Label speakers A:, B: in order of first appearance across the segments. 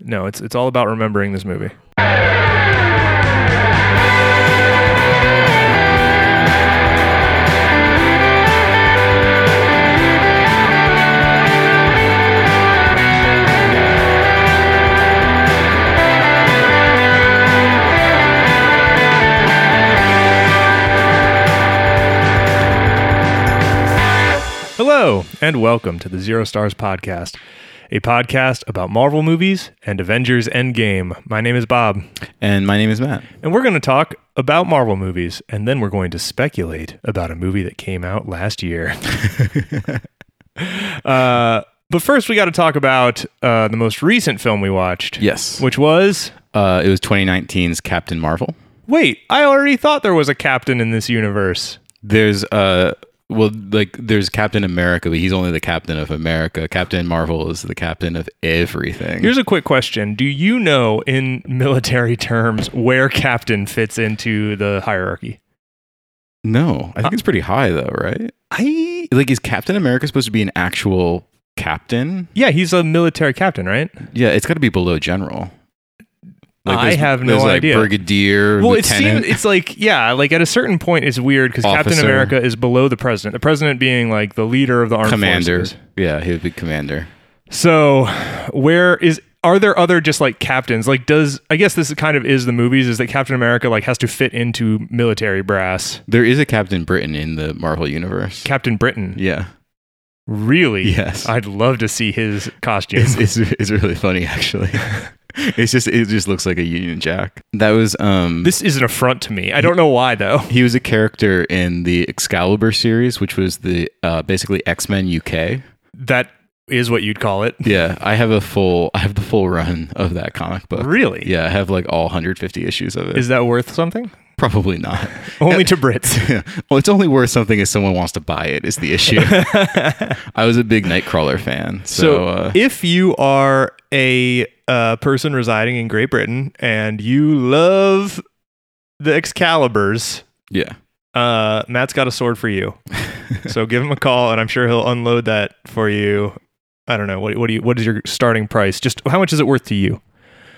A: No, it's it's all about remembering this movie. Hello, and welcome to the Zero Stars Podcast, a podcast about Marvel movies and Avengers Endgame. My name is Bob,
B: And my name is Matt.
A: and we're going to talk about Marvel movies, and then we're going to speculate about a movie that came out last year. uh, but first, we got to talk about uh, the most recent film we watched.
B: Yes.
A: Which was.
B: Uh, it was 2019's Captain Marvel.
A: Wait, I already thought there was a captain in this universe.
B: There's uh well like there's Captain America, but he's only the captain of America. Captain Marvel is the captain of everything.
A: Here's a quick question Do you know, in military terms, where captain fits into the hierarchy?
B: no, I think it's pretty high though, right?
A: I
B: Like is Captain America supposed to be an actual captain?
A: yeah, he's a military captain, right?
B: Yeah, it's got to be below general.
A: I
B: there's-
A: have no
B: there's, like,
A: idea.
B: Brigadier,
A: Well, it
B: lieutenant.
A: seems it's like yeah, like at a certain point, it's weird because Captain
B: Officer.
A: America is below the president. The president being like the leader of the armed
B: commander.
A: forces.
B: Yeah, he would be commander.
A: So, where is are there other just like captains? Like, does I guess this kind of is the movies is that Captain America like has to fit into military brass?
B: There is a Captain Britain in the Marvel universe.
A: Captain Britain,
B: yeah.
A: really?
B: Yes.
A: I'd love to see his costume.
B: It's, it's, it's really funny actually. it's just it just looks like a Union Jack. That was um
A: this is an affront to me. I don't know why though.
B: he was a character in the Excalibur series, which was the uh, basically X Men UK.
A: That is what you'd call it.
B: Yeah, I have a full I have the full run of that comic book.
A: Really?
B: Yeah, I have like all 150 issues of it.
A: Is that worth something?
B: Probably not.
A: Only to Brits.
B: well, it's only worth something if someone wants to buy it. Is the issue. I was a big Nightcrawler fan, so,
A: So,
B: uh,
A: if you are a uh, person residing in Great Britain and you love the Excaliburs,
B: yeah.
A: uh, Matt's got a sword for you. so give him a call, and I'm sure he'll unload that for you. I don't know what what do you what is your starting price? Just how much is it worth to you?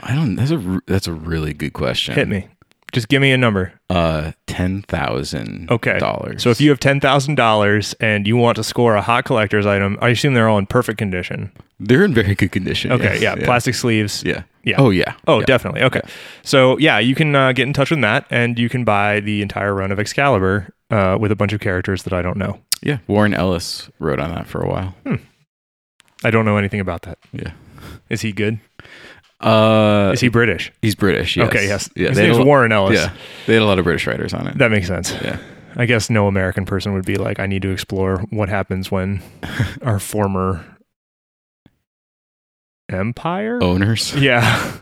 B: I don't. That's a r- that's a really good question.
A: Hit me. Just give me a number.
B: Uh, ten thousand.
A: Okay.
B: Dollars.
A: So if you have ten thousand dollars and you want to score a hot collector's item, I assume they're all in perfect condition.
B: they're in very good condition.
A: Okay,
B: yes,
A: yeah, plastic sleeves.
B: Yeah.
A: Yeah.
B: Oh yeah.
A: Oh,
B: yeah.
A: definitely. Okay. So, yeah, you can uh, get in touch with Matt and you can buy the entire run of Excalibur uh, with a bunch of characters that I don't know.
B: Yeah. Warren Ellis wrote on that for a while.
A: I don't know anything about that.
B: Yeah.
A: Is he good?
B: Uh,
A: Is he British?
B: he's British. Yes.
A: Okay, yes.
B: Yeah.
A: His
B: they had
A: name's
B: a lo-
A: Warren Ellis.
B: Yeah. They had a lot of British writers on it.
A: That makes sense.
B: yeah.
A: I guess no American person would be like, I need to explore what happens when our former empire?
B: Owners.
A: Yeah.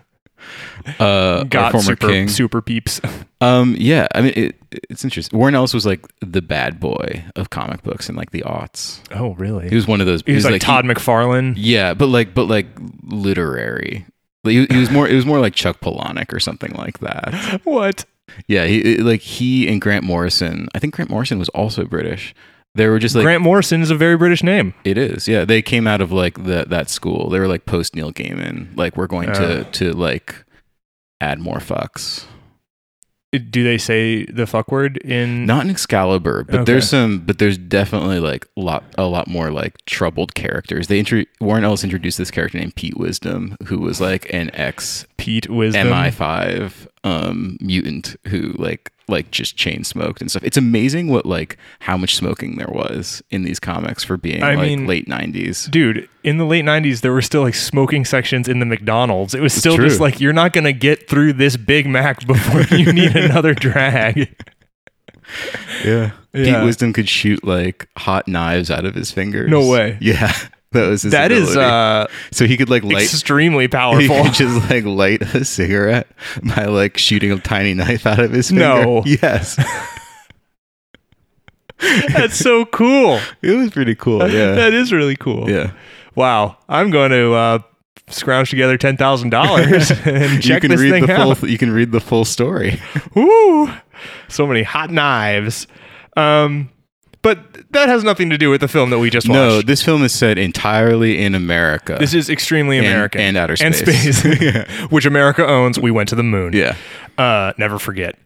B: Uh,
A: Got
B: our former
A: super,
B: king.
A: super peeps.
B: Um. Yeah. I mean, it, it's interesting. Warren Ellis was like the bad boy of comic books in like the aughts.
A: Oh, really?
B: He was one of those.
A: He was like,
B: he-
A: Todd McFarlane.
B: Yeah, but like, but like literary. Like, he, he was more. It was more like Chuck Palahniuk or something like that.
A: What?
B: Yeah, he it- like he and Grant Morrison. I think Grant Morrison was also British. They were just like
A: Grant Morrison is a very British name.
B: it is. Yeah, they came out of like the, that school. They were like post Neil Gaiman. Like we're going
A: Oh.
B: to to like add more fucks.
A: do they say the fuck word in
B: Not in Excalibur, but
A: Mm. Okay.
B: there's some. But there's definitely like a lot a lot more like troubled characters. They intro- Warren Ellis introduced this character named Pete Wisdom, who was like an ex
A: Pete Wisdom?
B: MI5 um mutant who like like just chain smoked and stuff. It's amazing what like how much smoking there was in these comics for being
A: I
B: like
A: mean-
B: late 90s.
A: Dude, in the late 90s, there were still like smoking sections in the McDonald's. It was still
B: true.
A: just like, you're not going to get through this Big Mac before you need another drag.
B: Yeah.
A: Yeah.
B: Pete Wisdom could shoot like hot knives out of his fingers.
A: No way.
B: Yeah. That was his
A: That is
B: ability.
A: uh,
B: so he could like light
A: extremely
B: he
A: powerful.
B: could just like light a cigarette by like shooting a tiny knife out of his finger.
A: No.
B: Yes.
A: That's so cool.
B: It was pretty cool. Yeah.
A: That is really cool.
B: Yeah.
A: Wow. I'm going to uh, scrounge together $10,000 and
B: You
A: check
B: can
A: this
B: read
A: thing
B: the
A: out.
B: full you can read the full story.
A: Ooh, so many hot knives. Um, But that has nothing to do with the film that we just
B: No,
A: watched.
B: this film is set entirely in America.
A: this is extremely
B: And-
A: American
B: and outer
A: and
B: space.
A: space, which America owns. We went to the moon.
B: yeah.
A: Uh, never forget.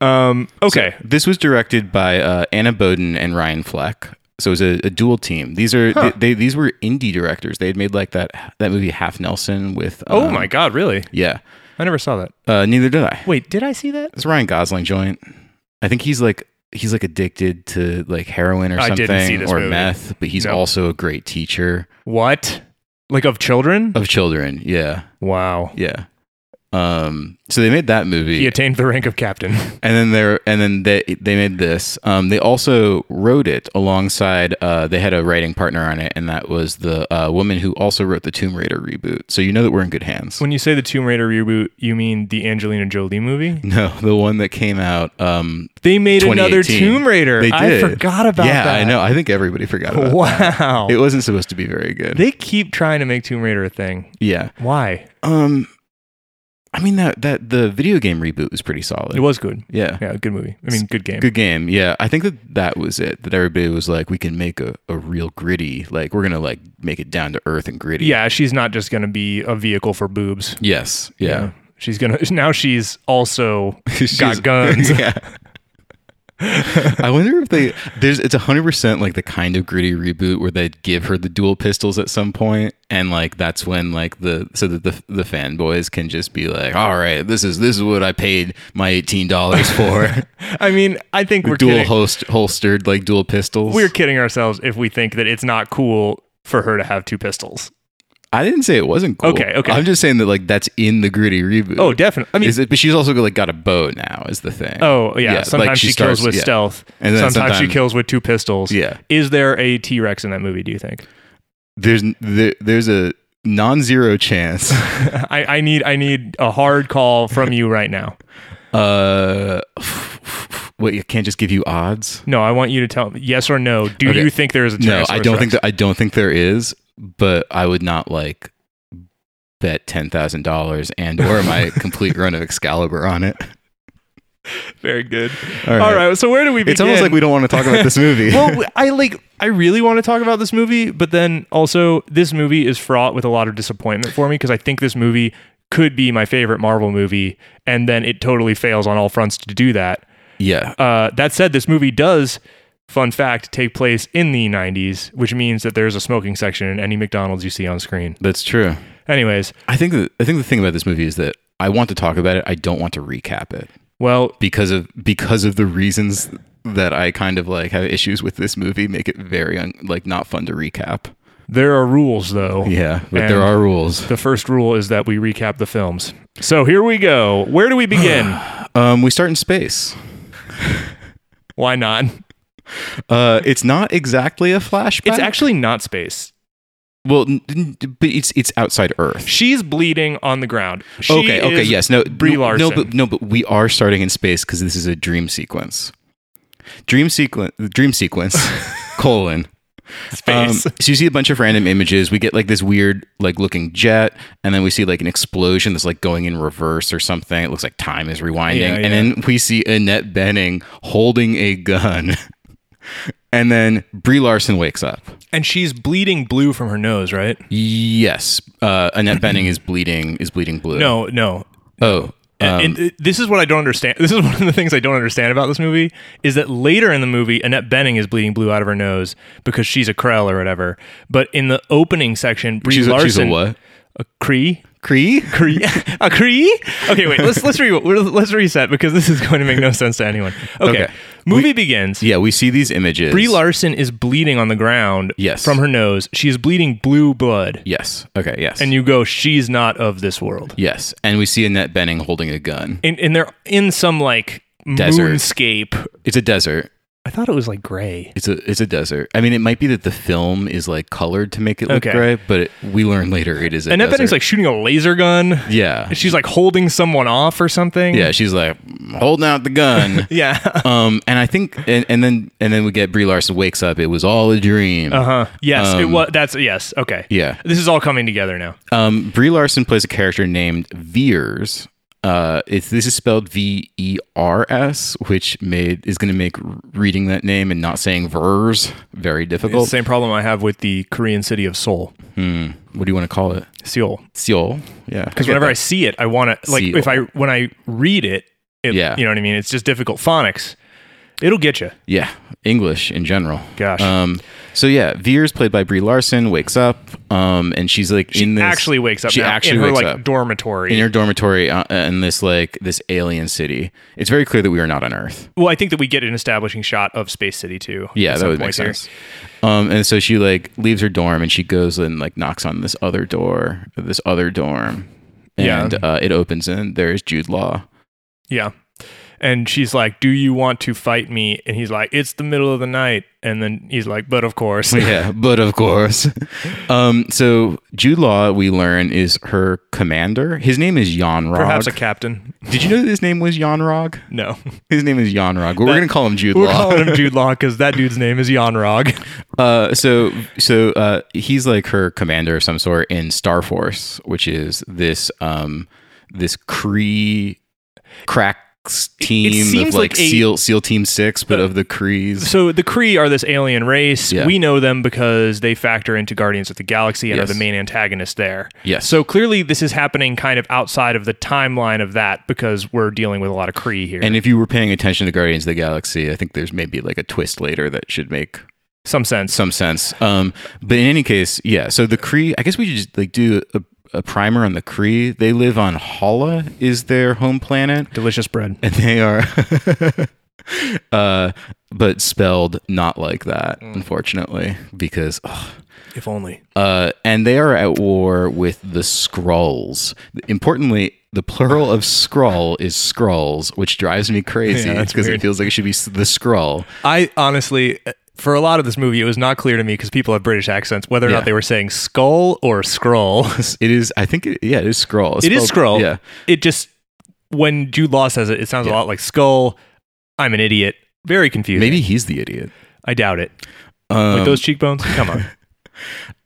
A: Um, okay.
B: This was directed by uh, Anna Boden and Ryan Fleck. So it was a, a dual team. These are they, they these were indie directors. They had made like that that movie Half Nelson with um,
A: oh my God! Really?
B: yeah.
A: I never saw that.
B: Uh, neither did I.
A: Wait, did I see that?
B: It's a Ryan Gosling joint. I think he's like he's like addicted to like heroin or
A: I
B: something
A: didn't see this
B: or
A: movie.
B: meth, but he's
A: No.
B: also a great teacher
A: What? Like of children?
B: of children. Yeah.
A: Wow.
B: Yeah. Um so they made that movie.
A: He attained the rank of captain.
B: And then there, and then they they made this. Um, they also wrote it alongside. Uh, they had a writing partner on it, and that was the uh, woman who also wrote the Tomb Raider reboot. So you know that we're in good hands.
A: when you say the Tomb Raider reboot, you mean the Angelina Jolie movie?
B: No, the one that came out. Um,
A: They made another
B: 2018.
A: Tomb Raider.
B: They
A: I
B: did.
A: forgot about
B: yeah,
A: that.
B: I know. I think everybody forgot about. It.
A: Wow.
B: It wasn't supposed to be very good.
A: they keep trying to make Tomb Raider a thing.
B: yeah.
A: Why?
B: Um, I mean that that the video game reboot was pretty solid.
A: It was good.
B: Yeah.
A: Yeah, good movie. I mean, good game.
B: Good game, yeah. I think that that was it. That everybody was like, we can make a, a real gritty. Like we're gonna like make it down to earth and gritty.
A: Yeah, she's not just going to be a vehicle for boobs.
B: Yes. Yeah.
A: She's going to now she's also
B: She's-
A: got guns.
B: yeah. I wonder if they there's it's hundred percent like the kind of gritty reboot where they'd give her the dual pistols at some point, and like that's when like the so that the the fanboys can just be like, all right, this is this is what I paid my eighteen dollars for
A: I mean, I think we're
B: dual
A: kidding.
B: host holstered like dual pistols.
A: we're kidding ourselves if we think that it's not cool for her to have two pistols.
B: I didn't say it wasn't cool.
A: Okay, okay.
B: I'm just saying that like that's in the gritty reboot.
A: Oh, definitely. I mean,
B: Is it, but she's also like got a bow now. Is the thing?
A: Oh yeah,
B: like,
A: sometimes she,
B: starts-
A: kills with
B: yeah.
A: stealth.
B: And then
A: sometimes, she
B: sometime-
A: kills with two pistols.
B: Yeah.
A: Is there a T Rex in that movie? Do you think?
B: There's there, there's a non-zero chance
A: I, I need I need a hard call from you right now.
B: Uh, wait, I can't just give you odds.
A: No, I want you to tell me yes or no. Do
B: Okay.
A: you think there is a T
B: No,
A: Rex?
B: I don't think that. I don't think there is. But I would not like bet ten thousand dollars and or my complete run of Excalibur on it.
A: Very good.
B: All right.
A: All right. So where do we begin?
B: It's almost like we don't want to talk about this movie.
A: well, I like. I really want to talk about this movie, but then also this movie is fraught with a lot of disappointment for me because I think this movie could be my favorite Marvel movie, and then it totally fails on all fronts to do that.
B: yeah,
A: Uh, that said, this movie does, fun fact, take place in the 90s, which means that there's a smoking section in any McDonald's you see on screen.
B: that's true.
A: Anyways,
B: I think that I think the thing about this movie is that I want to talk about it. I don't want to recap it
A: well,
B: because of because of the reasons that I kind of like have issues with this movie. Make it very un, like not fun to recap.
A: there are rules though.
B: Yeah, but
A: And-
B: there are rules.
A: The first rule is that we recap the films. So here we go. Where do we begin?
B: Um, we start in space.
A: Why not?
B: Uh, it's not exactly a flashback.
A: It's actually not space.
B: well, n- n- but it's it's outside Earth.
A: She's bleeding on the ground. She
B: okay, okay,
A: is-
B: yes, no,
A: Brie
B: no, no,
A: Larson.
B: but no, but we are starting in space because this is a dream sequence. Dream sequence. Dream sequence. colon. Um,
A: Space.
B: so you see a bunch of random images. We get like this weird, like looking jet, and then we see like an explosion that's like going in reverse or something. It looks like time is rewinding,
A: Yeah, yeah.
B: and then we see Annette Benning holding a gun, and then Brie Larson wakes up.
A: and she's bleeding blue from her nose, right?
B: Yes, uh, Annette Benning is bleeding. Is bleeding blue?
A: No, no.
B: Oh, um,
A: and it- this is what I don't understand. This is one of the things I don't understand about this movie is that later in the movie, Annette Benning is bleeding blue out of her nose because she's a Krell or whatever. But in the opening section, Brie
B: she's, a,
A: Larson,
B: she's a what?
A: a Cree,
B: Cree?
A: Cree, a Cree. Okay, wait. Let's let's re- let's reset because this is going to make no sense to anyone. Okay,
B: Okay.
A: movie begins.
B: Yeah, we see these images.
A: Brie Larson is bleeding on the ground
B: Yes.
A: from her nose. She is bleeding blue blood.
B: Yes. Okay. Yes.
A: And you go, she's not of this world.
B: yes, and we see Annette Benning holding a gun.
A: And, and they're in some like
B: Desert.
A: moonscape.
B: It's a desert.
A: I thought it was like gray.
B: It's a it's a desert. I mean, it might be that the film is like colored to make it look
A: Okay.
B: gray, but it, we learn later it is. A
A: Annette
B: desert.
A: Bening's like shooting a laser gun.
B: yeah,
A: She's like holding someone off or something.
B: yeah. She's like holding out the gun.
A: Yeah.
B: um, and I think, and, and then and then we get Brie Larson wakes up. It was all a dream.
A: Uh huh. Yes. it was. That's yes. Okay.
B: Um, Yeah.
A: This is all coming together now.
B: Um, Brie Larson plays a character named Veers. Uh, it's this is spelled V E R S, which made is going to make reading that name and not saying vers very
A: It's the
B: difficult.
A: same problem I have with the Korean city of Seoul,
B: Hmm. What do you want to call it?
A: Seoul.
B: Seoul. Yeah.
A: Because whenever I see it, I want to like
B: Seoul.
A: if I when I read it, it
B: Yeah.
A: you know what I mean. It's just difficult phonics. It'll get you.
B: Yeah, English in general.
A: Gosh.
B: Um, so yeah, Veer's played by Brie Larson wakes up, um, and she's like in this
A: actually wakes up
B: She
A: now
B: actually
A: in her
B: wakes
A: like
B: up
A: dormitory.
B: in her dormitory uh, in this like this alien city. It's very clear that we are not on Earth.
A: well, I think that we get an establishing shot of Space City too.
B: Yeah,
A: at
B: that
A: some
B: would make
A: point here.
B: sense. Um, and so she like leaves her dorm and she goes and like knocks on this other door, this other dorm,
A: Yeah.
B: and uh, it opens and there is Jude Law.
A: Yeah. And she's like, "Do you want to fight me?" And he's like, "It's the middle of the night." And then he's like, "But of course."
B: yeah, but of course. Um, so Jude Law, we learn, is her commander. His name is Jan Rog.
A: Perhaps a captain.
B: Did you know that his name was Jan Rog?
A: No.
B: His name is Jan Rog. We're
A: That-
B: going to call him Jude
A: We're
B: Law.
A: calling him Jude Law because that dude's name is Yonrog.
B: Uh, so, so uh, he's like her commander of some sort in Star Force, which is this um, this Cree cracks team
A: seems
B: of
A: like
B: like,
A: a-
B: Seal Seal Team Six, but of the Crees.
A: So the Kree are this alien race.
B: Yeah.
A: We know them because they factor into Guardians of the Galaxy and
B: Yes.
A: are the main antagonist there.
B: Yes.
A: So clearly, this is happening kind of outside of the timeline of that because we're dealing with a lot of Kree here.
B: And if you were paying attention to Guardians of the Galaxy, I think there's maybe like a twist later that should make
A: some sense.
B: some sense. Um, but in any case, yeah. So the Cree, I guess we should just like do a, a primer on the Cree. They live on Hala, is their home planet,
A: Delicious bread.
B: and they are, uh, but spelled not like that,
A: Mm.
B: unfortunately, because. ugh.
A: If only.
B: Uh, and they are at war with the Skrulls. Importantly, the plural of Skrull is Skrulls, which drives me crazy
A: Yeah, that's
B: because it
A: weird.
B: feels like it should be s- the Skrull.
A: I honestly. For a lot of this movie, it was not clear to me because people have British accents whether or
B: Yeah.
A: not they were saying skull or scroll.
B: It is, I think, it, yeah, it is Skrull. It's
A: It is
B: spelled-
A: scroll.
B: Yeah.
A: It just when Jude Law says it, it sounds a lot like skull. I'm an idiot. Very confusing.
B: Maybe he's the idiot.
A: I doubt it.
B: Um,
A: With those cheekbones, come on.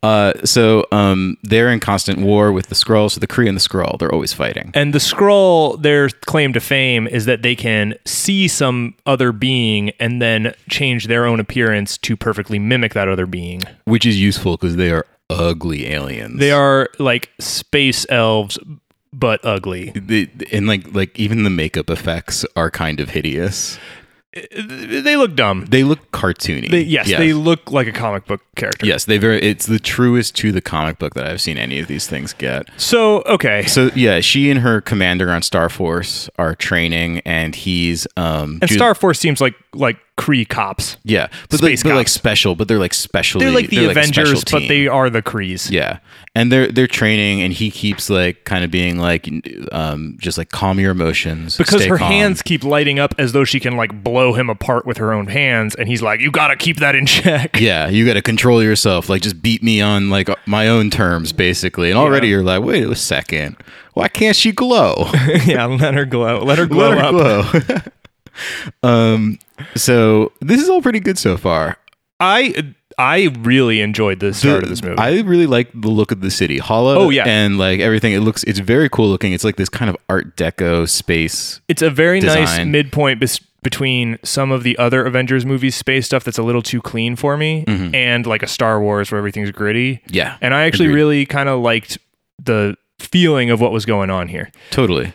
B: uh, so um, they're in constant war with the Skrull. So the Kree and the Skrull, they're always fighting.
A: And the scroll, their claim to fame is that they can see some other being and then change their own appearance to perfectly mimic that other being.
B: which is useful because they are ugly aliens.
A: They are like space elves, but ugly.
B: They- and like like even the makeup effects are kind of hideous.
A: They look dumb.
B: They look cartoony.
A: They, yes, they look like a comic book character.
B: yes they very. It's the truest to the comic book that I've seen any of these things get.
A: So, okay.
B: So yeah, she and her commander on Star Force are training, and he's um
A: and
B: Ju-
A: Star Force seems like like Kree cops.
B: yeah, but
A: Space
B: like, they're like
A: cops.
B: special, but they're like special.
A: They're like the Avengers, but
B: they.
A: they are the Krees.
B: Yeah, and they're they're training, and he keeps like kind of being like, um, just like calm your emotions
A: because
B: stay
A: her
B: calm.
A: hands keep lighting up as though she can like blow him apart with her own hands and he's like you gotta keep that in check
B: Yeah, you got to control yourself. Like, just beat me on like my own terms, basically. And already you're like, wait a second, why can't she glow?
A: yeah let her glow let her glow
B: Let
A: up
B: her glow. um, so this is all pretty good so far.
A: i i really enjoyed the start of this movie
B: I really like the look of the city, Hala.
A: Oh, yeah.
B: and like everything. It looks, it's very cool looking. It's like this kind of Art Deco space.
A: it's a very nice
B: Design.
A: midpoint bes- between some of the other avengers movies space stuff that's a little too clean for me and like a star wars where everything's gritty
B: Mm-hmm. Yeah,
A: and i actually
B: Agreed.
A: really kind of liked the feeling of what was going on here
B: Totally.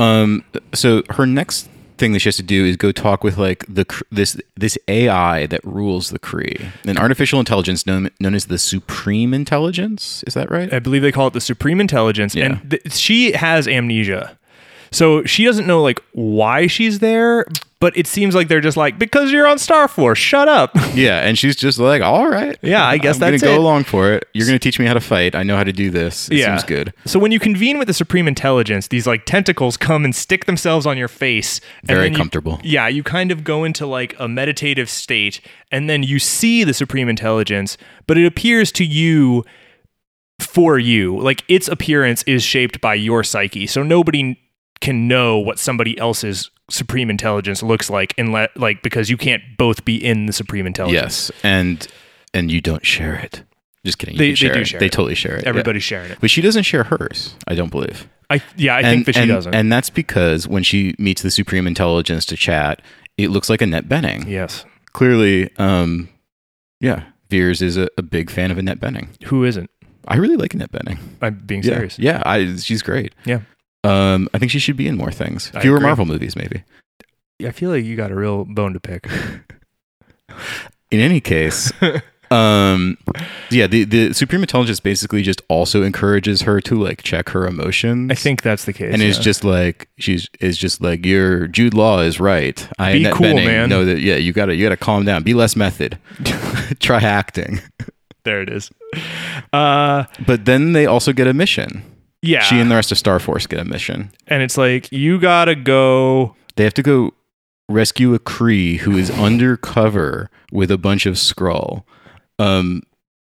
B: Um, so her next thing that she has to do is go talk with like the Kr- this this AI that rules the Kree, an artificial intelligence known known as the Supreme Intelligence. Is that right?
A: I believe they call it the supreme intelligence,
B: Yeah.
A: and th- she has amnesia, so she doesn't know like why she's there. But it seems like they're just like because you're on Star Force, shut up.
B: Yeah, and she's just like, "All right,
A: Yeah, I guess
B: I'm gonna
A: that's
B: go
A: it."
B: along for it. You're gonna teach me how to fight. I know how to do this. It seems good.
A: So when you convene with the supreme intelligence, these like tentacles come and stick themselves on your face. and
B: Very
A: then you-
B: comfortable.
A: yeah, you kind of go into like a meditative state, and then you see the supreme intelligence, but it appears to you for you. Like its appearance is shaped by your psyche. So nobody can know what somebody else's supreme intelligence looks like unless like because you can't both be in the supreme intelligence.
B: Yes, and and you don't share it. Just kidding. You
A: They-
B: can
A: they
B: share
A: do
B: it.
A: share
B: They
A: it.
B: totally share it. yeah.
A: Everybody's sharing it.
B: but she doesn't share hers. I don't believe.
A: I yeah, I think that she
B: and,
A: doesn't.
B: And that's because when she meets the Supreme Intelligence to chat, it looks like Annette Benning.
A: yes.
B: Clearly, um, yeah, Veers is a, a big fan of Annette Benning.
A: Who isn't?
B: I really like Annette Benning.
A: I'm being
B: Yeah,
A: serious.
B: yeah, I, she's great.
A: Yeah.
B: um, I think she should be in more things.
A: I
B: Fewer
A: agree.
B: Marvel movies, maybe.
A: I feel like you got a real bone to pick.
B: In any case, um, yeah, the the Supreme Intelligence basically just also encourages her to like check her emotions.
A: I think that's the case.
B: and it's
A: yeah.
B: just like she's is just like your Jude Law is right. I
A: Be
B: Annette
A: cool,
B: Bening,
A: man.
B: Know that yeah, you gotta you gotta calm down. Be less method. Try acting.
A: there it is. Uh,
B: But then they also get a mission.
A: yeah.
B: She and the rest of Star Force get a mission.
A: and it's like you gotta go.
B: They have to go rescue a Kree who is undercover with a bunch of Skrull. Um,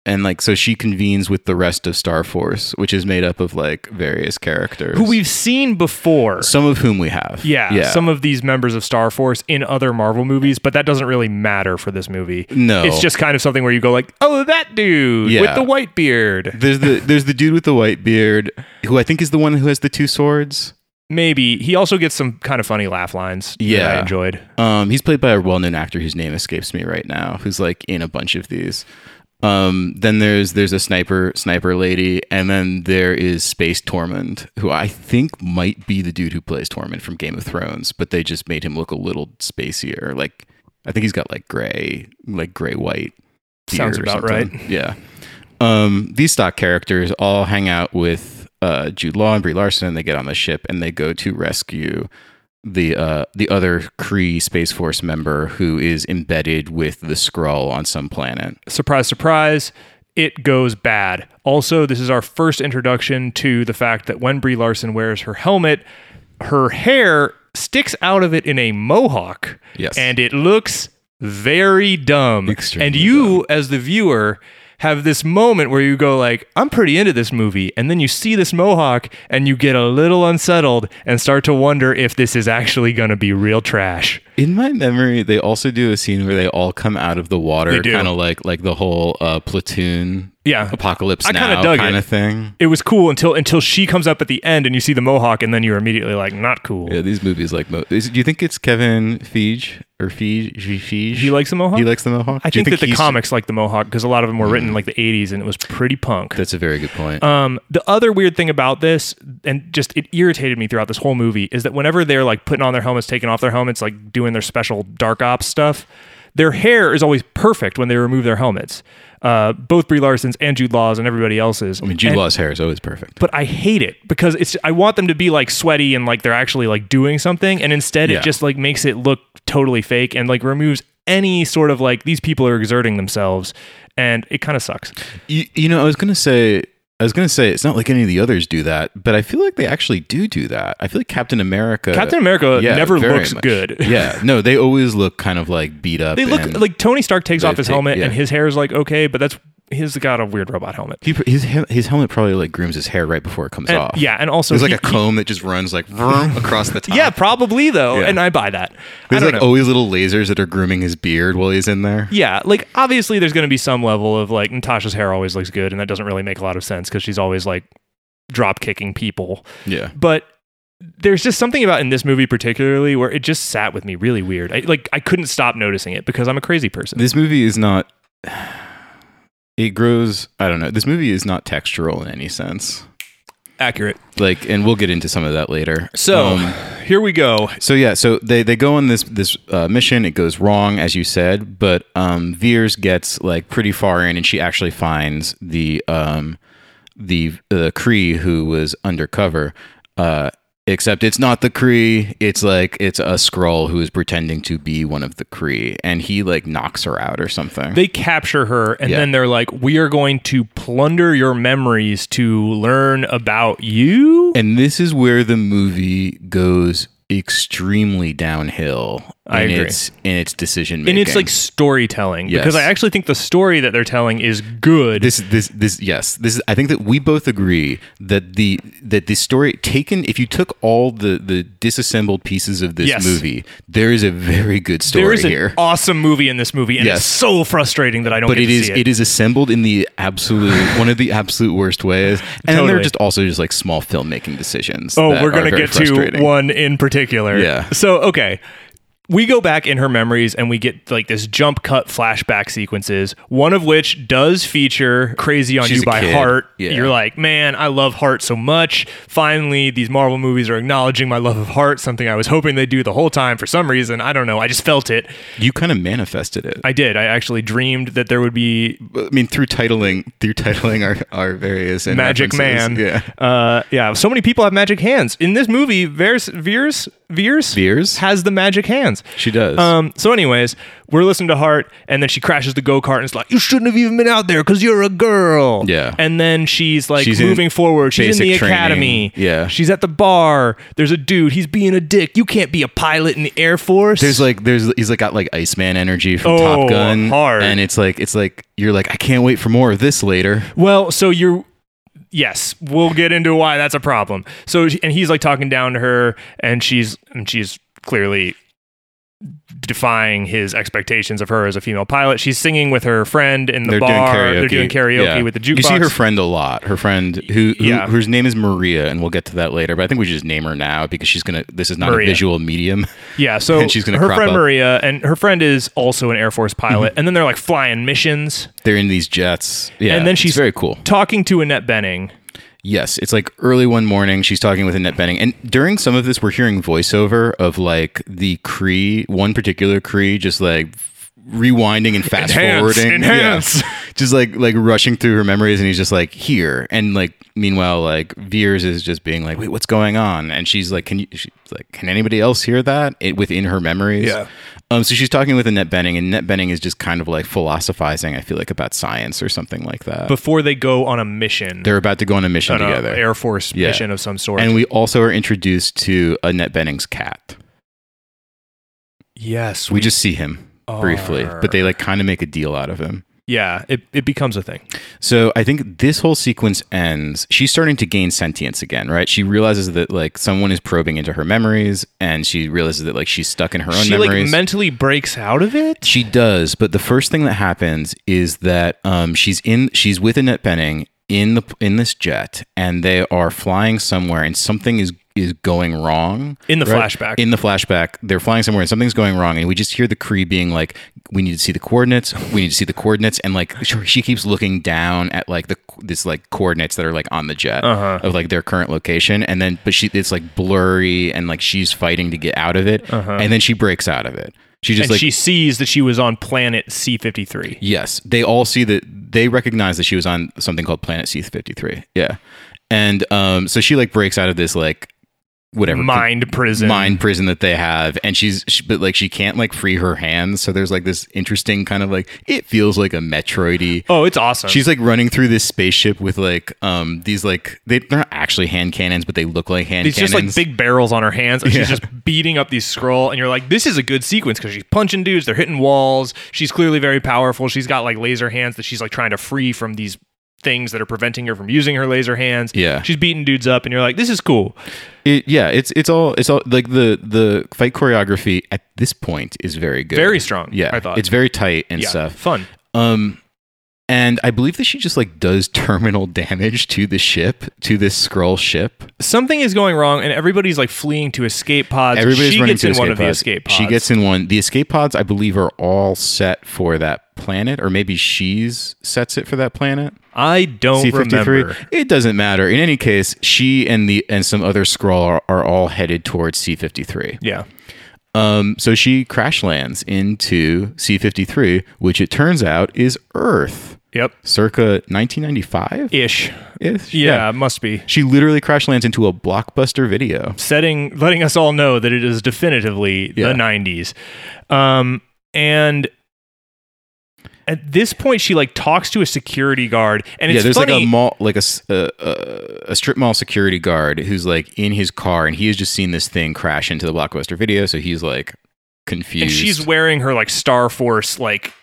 B: and like so, she convenes with the rest of Star Force, which is made up of like various characters
A: Who we've seen before.
B: some of whom we have.
A: yeah, some of these members of Star Force in other Marvel movies, but that doesn't really matter for this movie.
B: no,
A: It's just kind of something where you go like, "Oh, that dude
B: Yeah.
A: with the white beard."
B: There's the there's the dude with the white beard who I think is the one who has the two swords.
A: Maybe he also gets some kind of funny laugh lines. that I
B: Yeah.
A: enjoyed.
B: Um, he's played by a well-known actor whose name escapes me right now, who's like in a bunch of these. Um, then there's there's a sniper sniper lady, and then there is Space Tormund, who I think might be the dude who plays Tormund from Game of Thrones, but they just made him look a little spacier. Like I think he's got like gray like gray white. beard
A: Sounds
B: or
A: about
B: something. Yeah. Um, these stock characters all hang out with uh, Jude Law and Brie Larson, and they get on the ship and they go to rescue the uh, the other Kree Space Force member who is embedded with the Skrull on some planet.
A: surprise, surprise, it goes bad. Also, this is our first introduction to the fact that when Brie Larson wears her helmet, her hair sticks out of it in a mohawk.
B: Yes.
A: And it looks very dumb.
B: Extremely
A: and you, as the viewer, have this moment where you go like, I'm pretty into this movie, and then you see this mohawk and you get a little unsettled and start to wonder if this is actually gonna be real trash.
B: In my memory, they also do a scene where they all come out of the
A: They
B: water,
A: do.
B: kind of like like the whole uh, platoon
A: Yeah.
B: apocalypse
A: I kinda
B: now
A: dug
B: kind
A: it.
B: of thing.
A: it was cool until until she comes up at the end and you see the mohawk and then you're immediately like not cool.
B: Yeah, these movies like. Mo- is, do you think it's Kevin Feige or Feige? Feige?
A: He likes the mohawk.
B: He likes the Mohawk.
A: I
B: Do you
A: think, that the
B: he's-
A: comics like the mohawk because a lot of them were written in like the 80s and it was pretty punk.
B: That's a very good point.
A: Um, the other weird thing about this, and just it irritated me throughout this whole movie, is that whenever they're like putting on their helmets, taking off their helmets, like doing their special dark ops stuff, their hair is always perfect when they remove their helmets. Uh, both Brie Larson's and Jude Law's and everybody else's.
B: I mean, Jude Law's hair is always perfect.
A: but I hate it because it's I want them to be like sweaty and like they're actually like doing something and instead
B: Yeah.
A: it just like makes it look totally fake and like removes any sort of like these people are exerting themselves and it kind of sucks.
B: You, you know, I was gonna say, I was gonna say, it's not like any of the others do that, but I feel like they actually do do that. I feel like Captain America,
A: Captain America
B: yeah,
A: never
B: very
A: looks
B: much.
A: good.
B: yeah, no, they always look kind of like beat up.
A: They look
B: and
A: like Tony Stark takes
B: they
A: off his
B: take-
A: helmet
B: yeah.
A: and his hair is like okay, but that's he's got a weird robot helmet.
B: he, pr- his he- his helmet probably like grooms his hair right before it comes
A: And-
B: off.
A: yeah, and also
B: there's like
A: he-
B: a comb that just runs like vroom across the top.
A: yeah, probably though,
B: Yeah.
A: and I buy that. I
B: there's
A: don't
B: like
A: know.
B: always little lasers that are grooming his beard while he's in there.
A: Yeah, like obviously there's going to be some level of like Natasha's hair always looks good, and that doesn't really make a lot of sense because she's always like drop kicking people.
B: Yeah,
A: But there's just something about in this movie particularly where it just sat with me really weird. I, like I couldn't stop noticing it because I'm a crazy person.
B: this movie is not. It grows. I don't know. This movie is not textural in any sense.
A: Accurate.
B: like and we'll get into some of that later
A: So
B: Um,
A: here we go.
B: so yeah so they they go on this this uh, mission it goes wrong as you said but um veers gets like pretty far in and she actually finds the um the the cree who was undercover uh Except it's not the Kree. It's like it's a scroll who is pretending to be one of the Kree, and he like knocks her out or something.
A: They capture her and
B: Yeah.
A: then they're like, "We are going to plunder your memories to learn about you."
B: And this is where the movie goes extremely downhill
A: I
B: in
A: agree.
B: its in its decision making.
A: and it's like storytelling because
B: Yes.
A: I actually think the story that they're telling is good.
B: this this this yes this is, i think that we both agree that the that the story taken if you took all the the disassembled pieces of this
A: Yes.
B: movie there is a very good story
A: there is an
B: here
A: awesome movie in this movie, and
B: Yes.
A: it's so frustrating that I don't.
B: but
A: get
B: it
A: to
B: is
A: see
B: it is assembled in the absolute one of the absolute worst ways and then there
A: Totally.
B: are just also just like small filmmaking decisions
A: Oh,
B: that
A: we're
B: are
A: gonna
B: very
A: get to
B: frustrating.
A: one in particular.
B: Yeah.
A: So okay. We go back in her memories and we get like this jump cut flashback sequences, one of which does feature Crazy on You
B: She's a
A: by
B: kid.
A: Heart.
B: Yeah.
A: You're like, man, I love Heart so much. Finally, these Marvel movies are acknowledging my love of Heart, something I was hoping they'd do the whole time for some reason. I don't know. I just felt it.
B: you kind of manifested it
A: I did. I actually dreamed that there would be
B: I mean, through titling, through titling our, our various and
A: Magic Man.
B: references. yeah,
A: Uh, yeah. So many people have magic hands. In this movie, Veers, Veers, Veers,
B: Veers?
A: has the magic hands.
B: she does.
A: Um, so, anyways, we're listening to Heart, and then she crashes the go kart, and it's like, you shouldn't have even been out there because you're a girl.
B: Yeah.
A: And then she's like
B: She's in
A: moving forward. She's in
B: basic
A: the
B: training.
A: academy.
B: Yeah.
A: She's at the bar. There's a dude. He's being a dick. You can't be a pilot in the Air Force.
B: There's like there's he's like got like Iceman energy from
A: Oh,
B: Top Gun,
A: hard.
B: and it's like it's like you're like I can't wait for more of this later.
A: Well, so you're. Yes, we'll get into why that's a problem. So, and he's like talking down to her, and she's and she's clearly defying his expectations of her as a female pilot. She's singing with her friend in the bar. They're doing karaoke
B: Yeah.
A: with the
B: You see
A: jukebox.
B: her friend a lot. Her friend who, who
A: Yeah.
B: whose name is Maria, and we'll get to that later. But I think we should just name her now because she's gonna. This is not
A: Maria.
B: a visual medium.
A: yeah, so
B: and she's gonna
A: her
B: crop
A: friend
B: up. Mm-hmm.
A: Maria, and her friend is also an Air Force pilot, and then they're like flying missions,
B: They're in these jets. Yeah,
A: and then she's
B: it's very cool.
A: talking to Annette Benning.
B: Yes, it's like early one morning. She's talking with Annette Benning, and during some of this, we're hearing voiceover of like the Cree, one particular Cree, just like rewinding and fast
A: Enhance,
B: forwarding,
A: enhance.
B: Yeah. just like like rushing through her memories, and he's just like here, and like meanwhile, like Veers is just being like, wait, what's going on? And she's like, can you? She's like, can anybody else hear that? It within her memories.
A: Yeah.
B: Um, so she's talking with Annette Benning, and Annette Benning is just kind of like philosophizing. I feel like about science or something like that.
A: Before they go on a mission,
B: They're about to go on a mission
A: on a
B: together.
A: Air Force
B: Yeah.
A: mission of some sort.
B: And we also are introduced to Annette Benning's cat.
A: yes,
B: We just see him briefly,
A: are.
B: but they like kind of make a deal out of him.
A: yeah, it, it becomes a thing.
B: So I think this whole sequence ends. She's starting to gain sentience again, right? She realizes that like someone is probing into her memories, and she realizes that like she's stuck in her own
A: she
B: memories.
A: like mentally breaks out of it.
B: She does, but the first thing that happens is that um, she's in she's with Annette Benning in the in this jet, and they are flying somewhere, and something is is going wrong
A: In the flashback.
B: In the flashback, they're flying somewhere, and something's going wrong, and we just hear the Cree being like, "We need to see the coordinates. We need to see the coordinates," and like she she keeps looking down at like the this like coordinates that are like on the jet
A: Uh-huh.
B: of like their current location, and then but she it's like blurry, and like she's fighting to get out of it, and then she breaks out of it. She
A: Uh-huh.
B: just
A: and
B: like
A: she sees that she was on planet C fifty three.
B: Yes, they all see that they recognize that she was on something called Planet C fifty three. Yeah, and um, so she like breaks out of this like whatever
A: Mind prison.
B: mind prison that they have, and she's she, but like she can't like free her hands. So there's like this interesting kind of like it feels like a Metroidy.
A: Oh, it's awesome.
B: She's like running through this spaceship with like um these like they, they're not actually hand cannons, but they look like hand
A: it's
B: cannons.
A: just like big barrels on her hands, and she's just beating up these scroll. And you're like, this is a good sequence because she's punching dudes, they're hitting walls. She's clearly very powerful. She's got like laser hands that she's like trying to free from these things that are preventing her from using her laser hands.
B: Yeah.
A: she's beating dudes up, and you're like, this is cool.
B: It- yeah, it's it's all it's all like the the fight choreography at this point is very good,
A: Very strong.
B: Yeah,
A: I thought
B: it's very tight and
A: yeah,
B: stuff.
A: fun.
B: Um, and I believe that she just like does terminal damage to the ship, to this scroll ship.
A: something is going wrong and everybody's like fleeing to escape pods.
B: Everybody's
A: she
B: running
A: gets
B: to
A: in one
B: escape
A: of the
B: pods.
A: escape pods.
B: She gets in one. The escape pods, I believe, are all set for that planet, or maybe she's sets it for that planet.
A: I don't remember.
B: It doesn't matter. In any case, she and the and some other scroll are, are all headed towards C fifty three.
A: Yeah.
B: Um, so she crash lands into C fifty three, which it turns out is Earth,
A: Yep.
B: circa nineteen ninety five.
A: Ish. Yeah, must be.
B: She literally crash lands into a blockbuster video.
A: Setting letting us all know that it is definitively
B: Yeah.
A: the 90s. Um and at this point she like talks to a security guard and it's
B: yeah, there's
A: funny.
B: like a mall, like a, s- a- a- a strip mall security guard who's like in his car and he has just seen this thing crash into the blockbuster video. So he's like confused.
A: and she's wearing her like Star Force like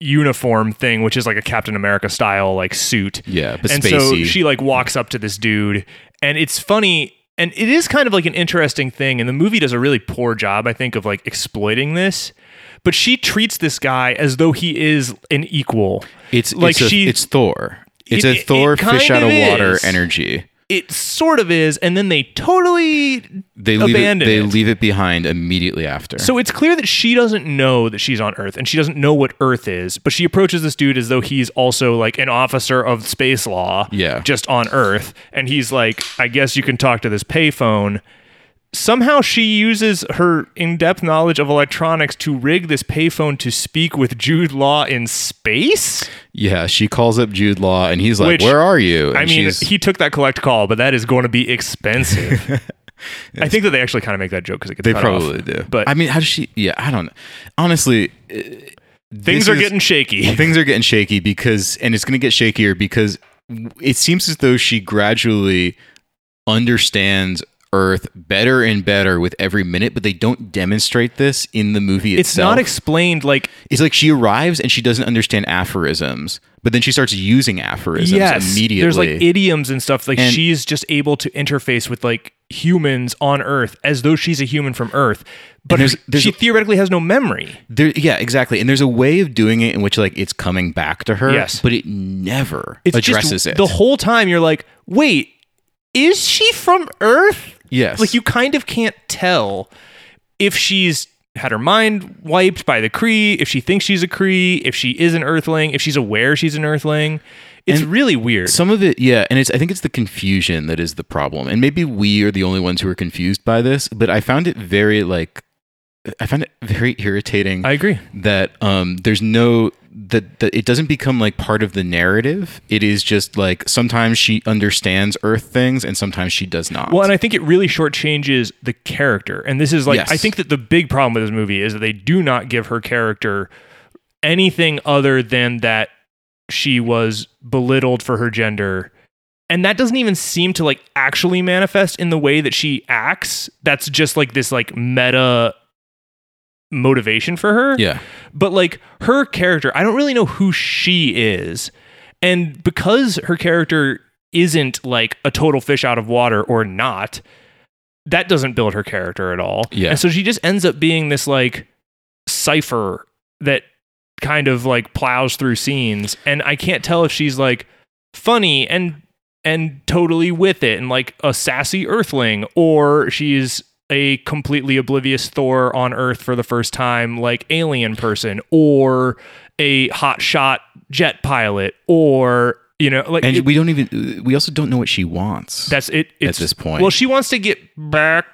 A: uniform thing, which is like a Captain America style like suit.
B: yeah, but
A: and so
B: spacey.
A: she like walks up to this dude, and it's funny, and it is kind of like an interesting thing. And the movie does a really poor job, I think, of like exploiting this. But she treats this guy as though he is an equal.
B: it's
A: like
B: it's a-
A: she-
B: it's Thor. It's
A: It-
B: a
A: it-
B: Thor
A: it
B: fish
A: kind
B: out of
A: of
B: water
A: is.
B: energy.
A: It sort of is, and then they totally
B: They leave it,
A: Abandon
B: they
A: it.
B: leave it behind immediately after.
A: So it's clear that she doesn't know that she's on Earth and she doesn't know what Earth is, but she approaches this dude as though he's also like an officer of space law.
B: Yeah.
A: Just on Earth. And he's like, I guess you can talk to this payphone. Somehow she uses her in depth knowledge of electronics to rig this payphone to speak with Jude Law in space?
B: yeah, she calls up Jude Law and he's like,
A: Which-
B: "Where are you?" And
A: I mean,
B: she's-
A: he took that collect call, but that is going to be expensive. I think that they actually kind of make that joke because it gets
B: they
A: cut off.
B: probably do.
A: But
B: I mean, how does she? Yeah, I don't. know. Honestly, uh,
A: things
B: this
A: are
B: is-
A: getting shaky.
B: things are getting shaky because and it's going to get shakier because it seems as though she gradually understands earth better and better with every minute but they don't demonstrate this in the movie
A: It's
B: itself
A: not explained like
B: it's like she arrives and she doesn't understand aphorisms but then she starts using aphorisms immediately
A: There's like idioms and stuff. Like
B: And-
A: she's just able to interface with like humans on Earth as though she's a human from Earth, but
B: there's-
A: her-
B: there's
A: she
B: a-
A: theoretically has no memory.
B: there, yeah exactly and there's a way of doing it in which like it's coming back to her
A: Yes.
B: but it never
A: It's
B: addresses
A: just,
B: it
A: The whole time you're like, wait, is she from Earth?
B: yes
A: Like you kind of can't tell if she's had her mind wiped by the Cree, if she thinks she's a Cree, if she is an Earthling, if she's aware she's an Earthling. It's really weird.
B: Some of it, yeah, and it's I think it's the confusion that is the problem. And maybe we are the only ones who are confused by this, but I found it very like I found it very irritating
A: I agree.
B: that um there's no that, that it doesn't become like part of the narrative. It is just like sometimes she understands earth things and sometimes she does not.
A: Well, and I think it really shortchanges the character. And this is like,
B: Yes.
A: I think that the big problem with this movie is that they do not give her character anything other than that she was belittled for her gender. And that doesn't even seem to like actually manifest in the way that she acts. That's just like this like meta motivation for her
B: yeah.
A: but like her character, I don't really know who she is. And because her character isn't like a total fish out of water or not, that doesn't build her character at all.
B: Yeah.
A: And so she just ends up being this like cipher that kind of like plows through scenes. And I can't tell if she's like funny and and totally with it and like a sassy earthling or she's a completely oblivious thor on earth for the first time like alien person or a hotshot jet pilot or you know like
B: And
A: it-
B: we don't even we also don't know what she wants.
A: that's it it's,
B: this point.
A: well she wants to get back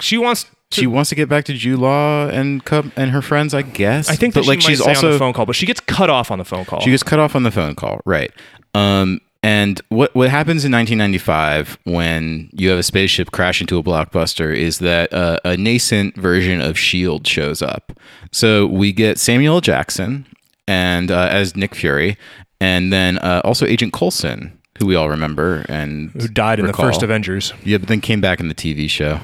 A: she wants to
B: she wants to get back to Jude Law and come and her friends, I guess.
A: i think that
B: but like
A: she might
B: she's
A: stay on
B: also
A: the phone call but she gets cut off on the phone call
B: She gets cut off on the phone call, right? Um, and what what happens in 1995 when you have a spaceship crash into a blockbuster is that uh, a nascent version of Shield E shows up. So we get Samuel L. Jackson and uh, as Nick Fury, and then uh, also Agent Coulson, who we all remember and
A: who died in
B: recall.
A: the first avengers
B: Yeah, but then came back in the TV show.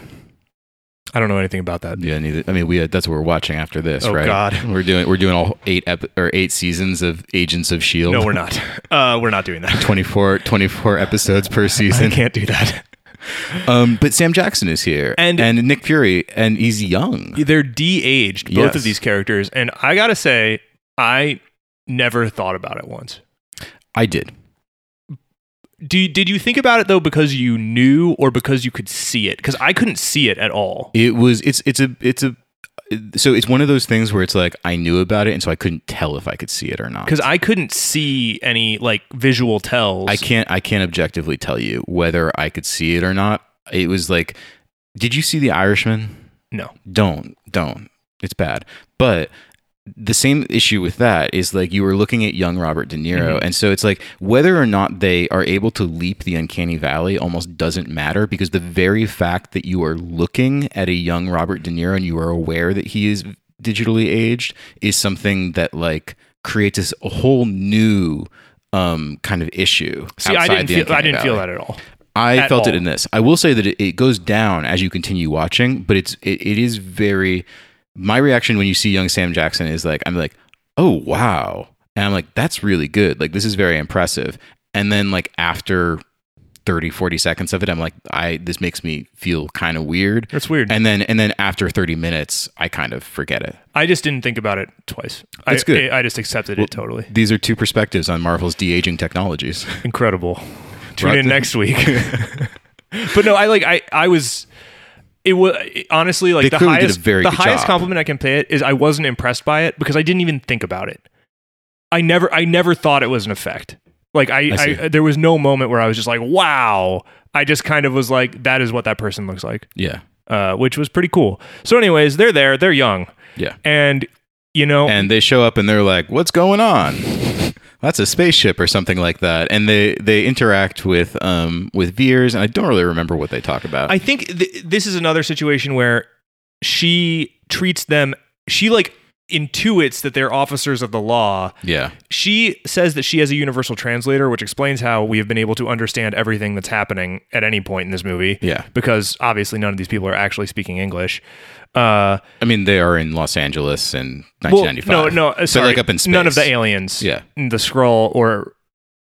A: i don't know anything about that
B: Yeah, neither. I mean, we uh, that's what we're watching after this,
A: Oh,
B: right?
A: God.
B: we're doing we're doing all eight ep- or eight seasons of Agents of Shield.
A: no we're not uh we're not doing that
B: 24, 24 episodes per
A: i
B: season.
A: can't do that
B: Um, but Sam Jackson is here,
A: And-
B: and Nick Fury, and he's young.
A: they're de-aged both
B: Yes.
A: of these characters and i gotta say i never thought about it once
B: I did.
A: Do, did you think about it though because you knew or because you could see it because i couldn't see it at all
B: It was. It's. It's a. It's a. So it's one of those things where it's like I knew about it, and so I couldn't tell if I could see it or not.
A: because i couldn't see any like visual tells
B: I can't. I can't objectively tell you whether I could see it or not. It was like, did you see The Irishman?
A: no
B: Don't. Don't. It's bad. But the same issue with that is like you were looking at young Robert De Niro,
A: Mm-hmm.
B: and so it's like whether or not they are able to leap the uncanny valley almost doesn't matter because the very fact that you are looking at a young Robert De Niro and you are aware that he is digitally aged is something that like creates this whole new um kind of issue.
A: see i didn't
B: outside the
A: feel i
B: uncanny
A: didn't feel
B: valley.
A: that at all
B: I
A: at
B: felt it
A: all.
B: in this. I will say that it, it goes down as you continue watching, but it's it, it is very my reaction when you see young Sam Jackson is like, I'm like, oh wow, and I'm like, that's really good. Like this is very impressive. And then like after 30, 40 seconds of it, I'm like, I this makes me feel kind of weird.
A: That's weird.
B: And then and then after 30 minutes, I kind of forget it.
A: I just didn't think about it twice.
B: That's
A: I,
B: good.
A: I, I just accepted it totally.
B: These are two perspectives on Marvel's de aging technologies.
A: Incredible. Tune
B: Right.
A: in next week. but no, I like I I was it was honestly like
B: They
A: the
B: clearly did a
A: highest
B: very
A: the
B: good
A: highest
B: job.
A: compliment I can pay it is I wasn't impressed by it because I didn't even think about it. I never I never thought it was an effect. Like I,
B: I see.
A: I, there was no moment where I was just like wow. I just kind of was like that is what that person looks like,
B: Yeah.
A: uh, which was pretty cool. So anyways, they're there, they're young,
B: Yeah.
A: and you know
B: and they show up and they're like, "What's going on?" That's a spaceship or something like that. And they they interact with um with Veers, and I don't really remember what they talk about.
A: I think th- this is another situation where she treats them. She like intuits that they're officers of the law.
B: yeah,
A: She says that she has a universal translator, which explains how we have been able to understand everything that's happening at any point in this movie.
B: yeah.
A: Because obviously none of these people are actually speaking English. Uh,
B: I mean, they are in Los Angeles in
A: well,
B: 1995.
A: no, no, uh,
B: They're,
A: sorry,
B: like up in space.
A: none of the aliens,
B: Yeah,
A: the Skrull or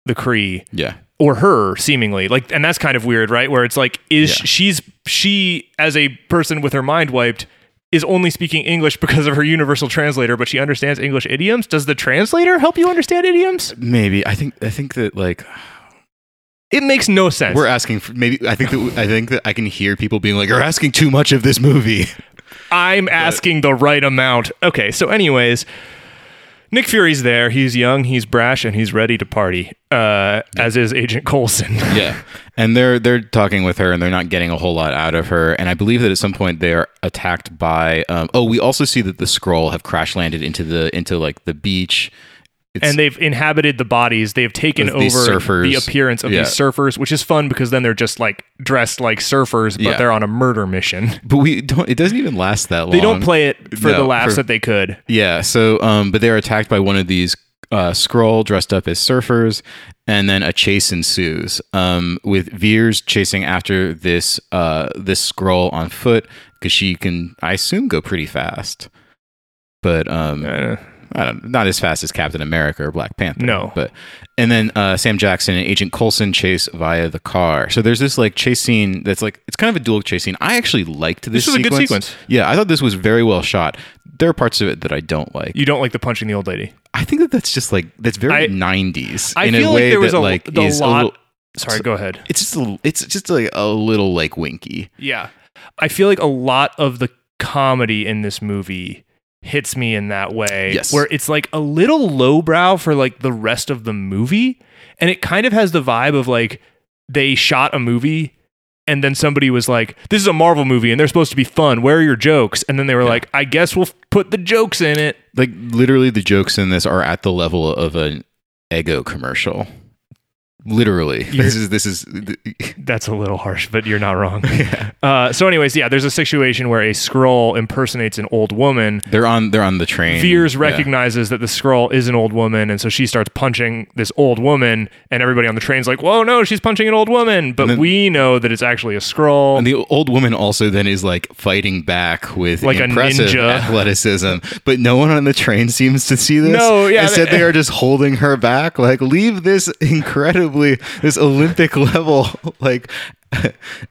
A: the Kree
B: yeah,
A: or her seemingly like and that's kind of weird right where it's like is
B: Yeah.
A: she's she as a person with her mind wiped is only speaking english because of her universal translator but she understands english idioms does the translator help you understand idioms
B: maybe. I think I think that like
A: it makes no sense
B: we're asking for maybe. I think that I think that I can hear people being like, "You're asking too much of this movie."
A: i'm asking the right amount okay so anyways nick fury's there he's young he's brash and he's ready to party uh, as is agent colson
B: yeah and they're they're talking with her and they're not getting a whole lot out of her and i believe that at some point they are attacked by um, oh we also see that the scroll have crash landed into the into like the beach It's-
A: and they've inhabited the bodies. They've taken
B: Of
A: over
B: these surfers.
A: the appearance of
B: Yeah.
A: these surfers, which is fun because then they're just like dressed like surfers, but
B: Yeah.
A: they're on a murder mission.
B: but we don't it doesn't even last that long
A: They don't play it for
B: No,
A: the laughs
B: for-
A: that they could.
B: yeah so um but they're attacked by one of these uh, scroll dressed up as surfers and then a chase ensues um, with veers chasing after this uh, this scroll on foot because she can i assume go pretty fast but um,
A: Uh,
B: I don't, not as fast as Captain America or Black Panther.
A: No.
B: but and then uh, Sam Jackson and Agent Coulson chase via the car. So there's this like chase scene that's like it's kind of a dual chase scene. I actually liked this.
A: This was a good sequence.
B: Yeah, I thought this was very well shot. There are parts of it that I don't like.
A: you don't like the punching the old lady.
B: I think that that's just like that's very
A: I-
B: 90s
A: I
B: in
A: feel
B: a
A: like
B: way
A: there was
B: that
A: a,
B: like
A: the
B: is
A: lot.
B: a little,
A: sorry, go ahead.
B: it's just a, it's just like a little like winky.
A: Yeah, I feel like a lot of the comedy in this movie hits me in that way
B: Yes.
A: where it's like a little lowbrow for like the rest of the movie and it kind of has the vibe of like they shot a movie and then somebody was like this is a marvel movie and they're supposed to be fun where are your jokes and then they were like i guess we'll f- put the jokes in it
B: Like literally, the jokes in this are at the level of an Ego commercial. Literally, this is this is
A: that's a little harsh but you're not wrong uh, so anyways yeah there's a situation where a scroll impersonates an old woman
B: They're on they're on the train.
A: Veers
B: Yeah.
A: recognizes that the scroll is an old woman, and so she starts punching this old woman, and everybody on the train's like, "Whoa, no, she's punching an old woman!" But
B: then-
A: we know that it's actually a scroll.
B: And the old woman also then is like fighting back with
A: Like a
B: impressive
A: ninja.
B: athleticism, but no one on the train seems to see this.
A: No, yeah,
B: Instead,
A: they-
B: they are just holding her back. Like, leave this incredibly this Olympic level like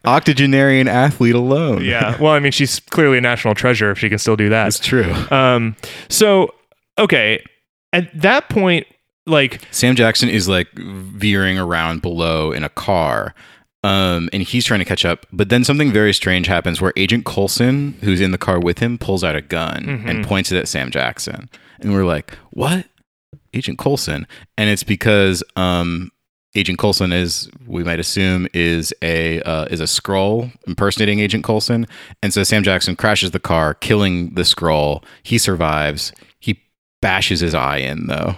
B: octogenarian athlete alone.
A: yeah, well, I mean, she's clearly a national treasure if she can still do
B: that's
A: that.
B: true.
A: Um, so okay, at that point, like
B: Sam Jackson is like veering around below in a car. Um, and he's trying to catch up, but then something very strange happens where Agent Coulson, who's in the car with him, pulls out a gun and points it at Sam Jackson. And we're like, "What? Agent Coulson?" And it's because um, Agent Coulson is, we might assume, is a uh, is a scroll impersonating Agent Coulson. And so Sam Jackson crashes the car, killing the scroll. He survives. He bashes his eye in though.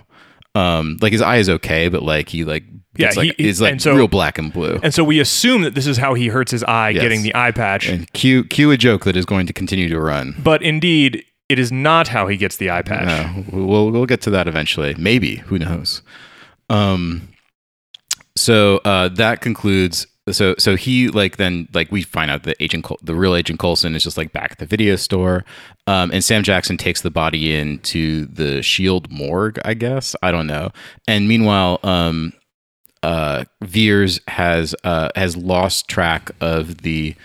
B: Um, like his eye is okay, but like he like
A: Yeah,
B: it's like
A: he-
B: it's like
A: and so-
B: real black and blue.
A: and so we assume that this is how he hurts his eye,
B: Yes.
A: getting the eye patch.
B: And cue cue a joke that is going to continue to run.
A: But indeed, it is not how he gets the eye patch.
B: No, we'll we'll get to that eventually. Maybe who knows? Um, so uh, that concludes so so he like then like we find out that agent Col- the real agent Coulson is just like back at the video store, um, and Sam Jackson takes the body into the Shield E morgue, I guess I don't know. And meanwhile, um, uh, Veers has uh, has lost track of the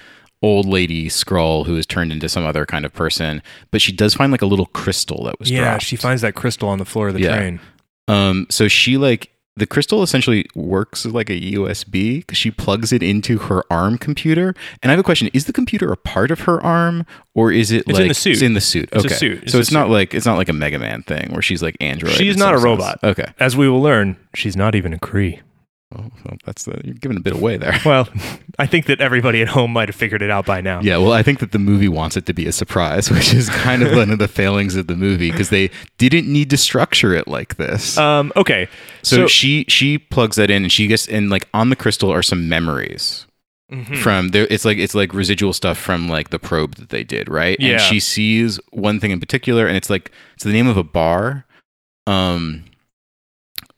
B: old lady scroll who is turned into some other kind of person, but she does find like a little crystal that was
A: yeah,
B: dropped.
A: she finds that crystal on the floor of the
B: Yeah.
A: train.
B: Um, so she like the crystal essentially works like a USB because she plugs it into her arm computer. And I have a question: Is the computer a part of her arm, or is it
A: in
B: like
A: the suit.
B: It's in the suit.
A: It's a
B: okay,
A: suit. It's
B: so
A: a
B: it's not like it's not like a Mega Man thing where she's like android.
A: She's
B: in
A: not
B: some
A: a
B: sense.
A: robot.
B: Okay,
A: As we will learn, she's not even a Cree.
B: well, well, that's the, you're giving a bit away there.
A: Well, I think that everybody at home might have figured it out by now.
B: Yeah, well, I think that the movie wants it to be a surprise, which is kind of one of the failings of the movie because they didn't need to structure it like this.
A: Um, okay.
B: so,
A: So,
B: she she plugs that in, and she gets and like on the crystal are some memories
A: Mhm.
B: from there. It's like it's like residual stuff from like the probe that they did, right?
A: Yeah.
B: And she sees one thing in particular, and it's like it's the name of a bar, um,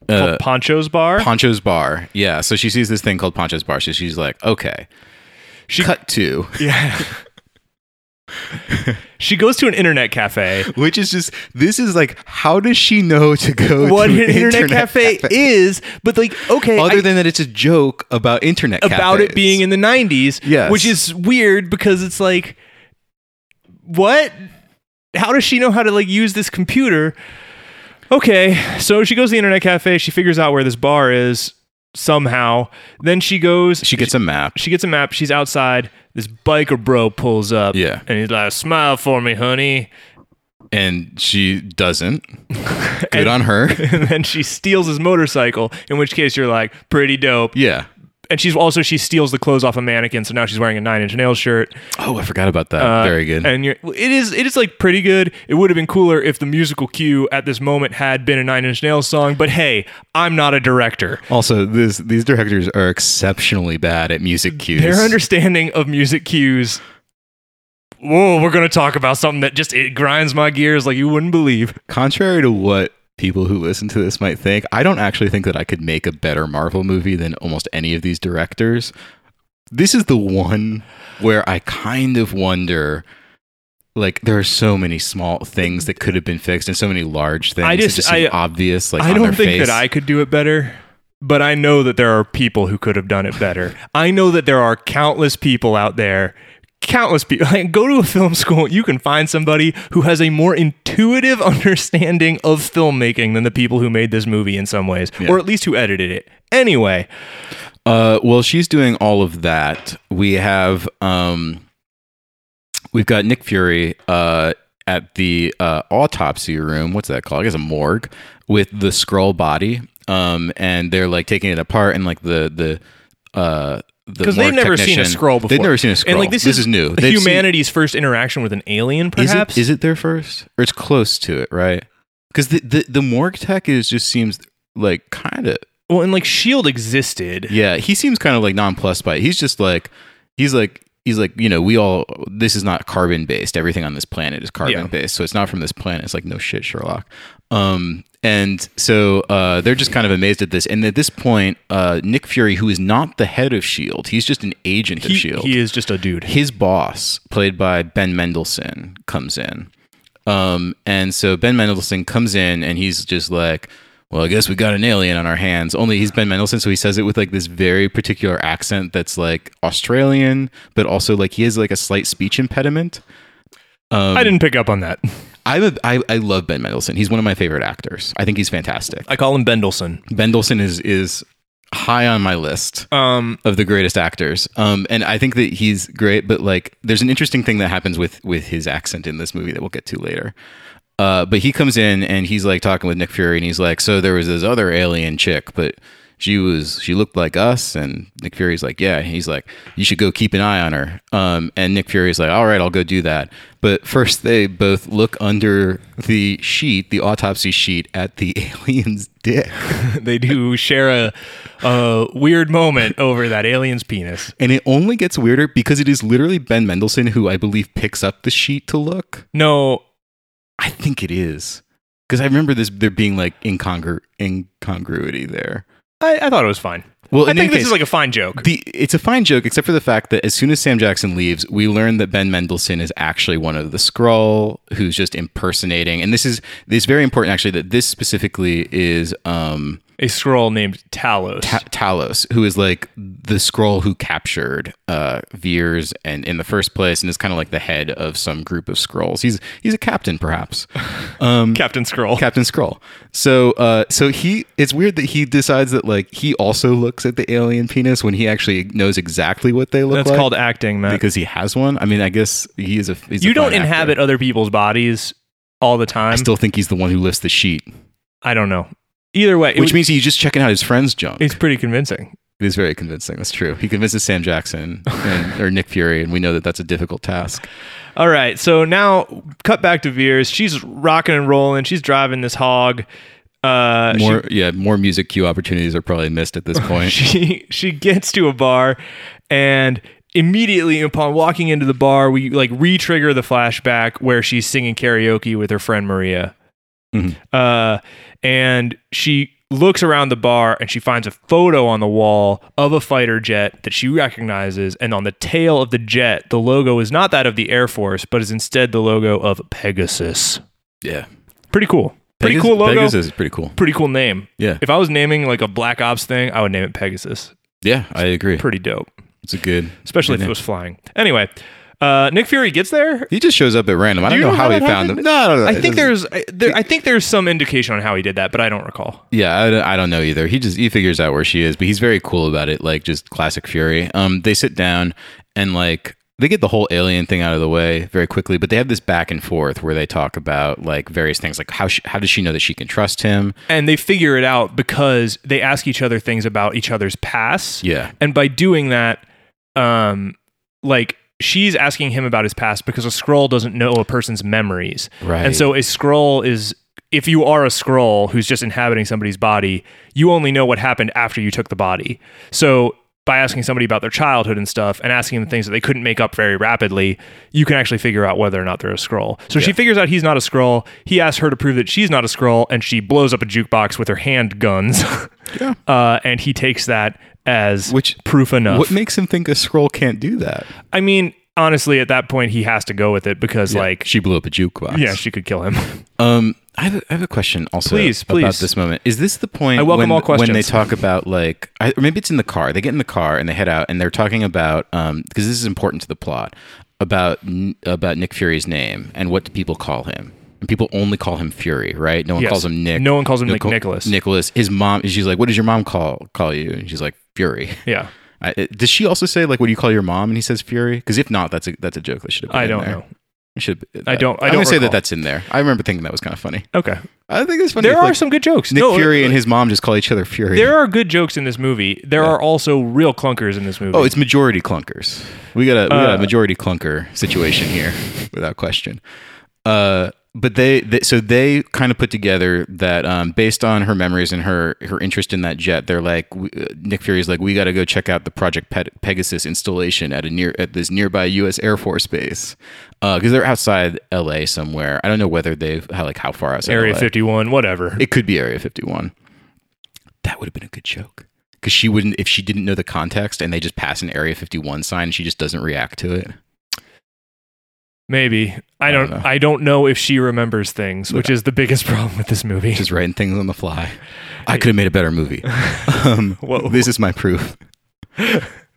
A: called
B: uh,
A: Poncho's Bar.
B: Poncho's Bar. Yeah. So she sees this thing called Poncho's Bar. So she's like, okay,
A: She-
B: cut to.
A: yeah. she goes to an internet cafe.
B: Which is just this is like how does she know to go
A: What
B: to
A: an internet, cafe, is, but like, okay,
B: other
A: I-
B: than that it's a joke about internet
A: about it
B: cafes.
A: being in the 90s,
B: Yes.
A: which is weird because it's like, what? How does she know how to like use this computer? Okay, so she goes to the internet cafe. She figures out where this bar is somehow. Then she goes.
B: she gets a map.
A: she gets a map. She's outside. This biker bro pulls up.
B: Yeah.
A: and he's like, "Smile for me, honey."
B: and she doesn't. Good
A: And-
B: on her.
A: And then she steals his motorcycle. In which case, you're like, "Pretty dope."
B: Yeah.
A: And she's also she steals the clothes off a mannequin. So now she's wearing a nine inch nail shirt.
B: Oh, I forgot about that.
A: Uh,
B: Very good.
A: And you're, well, it is it is like pretty good. It would have been cooler if the musical cue at this moment had been a Nine Inch Nails song. But hey, I'm not a director.
B: also, this these directors are exceptionally bad at music cues.
A: Their understanding of music cues. Whoa, we're gonna talk about something that just it grinds my gears like you wouldn't believe.
B: Contrary to what people who listen to this might think, I don't actually think that I could make a better Marvel movie than almost any of these directors. This is the one where I kind of wonder like there are so many small things that could have been fixed and so many large things
A: I
B: that
A: just-
B: seem
A: I-
B: obvious like
A: I
B: on
A: don't
B: their
A: think
B: face.
A: that I could do it better, but I know that there are people who could have done it better. I know that there are countless people out there. Countless people. Like, go to a film school. You can find somebody who has a more intuitive understanding of filmmaking than the people who made this movie in some ways, or at least who edited it. Anyway,
B: Uh, well, she's doing all of that. We have um, we've got Nick Fury uh, at the uh, autopsy room. What's that called? I guess a morgue with the scroll body. Um, and they're like taking it apart and like the the uh the
A: because they've
B: morgue
A: never seen a
B: technician-
A: scroll before.
B: They've never seen a scroll.
A: And like this,
B: is, new. They've seen-
A: humanity's first interaction with an alien,
B: is
A: perhaps.
B: it is it their first or it's close to it, right? Because the, the the morgue tech is just seems like kind of
A: well, and like Shield E existed.
B: yeah, he seems kind of like nonplussed by it. He's just like, he's like, he's like, you know, we all, this is not carbon based. Everything on this planet is carbon based. So it's not from this planet. It's like, no shit, Sherlock. Um, and so uh, they're just kind of amazed at this. And at this point, uh, Nick Fury, who is not the head of S.H.I.E.L.D., E he's just an agent
A: He,
B: of S.H.I.E.L.D.
A: he is just a dude.
B: His boss, played by Ben Mendelsohn, comes in. Um, and so Ben Mendelsohn comes in and he's just like, well, I guess we got an alien on our hands. Only he's Ben Mendelsohn, so he says it with like this very particular accent that's like Australian, but also like he has like a slight speech impediment. Um,
A: I didn't pick up on that.
B: I'm a, I, I love Ben Mendelsohn. He's one of my favorite actors. I think he's fantastic.
A: I call him Bendelson.
B: Mendelsohn is is high on my list
A: Um,
B: of the greatest actors. Um, and I think that he's great, but like there's an interesting thing that happens with with his accent in this movie that we'll get to later. Uh, but he comes in and he's like talking with Nick Fury and he's like, so there was this other alien chick, but she was she looked like us and Nick Fury's like, yeah, and he's like, you should go keep an eye on her. Um, and Nick Fury's like, all right, I'll go do that. But first they both look under the sheet, the autopsy sheet at the alien's dick.
A: they do share a, a weird moment over that alien's penis.
B: And it only gets weirder because it is literally Ben Mendelsohn who I believe picks up the sheet to look.
A: No,
B: I think it is. Because I remember this there being like incongru- incongruity there.
A: I, I thought it was fine.
B: Well,
A: I
B: in any
A: think this
B: case-
A: is like a fine joke.
B: The, it's a fine joke, except for the fact that as soon as Sam Jackson leaves, we learn that Ben Mendelsohn is actually one of the Skrull who's just impersonating. And this is this is very important, actually, that this specifically is um,
A: a scroll named Talos.
B: Ta- Talos, who is like the Skrull who captured uh, Veers and in the first place, and is kind of like the head of some group of Skrulls. He's he's a captain, perhaps. Um,
A: Captain Scroll.
B: Captain Skrull. So uh so he it's weird that he decides that like he also looks at the alien penis when he actually knows exactly what they look
A: That's
B: like.
A: called acting, man.
B: because he has one. I mean, I guess he is a he's a
A: you don't
B: fine actor.
A: inhabit other people's bodies all the time.
B: I still think he's the one who lifts the sheet,
A: I don't know. Either way, it
B: which
A: was-
B: means he's just checking out his friend's junk.
A: it's pretty convincing.
B: It is very convincing. That's true. He convinces Sam Jackson and, or Nick Fury, and we know that that's a difficult task.
A: All right, so now cut back to Veers. She's rocking and rolling. She's driving this hog. Uh, she-
B: More, yeah, more music cue opportunities are probably missed at this point.
A: she she gets to a bar and immediately upon walking into the bar we like re-trigger the flashback where she's singing karaoke with her friend maria
B: Mhm.
A: uh, and she looks around the bar and she finds a photo on the wall of a fighter jet that she recognizes and on the tail of the jet the logo is not that of the air force but is instead the logo of pegasus
B: yeah,
A: pretty cool pretty
B: Pegasus-
A: cool logo
B: Pegasus is pretty cool.
A: pretty cool name
B: Yeah,
A: if i was naming like a black ops thing i would name it pegasus
B: yeah, I agree.
A: pretty dope,
B: It's a good.
A: especially if it was flying. Anyway, uh, Nick Fury gets there.
B: He just shows up at random. I
A: Do
B: don't
A: you
B: know,
A: know
B: how,
A: how
B: he
A: that
B: found
A: happened?
B: them. No, no, no.
A: I
B: Uh, it
A: think
B: doesn't-
A: there's I- there, I think there's some indication on how he did that, but I don't recall.
B: Yeah, I, I don't know either. He just he figures out where she is, but he's very cool about it, like just classic Fury. Um, they sit down and like they get the whole alien thing out of the way very quickly, but they have this back and forth where they talk about like various things, like how she, how does she know that she can trust him?
A: And they figure it out because they ask each other things about each other's past.
B: Yeah,
A: And by doing that, um, like she's asking him about his past because a scroll doesn't know a person's memories.
B: right.
A: And so a scroll is if you are a scroll who's just inhabiting somebody's body, you only know what happened after you took the body. So by asking somebody about their childhood and stuff and asking them things that they couldn't make up very rapidly, you can actually figure out whether or not they're a scroll. So she figures out he's not a scroll. He asks her to prove that she's not a scroll and she blows up a jukebox with her hand guns.
B: Yeah.
A: Uh, and he takes that as
B: Which-
A: proof enough.
B: what makes him think a scroll can't do that?
A: I mean, honestly, at that point he has to go with it because like
B: She blew up a jukebox.
A: yeah, she could kill him.
B: Um, I have, a, I have a question also
A: Please,
B: about
A: please.
B: this moment. Is this the point
A: I welcome
B: when,
A: all
B: when they
A: questions.
B: talk about like I, or maybe it's in the car. They get in the car and they head out and they're talking about um because this is important to the plot about n- about Nick Fury's name and what do people call him? And people only call him Fury, right? No one
A: Yes.
B: calls him Nick.
A: No one calls him Nick-
B: co-
A: Nicholas.
B: Nicholas. His mom. She's like, "What does your mom call call you?" And she's like, "Fury."
A: yeah.
B: I, it- does she also say like, "What do you call your mom?" And he says, "Fury." Because if not, that's a that's a joke that should have. Been
A: I
B: in
A: don't
B: there.
A: know.
B: It Should that,
A: I don't- I
B: I'm
A: don't
B: gonna say that
A: recall.
B: that's in there. I remember thinking that was kind of funny.
A: Okay.
B: I think it's funny.
A: There
B: if,
A: are
B: like,
A: some good jokes.
B: Nick
A: No, uh,
B: Fury and his mom just call each other Fury.
A: There are good jokes in this movie. There are also real clunkers in this movie.
B: oh, it's majority clunkers. We got a, we got a
A: Uh,
B: majority clunker situation here, without question. Uh, but they, they so they kind of put together that um, based on her memories and her her interest in that jet, they're like we, uh, Nick Fury's like we got to go check out the Project Pe- Pegasus installation at a near at this nearby U.S. Air Force base because they're outside L.A. somewhere. I don't know whether they've how like how far outside
A: Area
B: LA.
A: 51, whatever.
B: It could be Area 51. That would have been a good joke. Because she wouldn't, if she didn't know the context and they just pass an Area 51 sign, she just doesn't react to it.
A: Maybe. I
B: don't
A: don't
B: know.
A: I don't know if she remembers things, which is the biggest problem with this movie.
B: Just writing things on the fly. I could have made a better movie. Um,
A: Whoa.
B: This is my proof.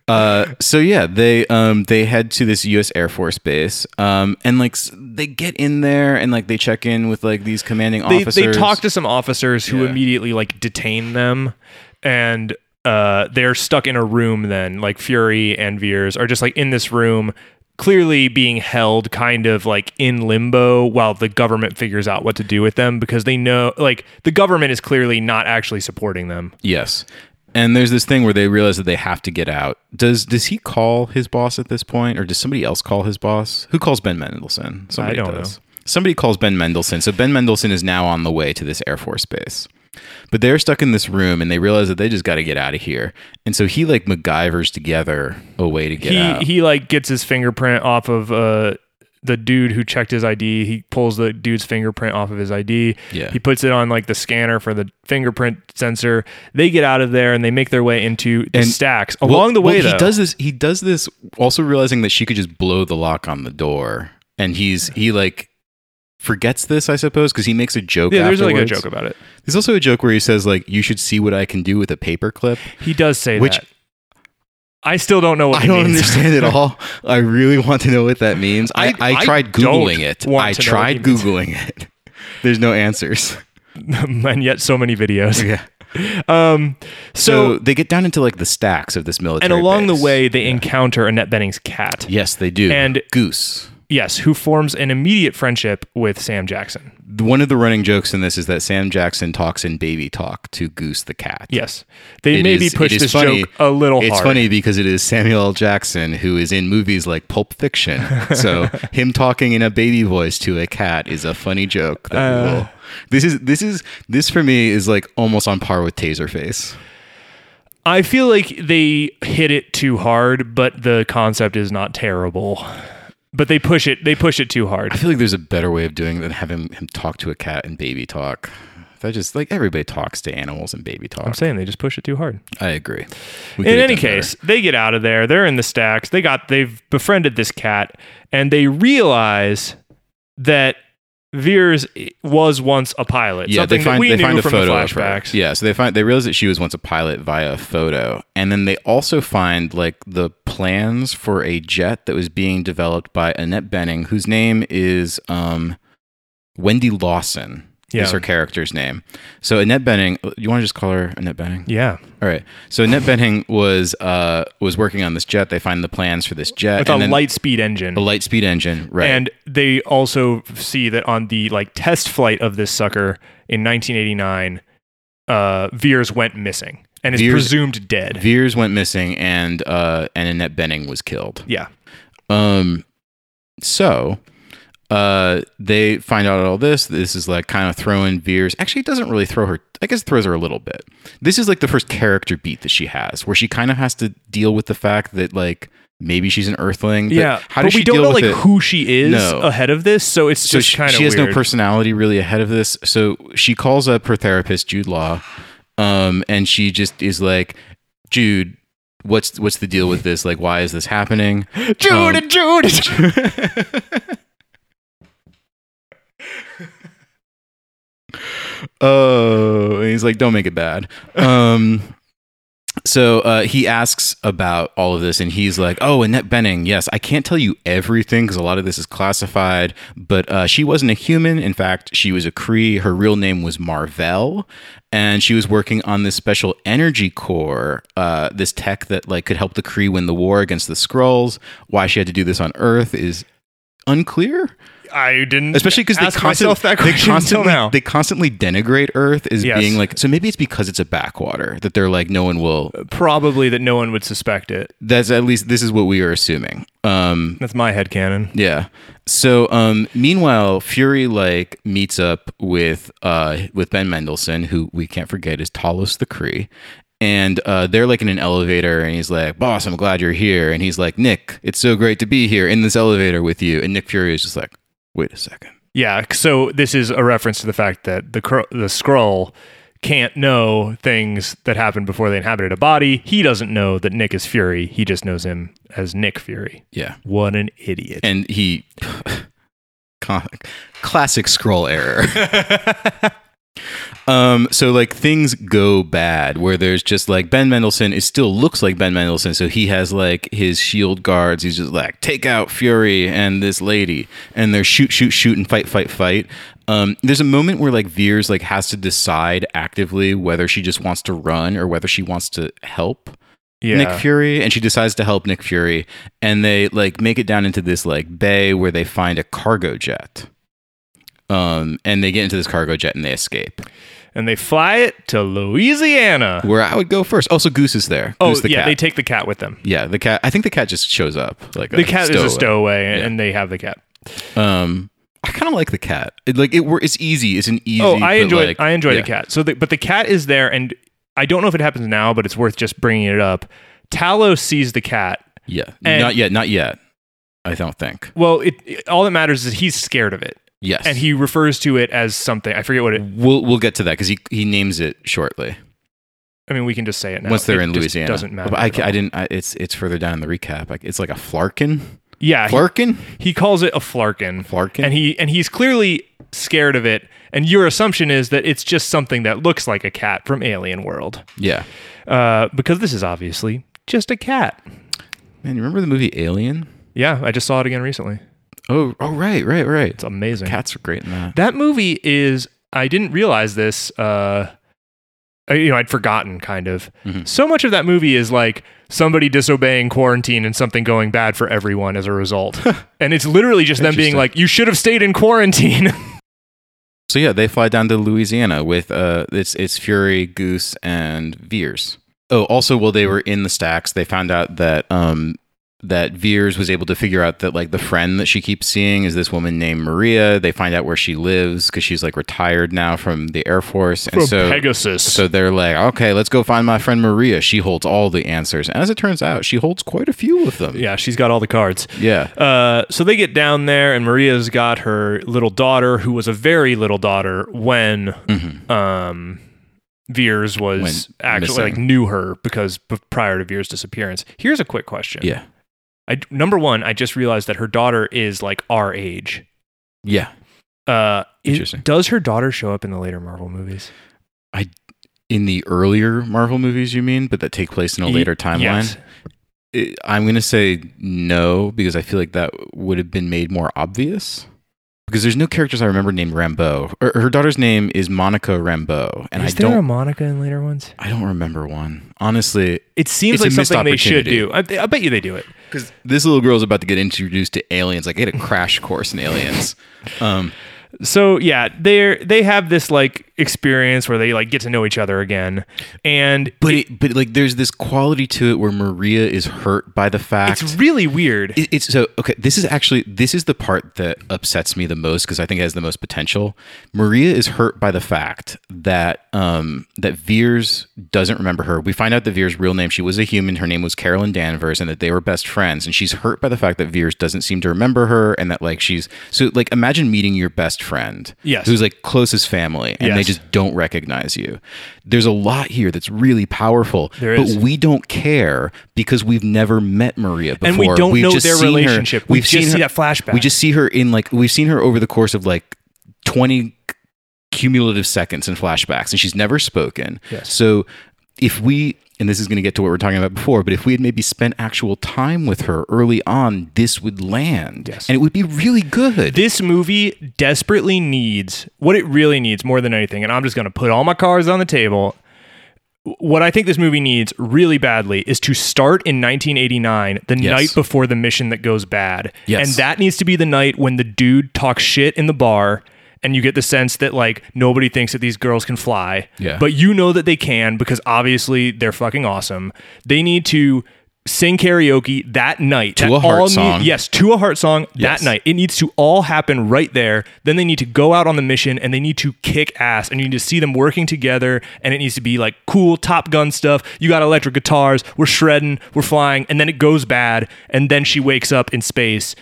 B: Uh, so yeah, they um, they head to this U.S. Air Force base, um, and like s- they get in there and like they check in with like these commanding
A: they
B: officers.
A: they talk to some officers who
B: Yeah.
A: immediately like detain them and uh, they're stuck in a room then like fury and veers are just like in this room clearly being held kind of like in limbo while the government figures out what to do with them because they know like the government is clearly not actually supporting them
B: Yes. And there's this thing where they realize that they have to get out. Does does he call his boss at this point, or does somebody else call his boss? Who calls Ben Mendelsohn? Somebody
A: don't know.
B: Somebody calls Ben Mendelsohn. So Ben Mendelsohn is now on the way to this Air Force base. But they're stuck in this room and they realize that they just got to get out of here. And so he like MacGyver's together a way to get
A: he
B: out.
A: he like gets his fingerprint off of uh the dude who checked his ID, he pulls the dude's fingerprint off of his ID.
B: Yeah.
A: He puts it on like the scanner for the fingerprint sensor. They get out of there and they make their way into the
B: And-
A: stacks.
B: Well-
A: Along the way,
B: well, he
A: though,
B: does this. He does this, also realizing that she could just blow the lock on the door, and he's he like forgets this, I suppose, because he makes a joke.
A: yeah, there's like a
B: afterwards.
A: joke about it.
B: There's also a joke where he says like, "You should see what I can do with a paperclip,"
A: He does say
B: which
A: that. I still don't know what
B: I
A: he
B: don't
A: means.
B: understand at all. I really want to know what that means. I,
A: I-
B: I,
A: I
B: tried
A: don't
B: googling it.
A: want
B: I
A: to know what he
B: tried
A: means.
B: googling it. There's no answers.
A: and yet, so many videos.
B: Yeah.
A: Um,
B: So,
A: so,
B: they get down into like the stacks of this military.
A: and along
B: base.
A: the way, they encounter Annette Benning's cat.
B: yes, they do.
A: And-
B: Goose.
A: Yes, who forms an immediate friendship with Sam Jackson.
B: One of the running jokes in this is that Sam Jackson talks in baby talk to Goose the cat.
A: Yes, they
B: It
A: maybe
B: is-
A: push
B: it is
A: this
B: funny.
A: joke a little
B: It's
A: hard.
B: funny because it is Samuel L. Jackson who is in movies like Pulp Fiction. So him talking in a baby voice to a cat is a funny joke. That we
A: Uh.
B: will. This is this is this for me is like almost on par with Taserface.
A: I feel like they hit it too hard, but the concept is not terrible. But they push it. They push it too
B: I
A: hard.
B: feel like there's a better way of doing it than having him talk to a cat in baby talk. That just like everybody talks to animals in baby
A: I'm
B: talk.
A: saying they just push it too hard.
B: I agree. We
A: In
B: could've
A: any
B: done better.
A: case, they get out of there. They're in the stacks. They got. They've befriended this cat, and they realize that Veers was once a pilot. something that we knew from the
B: of her.
A: flashbacks.
B: Yeah, so they find they realize that she was once a pilot via a photo, and then they also find like the plans for a jet that was being developed by Annette Benning, whose name is um, Wendy Lawson.
A: Yeah.
B: Is her character's name. So Annette Benning, oh, you want to just call her Annette Benning?
A: Yeah.
B: All right. So Annette Benning was uh, was working on this jet. They find the plans for this jet
A: With
B: and
A: a
B: then
A: light speed engine.
B: a light speed engine, right?
A: And they also see that on the like test flight of this sucker in 1989, uh, Veers went missing and is
B: Veers-
A: presumed dead.
B: Veers went missing, and uh, and Annette Benning was killed.
A: yeah,
B: Um, so uh, they find out all this. This is like kind of throwing Veers. Actually, it doesn't really throw her. I guess it throws her a little bit. This is like the first character beat that she has, where she kind of has to deal with the fact that like maybe she's an Earthling. But
A: yeah.
B: How
A: but
B: does she
A: we don't
B: deal
A: know
B: with
A: like
B: it?
A: who she is
B: No.
A: ahead of this, so it's
B: so
A: just
B: she,
A: kind of
B: she has
A: weird.
B: no personality really ahead of this. So she calls up her therapist Jude Law, um, and she just is like, Jude, what's what's the deal with this? Like, why is this happening?
A: Jude
B: Um,
A: and Jude. and Jude.
B: oh and he's like don't make it bad um so uh, he asks about all of this and he's like oh annette benning yes i can't tell you everything because a lot of this is classified but uh, she wasn't a human in fact she was a cree her real name was marvell and she was working on this special energy core uh, this tech that like could help the cree win the war against the scrolls why she had to do this on earth is unclear
A: I didn't,
B: especially because they,
A: ask
B: constant-
A: myself that
B: they
A: question until
B: constantly
A: now.
B: they constantly denigrate Earth as
A: Yes.
B: being like so maybe it's because it's a backwater that they're like no one will
A: Probably that no one would suspect it.
B: that's at least this is what we are assuming um
A: That's my head canon.
B: yeah so um meanwhile Fury like meets up with uh with Ben Mendelsohn who we can't forget is Talos the Kree and uh, they're like in an elevator, and he's like, "Boss, I'm glad you're here." And he's like, "Nick, it's so great to be here in this elevator with you." And Nick Fury is just like, "Wait a second.
A: Yeah, so this is a reference to the fact that the cr- the scroll can't know things that happened before they inhabited a body. He doesn't know that Nick is Fury. He just knows him as Nick Fury.
B: Yeah,
A: What an idiot.
B: and he Con- classic scroll error um so like things go bad where there's just like ben mendelsohn it still looks like ben mendelsohn so he has like his shield guards he's just like take out fury and this lady and they're shoot shoot shoot and fight fight fight um, there's a moment where like Veers like has to decide actively whether she just wants to run or whether she wants to help.
A: Yeah.
B: Nick Fury, and she decides to help Nick Fury, and they like make it down into this like bay where they find a cargo jet. Um, and they get into this cargo jet and they escape.
A: and they fly it to Louisiana.
B: Where I would go first. Also, Goose is there.
A: Oh,
B: Goose the
A: yeah,
B: cat.
A: they take the cat with them.
B: yeah, the cat. I think the cat just shows up. Like
A: The cat is a stowaway and,
B: Yeah.
A: and they have the cat.
B: Um, I kind of like the cat. It, like it, wor- it's easy. It's an easy.
A: Oh, I
B: but,
A: enjoy
B: like,
A: I enjoy
B: yeah.
A: the cat. So the, but the cat is there and I don't know if it happens now, but it's worth just bringing it up. Talos sees the cat
B: Yeah,
A: And-
B: not yet. Not yet. I don't think.
A: Well, it, it- all that matters is he's scared of it,
B: Yes.
A: and he refers to it as something. I forget what it.
B: we'll we'll get to that because he he names it shortly
A: I mean, we can just say it now.
B: once they're
A: It
B: in
A: just
B: Louisiana.
A: Doesn't matter.
B: But I,
A: at
B: ca- I
A: all.
B: didn't. I, it's it's further down in the recap. Like, It's like a flarkin.
A: yeah, he,
B: Flarkin.
A: he calls it a flarkin,
B: Flarkin.
A: and he and he's clearly scared of it. And your assumption is that it's just something that looks like a cat from Alien World,
B: yeah.
A: uh, because this is obviously just a cat.
B: Man, you remember the movie Alien?
A: Yeah, I just saw it again recently.
B: Oh, oh, right, right, right.
A: It's amazing.
B: Cats are great in that.
A: That movie is I didn't realize this uh I- you know, I'd forgotten kind of.
B: Mhm.
A: So much of that movie is like somebody disobeying quarantine and something going bad for everyone as a result. and it's literally just them being
B: Interesting.
A: like, you should have stayed in quarantine.
B: So yeah, they fly down to Louisiana with uh, it's it's Fury, Goose, and Veers. Oh, also while they were in the stacks, they found out that um that Veers was able to figure out that like the friend that she keeps seeing is this woman named Maria. They find out where she lives because she's like retired now from the Air Force, and
A: From
B: so.
A: Pegasus.
B: so they're like, okay, let's go find my friend Maria. She holds all the answers. And as it turns out, she holds quite a few of them.
A: yeah, she's got all the cards.
B: Yeah.
A: Uh, so they get down there, and Maria's got her little daughter, who was a very little daughter when um, Veers was
B: Mm-hmm. When
A: actually
B: missing.
A: like knew her because b- prior to Veers' disappearance. Here's a quick question.
B: Yeah.
A: I, number one, I just realized that her daughter is like our age.
B: Yeah.
A: Uh, is-
B: Interesting.
A: does her daughter show up in the later Marvel movies?
B: In the earlier Marvel movies, you mean, but that take place in a
A: Ye-
B: later timeline?
A: Yes.
B: it, I'm going to say no because I feel like that would have been made more obvious. Because there's no characters I remember named Rambo. Her, her daughter's name is Monica Rambo, and
A: is
B: I
A: there a
B: don't.
A: Monica in later ones?
B: I I don't remember one honestly.
A: It seems
B: It's a
A: like
B: missed
A: something they should do. I,
B: opportunity.
A: I bet you they do it.
B: Because this little girl's about to get introduced to aliens. Like, I had a crash course in aliens. Um,
A: So yeah, they're they have this like experience where they like get to know each other again, and
B: but it, but like, there's this quality to it where Maria is hurt by the fact
A: it's really weird.
B: It- it's so okay this is actually this is the part that upsets me the most because i think it has the most potential maria is hurt by the fact that um that veers doesn't remember her we find out that veers real name she was a human her name was carolyn danvers and that they were best friends and she's hurt by the fact that veers doesn't seem to remember her and that like she's so like imagine meeting your best friend
A: Yes.
B: who's like closest family and they
A: Yes.
B: just don't recognize you there's a lot here that's really powerful
A: There
B: but
A: is.
B: we don't care because we've never met maria before
A: And we
B: before.
A: don't know
B: just
A: their
B: seen her-
A: relationship. We just see that flashback.
B: We just see her in like we've seen her over the course of like twenty c- cumulative seconds in flashbacks, and she's never spoken.
A: Yes.
B: So if we and this is going to get to what we we're talking about before, but if we had maybe spent actual time with her early on, this would land,
A: Yes.
B: and it would be really good.
A: This movie desperately needs what it really needs more than anything, and I'm just going to put all my cards on the table. What I think this movie needs really badly is to start in 1989, the
B: Yes.
A: night before the mission that goes bad.
B: Yes.
A: And that needs to be the night when the dude talks shit in the bar and you get the sense that like nobody thinks that these girls can fly.
B: Yeah.
A: But you know that they can because obviously they're fucking awesome. They need to sing karaoke that night to
B: a heart song.
A: yes, to a heart song
B: Yes.
A: that night. It needs to all happen right there. Then they need to go out on the mission and they need to kick ass and you need to see them working together and it needs to be like cool Top Gun stuff. You got electric guitars, we're shredding, we're flying, and then it goes bad and then she wakes up in space.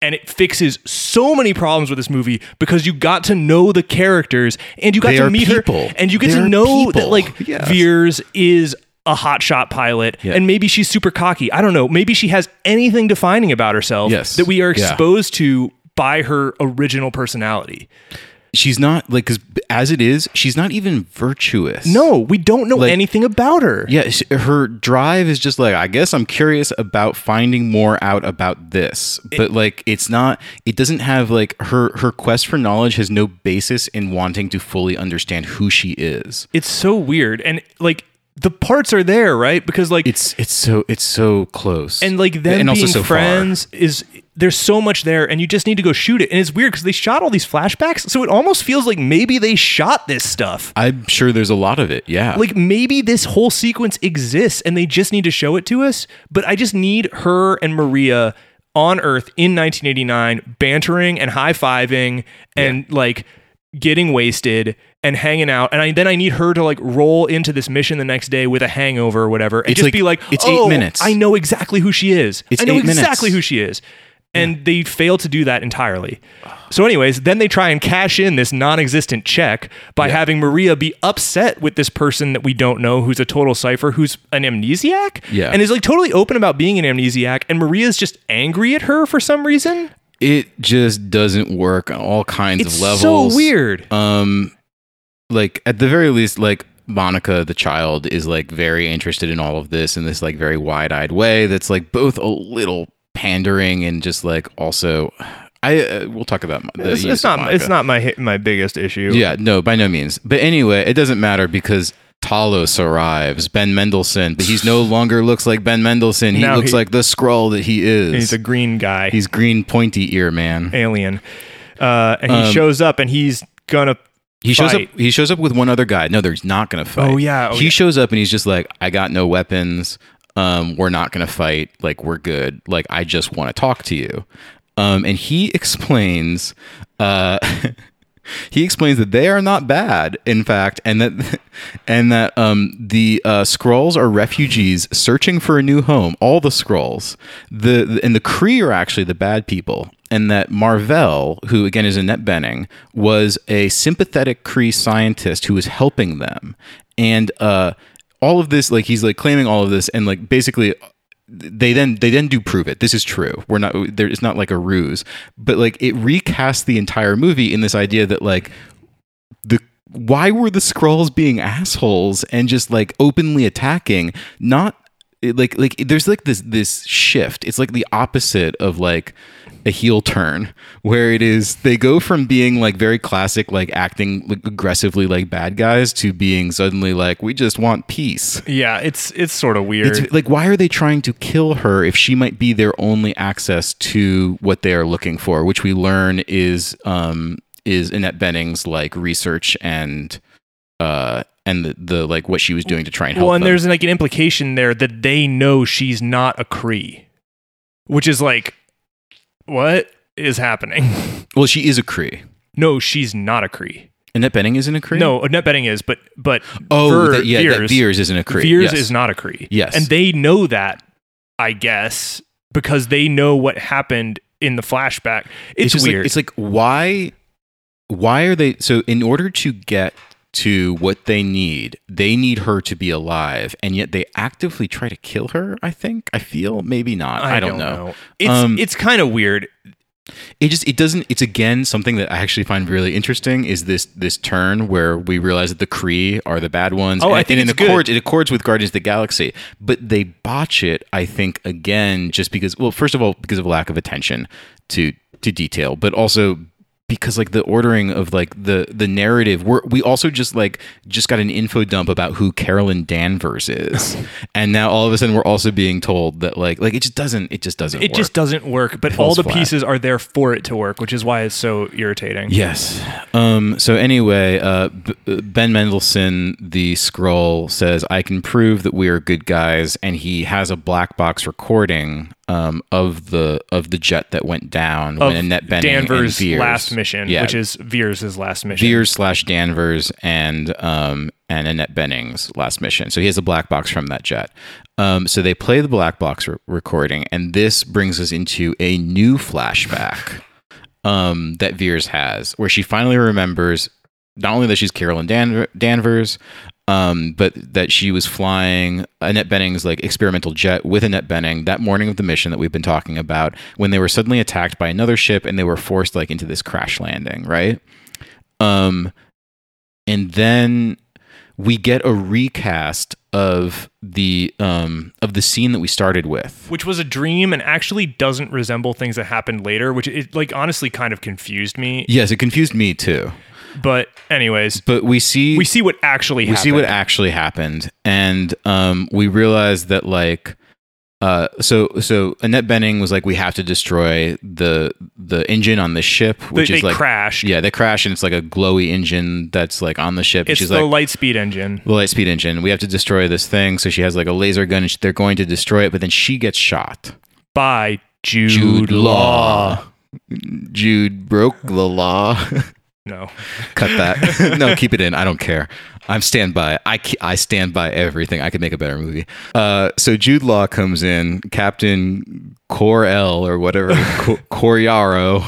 A: And it fixes so many problems with this movie because you got to know the characters and you got
B: They
A: to
B: are
A: meet
B: people.
A: her and you get
B: They
A: to
B: are
A: know that
B: people.
A: like
B: Yes.
A: Veers is a hotshot pilot
B: Yeah.
A: and maybe she's super cocky. I don't know. Maybe she has anything defining about herself
B: Yes.
A: that we are
B: Yeah.
A: exposed to by her original personality.
B: she's not like because as it is, she's not even virtuous.
A: No, we don't know anything about her.
B: Yeah, sh- her drive is just like I guess I'm curious about finding more out about this, but like it's not. It doesn't have like her her quest for knowledge has no basis in wanting to fully understand who she is.
A: It's so weird. And like the parts are there, right? Because like
B: It's it's so it's so close,
A: and like them being
B: And also so far.
A: friends is there's so much there and you just need to go shoot it. And it's weird because they shot all these flashbacks. So it almost feels like maybe they shot this stuff.
B: I'm sure there's a lot of it. Yeah,
A: like maybe this whole sequence exists and they just need to show it to us but i just need her and maria on earth in 1989 bantering and high-fiving and like getting wasted and hanging out and I, then i need her to like roll into this mission the next day with a hangover or whatever and
B: It's
A: just
B: like-
A: be like
B: it's eight
A: oh,
B: minutes."
A: i know exactly who she is
B: It's
A: i know
B: eight minutes.
A: exactly who she is and they fail to do that entirely. So, anyways, then they try and cash in this non existent check by having Maria be upset with this person that we don't know who's a total cipher, who's an amnesiac,
B: Yeah.
A: and is like totally open about being an amnesiac. And Maria's just angry at her for some reason.
B: It just doesn't work on all kinds
A: It's
B: of levels.
A: so weird.
B: um like at the very least like monica the child is like very interested in all of this in this like very wide-eyed way that's like both a little pandering and just like also i uh, we'll talk about the
A: it's,
B: use
A: it's
B: of
A: not.
B: Monica.
A: It's not my hit- my biggest issue.
B: yeah no by no means but anyway it doesn't matter because Talos arrives, Ben Mendelsohn, but he's no longer looks like Ben Mendelsohn. He
A: Now
B: looks
A: he-
B: like the scroll that he is.
A: he's a green guy.
B: He's green pointy ear man.
A: alien, uh, and he
B: Um,
A: shows up and he's gonna.
B: He shows
A: fight.
B: up. He shows up with one other guy. No, there's not going to fight.
A: Oh, yeah. Oh,
B: he
A: yeah.
B: shows up and he's just like, I got no weapons. Um, we're not going to fight. Like we're good. Like I just want to talk to you. Um, and he explains. Uh, he explains that they are not bad, in fact, and that and that um, the uh, scrolls are refugees searching for a new home. All the scrolls, the, the- and the Kree are actually the bad people, and that Marvell, who again is Annette Benning, was a sympathetic Kree scientist who was helping them, and uh, all of this, like he's like claiming all of this, and like basically they then they then do prove it. This is true. We're not there. It's not like a ruse, but like it recasts the entire movie in this idea that like the why were the scrolls being assholes and just like openly attacking? Not it- like like there's like this this shift. It's like the opposite of like a heel turn where it is they go from being like very classic like acting like, aggressively like bad guys to being suddenly like we just want peace.
A: Yeah, it's it's sort of weird.
B: It's like, why are they trying to kill her if she might be their only access to what they are looking for, which we learn is um is Annette Benning's like research and uh and the, the like what she was doing to try and help.
A: well, and
B: them.
A: there's like an implication there that they know she's not a Cree, which is like, what is happening?
B: well, she is a Cree.
A: no, she's not a Cree.
B: Annette Benning isn't a Cree.
A: No, Annette Betting is, but but
B: oh,
A: Ver-
B: that, yeah, that
A: Veers,
B: Veers isn't a Cree.
A: Veers
B: yes.
A: is not a Cree.
B: Yes.
A: and they know that, I guess, because they know what happened in the flashback. It's,
B: just like-
A: weird.
B: it's like why why are they so in order to get to what they need, they need her to be alive, and yet they actively try to kill her, I think. I feel maybe not. I, don't, know.
A: It's
B: Um,
A: it's kind of weird.
B: It just it doesn't it's again something that I actually find really interesting is this this turn where we realize that the Kree are the bad ones.
A: Oh,
B: and,
A: I think
B: and
A: it's
B: it accords it accords with Guardians of the Galaxy. But they botch it, I think, again, just because well, first of all, because of lack of attention to to detail, but also because like the ordering of like the the narrative we're, we also just like just got an info dump about who carolyn danvers is and now all of a sudden we're also being told that like like it just doesn't it just doesn't
A: It
B: work.
A: just doesn't work, but all
B: falls
A: the
B: flat.
A: pieces are there for it to work, which is why it's so irritating.
B: Yes. Um, so anyway, uh, B- Ben Mendelsohn, the scroll, says, "I can prove that we are good guys," and he has a black box recording um, of the of the jet that went down
A: Of
B: when Annette Benning
A: Danvers'
B: and Veers,
A: last mission,
B: yeah,
A: which is Veers' last mission.
B: Veers slash Danvers and um, and Annette Benning's last mission. So he has a black box from that jet. Um, so they play the black box re- recording, and this brings us into a new flashback um, that Veers has, where she finally remembers not only that she's Carolyn Dan- Danvers, um, but that she was flying Annette Benning's like experimental jet with Annette Benning that morning of the mission that we've been talking about, when they were suddenly attacked by another ship and they were forced like into this crash landing, right? Um, and then we get a recast of the um of the scene that we started with.
A: which was a dream and actually doesn't resemble things that happened later, which it like honestly kind of confused me.
B: Yes, it confused me too.
A: But anyways,
B: But we see
A: we see what actually
B: we
A: happened.
B: see what actually happened and um, we realized that like uh, so so annette benning was like we have to destroy the the engine on the ship
A: They-
B: which
A: they
B: is like
A: crashed.
B: yeah they crash and it's like a glowy engine that's like on the ship and
A: It's
B: she's
A: the
B: like
A: light speed engine.
B: the light speed engine we have to destroy this thing so she has like a laser gun and sh- they're going to destroy it but then she gets shot
A: by Jude,
B: Jude
A: Law.
B: Law. Jude broke the law.
A: No.
B: Cut that. no, keep it in. I don't care. I'm stand by. I, ke- I stand by everything. I could make a better movie. Uh, so Jude Law comes in, Captain Corell or whatever, Co- Coriaro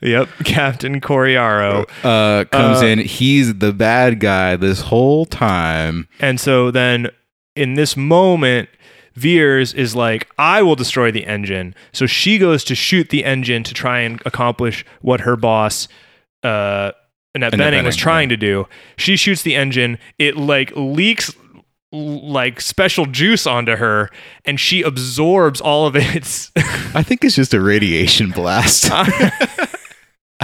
A: Yep. Captain Coriaro.
B: uh, comes in. He's the bad guy this whole time.
A: And so then in this moment, Veers is like, I will destroy the engine. So she goes to shoot the engine to try and accomplish what her boss, uh, Annette,
B: Annette
A: Benning, was
B: Bening,
A: trying to do. She shoots the engine. It like leaks l- like special juice onto her and she absorbs all of its
B: I think it's just a radiation blast. I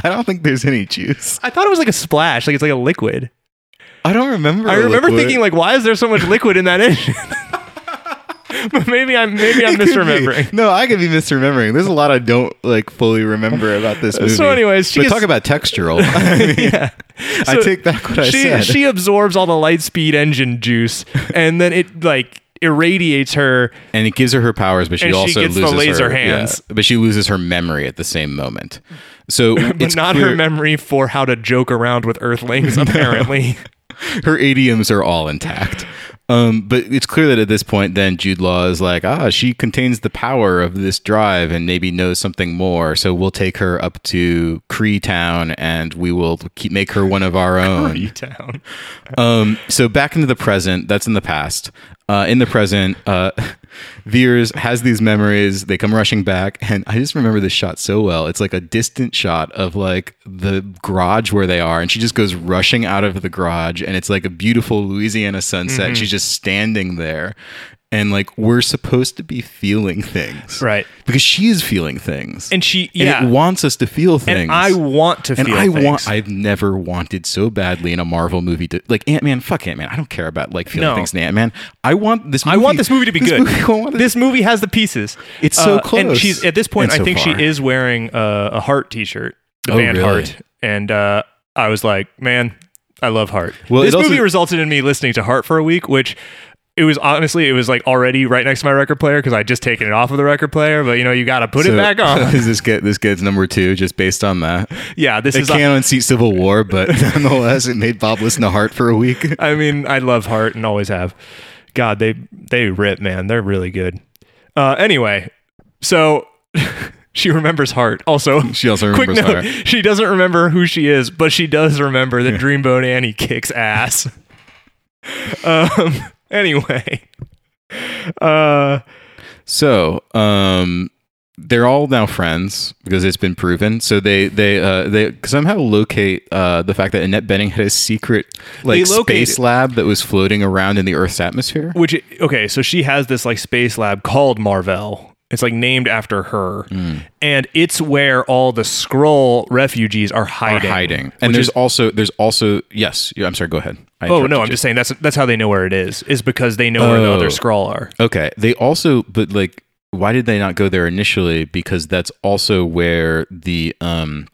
B: don't think there's any juice.
A: I thought it was like a splash like it's like a liquid
B: I don't remember.
A: I
B: a
A: remember
B: liquid.
A: thinking like why is there so much liquid in that engine but maybe I'm maybe I'm
B: It could be.
A: misremembering
B: No, I could be misremembering. There's a lot I don't like fully remember about this movie.
A: anyways, she
B: but
A: gets-
B: talk about textural. I, mean,
A: yeah.
B: I
A: So
B: take back what
A: she
B: I said.
A: she absorbs all the light speed engine juice and then it like irradiates her
B: and it gives her her powers, but she
A: And she
B: also
A: gets the
B: loses
A: laser
B: her,
A: hands.
B: yeah, but she loses her memory at the same moment. So
A: but
B: it's
A: not her
B: clear-
A: memory for how to joke around with earthlings apparently
B: her idioms are all intact. Um, but it's clear that at this point, then Jude Law is like, ah, she contains the power of this drive and maybe knows something more. So we'll take her up to Cree Town and we will keep, make her one of our own.
A: town
B: Um, so back into the present. That's in the past. Uh, in the present, uh, Veers has these memories. They come rushing back, and I just remember this shot so well. It's like a distant shot of like the garage where they are, and she just goes rushing out of the garage, and it's like a beautiful Louisiana sunset.
A: Mm-hmm.
B: She's just standing there, and like we're supposed to be feeling things,
A: Right.
B: Because she is feeling things,
A: and she
B: and
A: yeah
B: it wants us to feel things.
A: and I want to feel
B: And I
A: things.
B: want I've never wanted so badly in a Marvel movie to like Ant Man, fuck Ant Man. I don't care about like feeling
A: No.
B: things in Ant Man. I want this movie
A: I want this movie to be good.
B: movie- I want it-
A: this movie has the pieces. Uh,
B: It's so
A: And
B: close.
A: she's at this point.
B: And
A: I
B: so
A: think
B: far.
A: she is wearing uh, a heart T-shirt, the
B: Oh,
A: band
B: really?
A: Heart. And uh, I was like, man, I love Heart.
B: Well,
A: this
B: it also-
A: movie resulted in me listening to Heart for a week, which it was honestly it was like already right next to my record player because I would just taken it off of the record player. But you know, you got to put
B: So-
A: it back on.
B: Is this get this gets number two just based on that?
A: yeah, this
B: It
A: is. a-
B: can't unseat Civil War, but nonetheless, it made Bob listen to Heart for a week.
A: I mean, I love Heart and always have. God, they they rip, man. They're really good. Uh, anyway, so she remembers Heart. Also,
B: She also
A: quick
B: remembers
A: note:
B: Heart.
A: she doesn't remember who she is, but she does remember that Dreamboat Annie kicks ass. um. Anyway. Uh.
B: So, um, they're all now friends because it's been proven. So they they uh, they somehow locate uh, the fact that Annette Benning had a secret like
A: They locate
B: space
A: it.
B: lab that was floating around in the Earth's atmosphere.
A: Which okay, so she has this like space lab called Marvell. It's like named after her,
B: Mm.
A: and it's where all the Skrull refugees are
B: are
A: hiding.
B: hiding. And there's also there's also yes. yeah, I'm sorry. Go ahead.
A: Oh
B: I interrupted
A: no, I'm
B: you.
A: just saying that's that's how they know where it is is because they know where the
B: Oh.
A: other scroll are.
B: okay. They also, but like, why did they not go there initially? Because that's also where the um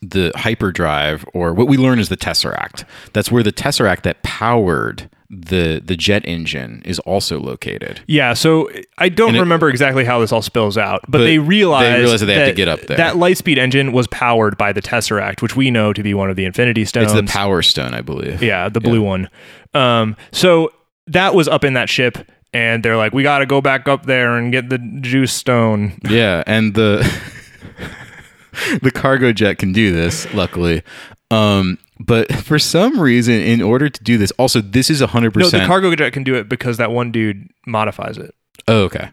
B: the hyperdrive or what we learn is the tesseract. That's where the tesseract that powered the the jet engine is also located.
A: Yeah, so I don't
B: And it-
A: remember exactly how this all spills out, but,
B: But
A: they realize
B: they realize that they have to get up there.
A: That lightspeed engine was powered by the Tesseract, which we know to be one of the Infinity Stones.
B: It's the power stone, I believe.
A: yeah, the blue one. Um, so that was up in that ship, and they're like, "We got to go back up there and get the Juice Stone."
B: Yeah, and the the cargo jet can do this, luckily. Um, but for some reason, in order to do this, also this is hundred
A: No, the
B: percent.
A: cargo jet can do it because that one dude modifies it.
B: Oh, okay,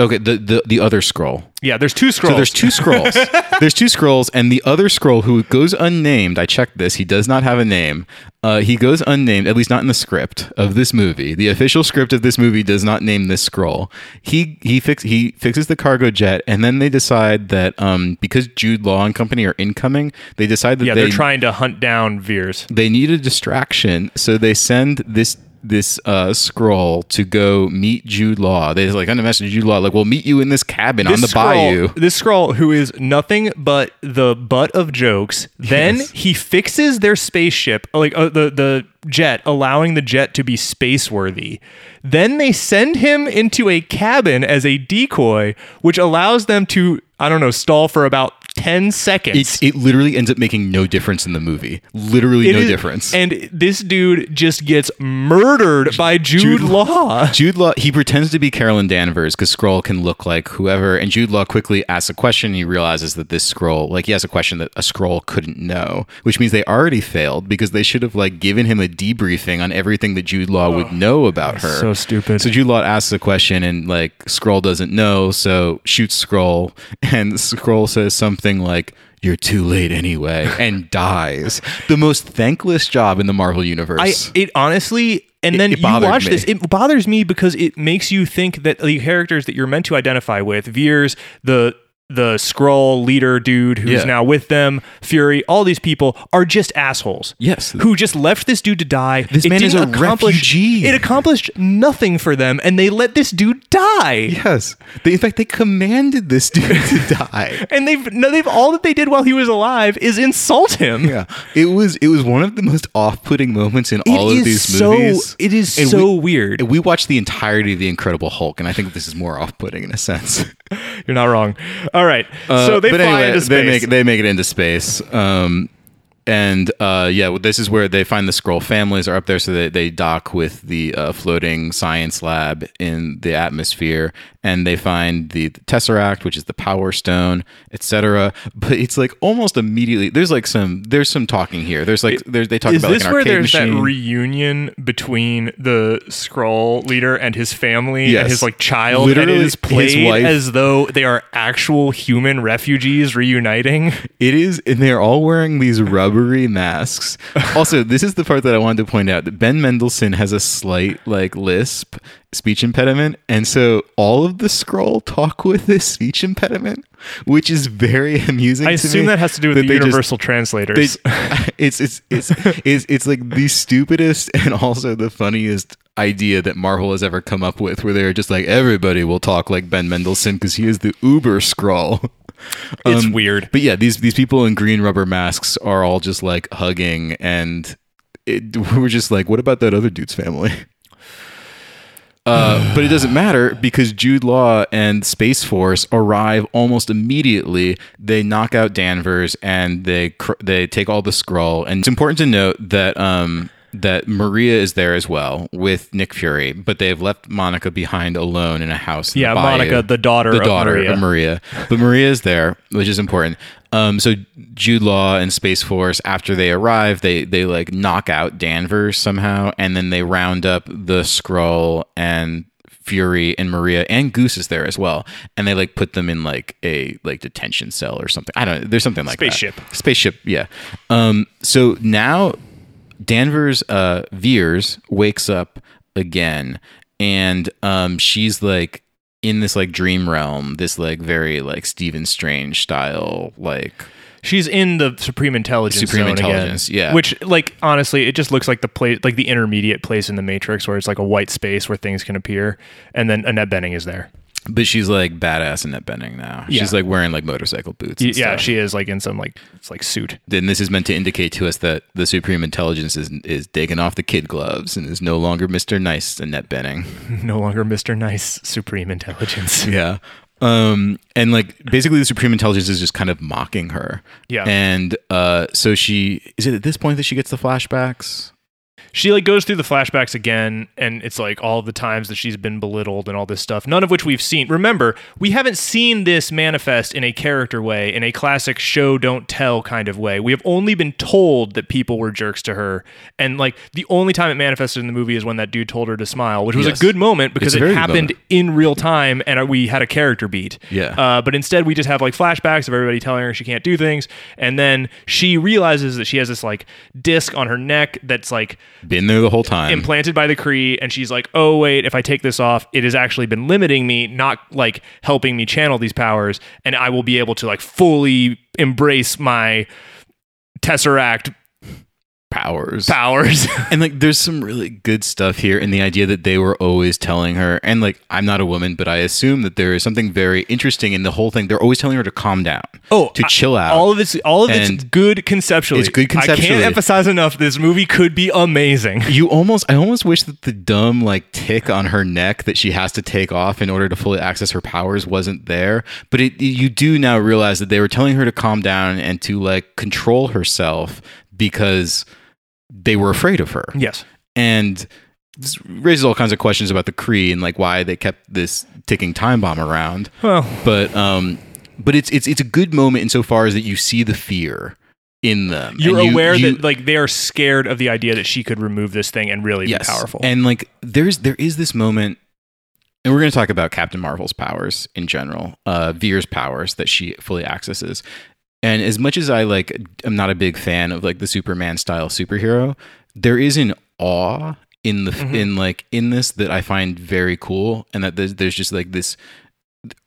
B: okay. The the the other scroll.
A: Yeah, there's two scrolls.
B: So there's two scrolls. there's two scrolls, and the other scroll who goes unnamed. I checked this. He does not have a name. Uh, he goes unnamed, at least not in the script of this movie. The official script of this movie does not name this scroll. He he fix he fixes the cargo jet, and then they decide that um, because Jude Law and company are incoming, they decide that
A: yeah,
B: they
A: they're trying to hunt down Veers.
B: they need a distraction, so they send this this uh, scroll to go meet Jude Law. They like kind of message Jude Law, like, "We'll meet you in this cabin on the
A: scroll,
B: bayou."
A: This scroll, who is nothing but the butt of jokes, then
B: Yes.
A: he fixes their spaceship, like uh, the the jet, allowing the jet to be space worthy. Then they send him into a cabin as a decoy, which allows them to I don't know stall for about 10 seconds.
B: It's it literally ends up making no difference in the movie. Literally
A: It
B: no
A: is-
B: difference.
A: And this dude just gets murdered by Jude,
B: Jude
A: Law.
B: Jude Law he pretends to be Carolyn Danvers because Scroll can look like whoever, and Jude Law quickly asks a question. And he realizes that this Scroll, like he has a question that a Scroll couldn't know, which means they already failed because they should have like given him a debriefing on everything that Jude Law would know about her.
A: so stupid.
B: So Jude Law asks a question, and like Scroll doesn't know, so shoots Scroll, and Scroll says something like. You're too late anyway, and dies. The most thankless job in the Marvel
A: I,
B: universe.
A: it honestly, and
B: It-
A: then
B: it
A: you
B: bothered
A: watch
B: me.
A: this, it bothers me because it makes you think that the characters that you're meant to identify with, Veers, the the scroll leader dude who's
B: Yeah.
A: now with them, Fury, all these people are just assholes.
B: Yes.
A: Who just left this dude to die.
B: This man is
A: didn't
B: a
A: accomplish-
B: refugee.
A: It accomplished nothing for them and they let this dude die.
B: Yes. They, in fact, they commanded this dude to die.
A: And they've no, they've all that they did while he was alive is insult him.
B: Yeah. It was it was one of the most off-putting moments in all
A: It
B: of
A: is
B: these
A: so
B: movies.
A: it is
B: And
A: so
B: we-
A: weird.
B: and we watched the entirety of the Incredible Hulk, and I think this is more off-putting in a sense.
A: You're not wrong. All right. so
B: Uh,
A: they fly into space.
B: They make they make it into space. Um, and uh, yeah, well, this is where they find the scroll families are up there, so they, they dock with the uh, floating science lab in the atmosphere, and they find the, tesseract, which is the power stone, etc. But it's like almost immediately. There's like some there's some talking here. There's like there's, they talk
A: is
B: about
A: this
B: like an
A: where
B: arcade
A: there's
B: machine.
A: that reunion between the scroll leader and his family and
B: Yes.
A: his like child
B: Literally,
A: and it is
B: his
A: played
B: wife-
A: as though they are actual human refugees reuniting
B: It is, and they're all wearing these rubbery masks. Also, this is the part that I wanted to point out that Ben Mendelsohn has a slight like lisp, speech impediment, and so all of the scroll talk with this speech impediment, which is very amusing.
A: i
B: to
A: assume
B: me,
A: that has to do with the
B: they just-
A: universal translators
B: they- it's, it's it's it's it's like the stupidest and also the funniest idea that Marvel has ever come up with, where they're just like everybody will talk like Ben Mendelsohn because he is the Uber scroll.
A: It's
B: um,
A: weird.
B: but yeah, these these people in green rubber masks are all just like hugging, and it, we're just like, what about that other dude's family? Uh, but it doesn't matter because Jude Law and Space Force arrive almost immediately. They knock out Danvers and they cr- they take all the scroll. And it's important to note that um, that Maria is there as well with Nick Fury, but they've left Monica behind alone in a house. in
A: yeah
B: the bayou.
A: monica the daughter
B: the
A: of
B: daughter
A: Maria.
B: of Maria, but Maria is there, which is important. Um, so Jude Law and Space Force, after they arrive, they they like knock out Danvers somehow, and then they round up the Scroll and Fury and Maria and Goose is there as well, and they like put them in like a like detention cell or something. I don't. know. There's something like that.
A: Spaceship.
B: Spaceship. Yeah. Um. So now Danvers uh Veers wakes up again and um she's like in this like dream realm, this like very like Stephen Strange style like
A: she's in the supreme intelligence
B: Supreme
A: zone again,
B: Intelligence, yeah.
A: which like honestly it just looks like the place like the intermediate place in the matrix where it's like a white space where things can appear and then annette benning is there
B: but she's like badass in that bending now. She's
A: Yeah.
B: like wearing like motorcycle boots.
A: Y-
B: and
A: yeah
B: stuff.
A: she is like in some like it's like suit
B: then this is meant to indicate to us that the Supreme Intelligence is is taking off the kid gloves and is no longer Mr. Nice and net Benning.
A: no longer Mr. Nice Supreme Intelligence.
B: Yeah. Um and like basically the Supreme Intelligence is just kind of mocking her.
A: Yeah.
B: And uh so she is it at this point that she gets the flashbacks?
A: She like goes through the flashbacks again and it's like all the times that she's been belittled and all this stuff, none of which we've seen. Remember, we haven't seen this manifest in a character way, in a classic show don't tell kind of way. We have only been told that people were jerks to her. And like the only time it manifested in the movie is when that dude told her to smile, which was a
B: Yes.
A: good moment because
B: It's a
A: it
B: very good
A: happened
B: moment.
A: in real time and uh, we had a character beat.
B: Yeah.
A: Uh, but instead, we just have like flashbacks of everybody telling her she can't do things. And then she realizes that she has this like disc on her neck that's like
B: Been there the whole time.
A: implanted by the Cree. And she's like, oh, wait, if I take this off, it has actually been limiting me, not like helping me channel these powers. And I will be able to like fully embrace my Tesseract
B: powers.
A: powers.
B: and like there's some really good stuff here and the idea that they were always telling her and like I'm not a woman but I assume that there is something very interesting in the whole thing they're always telling her to calm down
A: Oh,
B: to
A: I-
B: chill out
A: all of it's all of it's
B: And
A: good conceptually.
B: it's good
A: I can't
B: conceptually.
A: emphasize enough. This movie could be amazing.
B: you almost I almost wish that the dumb like tick on her neck that she has to take off in order to fully access her powers wasn't there but it you do now realize that they were telling her to calm down and to like control herself because they were afraid of her
A: Yes.
B: and this raises all kinds of questions about the Kree and like why they kept this ticking time bomb around.
A: Well,
B: But um, but it's it's it's a good moment insofar as that you see the fear in them.
A: you're
B: And you-
A: aware
B: you-
A: that like they are scared of the idea that she could remove this thing and really
B: yes,
A: be powerful.
B: And like there's there is this moment. And we're going to talk about Captain Marvel's powers in general, uh, Veer's powers that she fully accesses. And as much as I like, I'm not a big fan of like the Superman style superhero. There is an awe in the
A: Mhm.
B: in like in this that I find very cool, and that there's, there's just like this.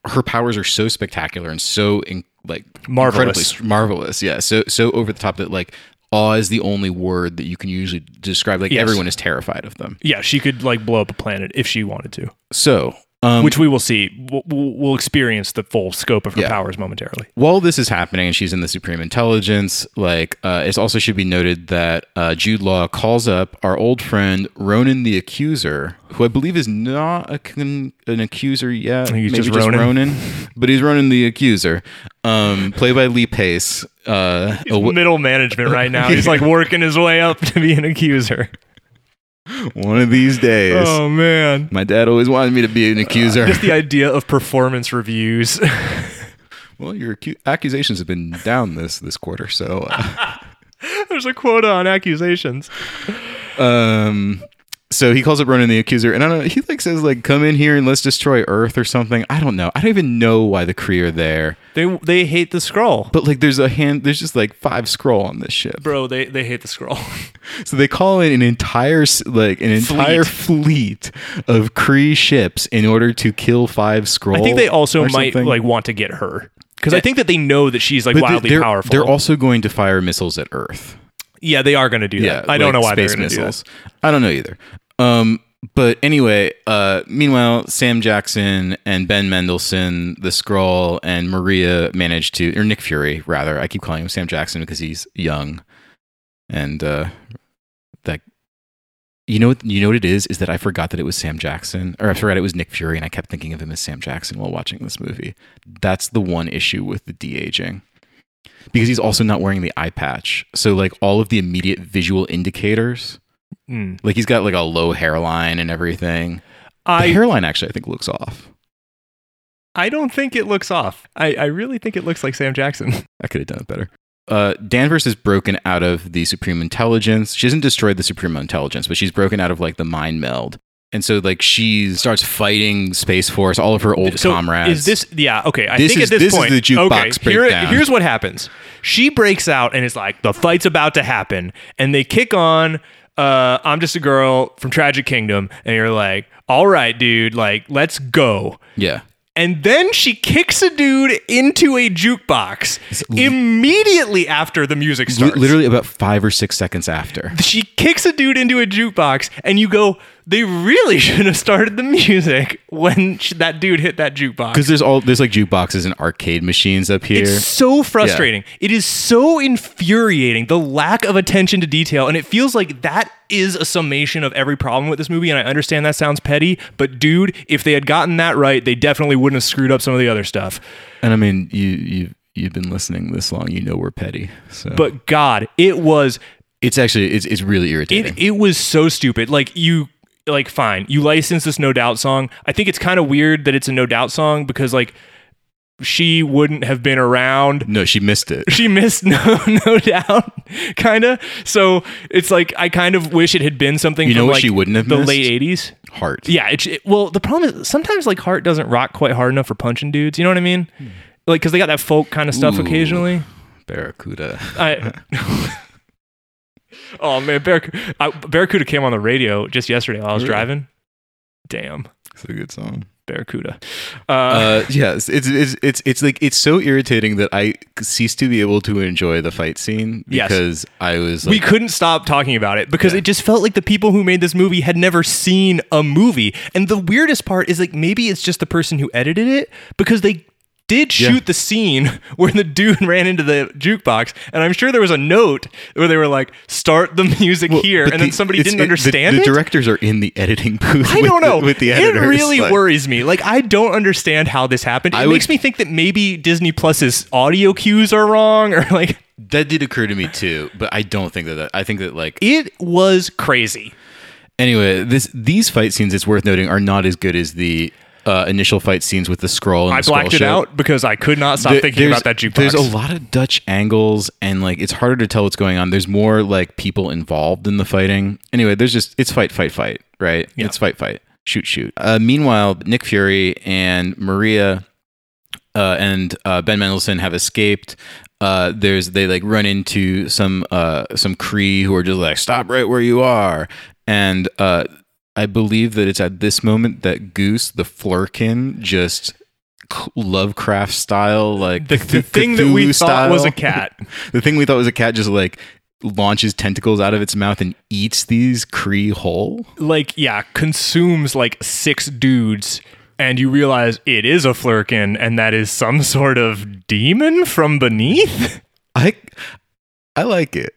B: Her powers are so spectacular and so in, like incredibly
A: Marvelous.
B: str- marvelous. Yeah, so so over the top that like awe is the only word that you can usually describe. Like
A: Yes.
B: everyone is terrified of them.
A: Yeah, she could like blow up a planet if she wanted to,
B: So um,
A: which we will see. We'll, we'll we'll experience the full scope of her
B: Yeah.
A: powers momentarily.
B: while this is happening and she's in the Supreme Intelligence, like uh, it also should be noted that uh, Jude Law calls up our old friend Ronan the Accuser, who I believe is not a con- an accuser yet.
A: he's just Ronan.
B: Ronan, but he's Ronan the Accuser, um, played by Lee Pace. Uh, a w-
A: Middle management right now. He's like working his way up to be an accuser.
B: one of these days.
A: Oh man.
B: My dad always wanted me to be an accuser.
A: Just the idea of performance reviews.
B: well, your acu- accusations have been down this this quarter, so uh,
A: There's a quota on accusations.
B: Um, so he calls up Ronan the Accuser, and I don't know. He like says like, "Come in here and let's destroy Earth" or something. I don't know. I don't even know why the Kree are there.
A: They they hate the scroll.
B: But like, there's a hand. There's just like five scroll on this ship.
A: Bro, they, they hate the scroll.
B: So they call in an entire s- like an entire fleet of Kree ships in order to kill five scroll.
A: I think they also
B: or
A: might
B: Oh, something.
A: like want to get her. Because I think that they know that she's like
B: But they-
A: wildly
B: they're,
A: powerful.
B: They're also going to fire missiles at Earth.
A: yeah, they are gonna do that. I don't
B: like
A: know why they're
B: space
A: gonna
B: missiles. I don't know either. Um, but anyway, uh, meanwhile, Sam Jackson and Ben Mendelsohn, the Skrull, and Maria managed to, or Nick Fury rather. I keep calling him Sam Jackson because he's young, and uh, that. You know, what- you know what it is is that I forgot that it was Sam Jackson, or I forgot it was Nick Fury, and I kept thinking of him as Sam Jackson while watching this movie. That's the one issue with the de aging because he's also not wearing the eye patch. So like all of the immediate visual indicators,
A: do that. Mm.
B: like he's got like a low hairline and everything. The
A: I
B: hairline actually I think looks off.
A: I don't think it looks off. I, I really think it looks like Sam Jackson.
B: I could have done it better. Uh, Danvers is broken out of the Supreme Intelligence. She hasn't destroyed the Supreme Intelligence, but she's broken out of like the mind meld. And so like she starts fighting Space Force, all of her old
A: so
B: comrades.
A: Is this yeah, okay. I
B: This
A: think
B: is-
A: at this,
B: this is
A: point
B: the jukebox
A: okay, here-
B: breakdown.
A: here's what happens. She breaks out and it's like the fight's about to happen and they kick on uh, I'm just a girl from Tragic Kingdom and you're like, "All right, dude, like let's go."
B: Yeah.
A: And then she kicks a dude into a jukebox immediately after the music
B: Li-
A: starts.
B: literally about five or six seconds after.
A: she kicks a dude into a jukebox, and you go, they really should have started the music when sh- that dude hit that jukebox.
B: Because there's all there's like jukeboxes and arcade machines up here.
A: It's so frustrating. It is so infuriating, the lack of attention to detail. And it feels like that is a summation of every problem with this movie. And I understand that sounds petty, but dude, if they had gotten that right, they definitely wouldn't have screwed up some of the other stuff.
B: And I mean, you you you've been listening this long, you know we're petty. So, but
A: But God, it was
B: it's actually it's it's really irritating.
A: It it was so stupid. Like you like fine. You license this No Doubt song. I think it's kind of weird that it's a No Doubt song because like she wouldn't have been around.
B: no, she missed it.
A: She missed no no doubt kind of. So it's like I kind of wish it had been something
B: You know
A: from,
B: what
A: like,
B: she wouldn't have
A: the
B: missed?
A: late 80s.
B: Heart.
A: Yeah, it, it- well, the problem is sometimes like Heart doesn't rock quite hard enough for punching dudes, you know what I mean? Like cuz they got that folk kind of stuff
B: Hmm. Ooh.
A: occasionally.
B: Barracuda.
A: I. oh man, Barracuda, I, Barracuda came on the radio just yesterday while I was
B: Really?
A: driving. Damn,
B: It's a good song.
A: Barracuda.
B: Uh, yes, it's, it's it's it's like it's so irritating that I ceased to be able to enjoy the fight scene
A: Yes.
B: because I was
A: we
B: like,
A: couldn't stop talking about it because it just felt like the people who made this movie had never seen a movie. And the weirdest part is like maybe it's just the person who edited it because they did shoot the scene where the dude ran into the jukebox and I'm sure there was a note where they were like start the music here
B: but
A: and then
B: the-
A: somebody
B: it's-
A: didn't
B: it- the-
A: understand
B: The,
A: it.
B: directors are in the editing booth.
A: I don't
B: with the-
A: know.
B: with the
A: it
B: editors.
A: really
B: like-
A: worries me. Like I don't understand how this happened. It
B: I
A: makes
B: would-
A: me think that maybe Disney Plus's audio cues are wrong or like
B: That did occur to me too, but I don't think that, that I think that like
A: it was crazy.
B: anyway, this these fight scenes it's worth noting are not as good as the uh, initial fight scenes with the scroll. And
A: I
B: the scroll
A: blacked it
B: ship.
A: out because I could not stop
B: There-
A: thinking
B: there's-
A: about that jukebox.
B: There's a lot of Dutch angles, and like it's harder to tell what's going on. There's more like people involved in the fighting. Anyway, there's just it's fight, fight, fight, right? It's fight, fight, shoot, shoot. Uh, meanwhile, Nick Fury and Maria uh, and uh, Ben Mendelsohn have escaped. Uh, there's they like run into some uh, some Cree who are just like stop right where you are, and uh, I believe that it's at this moment that Goose the Flurkin just c- Lovecraft style like
A: the, the
B: Cth-
A: thing that we
B: Cthulhu
A: thought was a
B: style-
A: cat.
B: the thing we thought was a cat just like launches tentacles out of its mouth and eats these Cree whole.
A: Like, yeah, consumes like six dudes, and you realize it is a flurkin, and that is some sort of demon from beneath.
B: I I like it.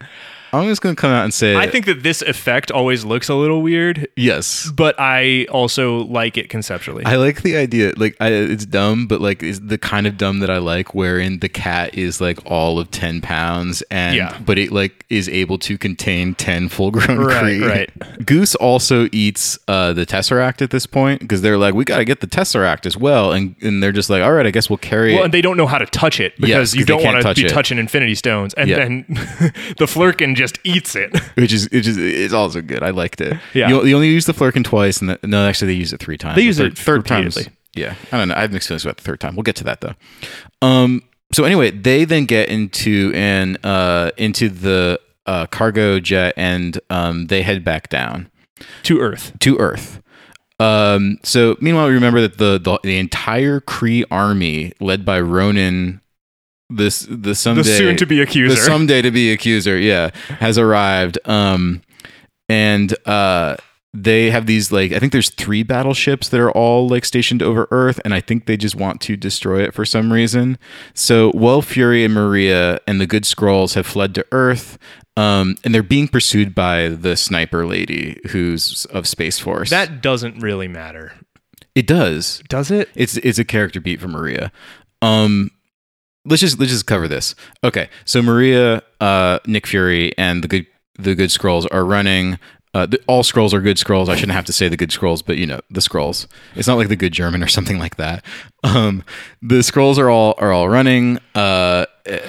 B: I'm just gonna come out and say
A: I think that this effect always looks a little weird,
B: yes.
A: but I also like it conceptually.
B: I like the idea. Like, I, it's dumb, but like, it's the kind of dumb that I like, wherein the cat is like all of ten pounds, and
A: Yeah.
B: but it like is able to contain ten full-grown
A: Right,
B: Kree.
A: right.
B: Goose also eats uh, the tesseract at this point because they're like, we got to get the tesseract as well, and and they're just like, all right, I guess we'll carry
A: well,
B: it.
A: and they don't know how to touch it because
B: 'cause
A: you
B: they
A: don't
B: can't
A: want to
B: touch
A: be
B: it.
A: touching infinity stones, and
B: Yeah.
A: then the flurkin just eats it.
B: which is which is it's also good. I liked it.
A: Yeah.
B: you, you only use the flurkin twice, and the, no, actually they use it three times.
A: They
B: The
A: use it
B: third times.
A: repeatedly.
B: Yeah, I don't know. I have mixed feelings about the third time. We'll get to that though. Um. So anyway, they then get into an uh into the uh cargo jet, and um they head back down
A: to Earth.
B: to Earth. Um, so meanwhile, we remember that the, the the entire Kree army, led by Ronan, this the someday
A: The soon to be accuser.
B: the someday to be accuser, yeah, has arrived. Um, and uh, they have these like I think there's three battleships that are all like stationed over Earth, and I think they just want to destroy it for some reason. So while Fury and Maria and the good Scrolls have fled to Earth, um, and they're being pursued by the sniper lady who's of Space Force.
A: that doesn't really matter,
B: it does.
A: does it?
B: It's it's a character beat for Maria. Um let's just let's just cover this. Okay. So Maria, uh Nick Fury and the good the good scrolls are running uh, the, all scrolls are good scrolls. I shouldn't have to say the good scrolls, but you know the scrolls. It's not like the good German or something like that. Um, the scrolls are all are all running uh,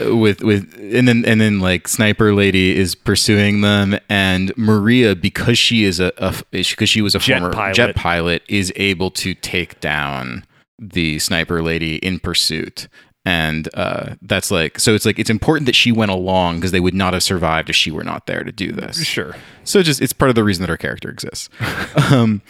B: with with and then and then like sniper lady is pursuing them, and Maria because she is a a- because she was a
A: Jet
B: former
A: pilot.
B: jet pilot is able to take down the sniper lady in pursuit. And uh, that's like so. It's like it's important that she went along because they would not have survived if she were not there to do this.
A: Sure.
B: So just it's part of the reason that her character exists. um,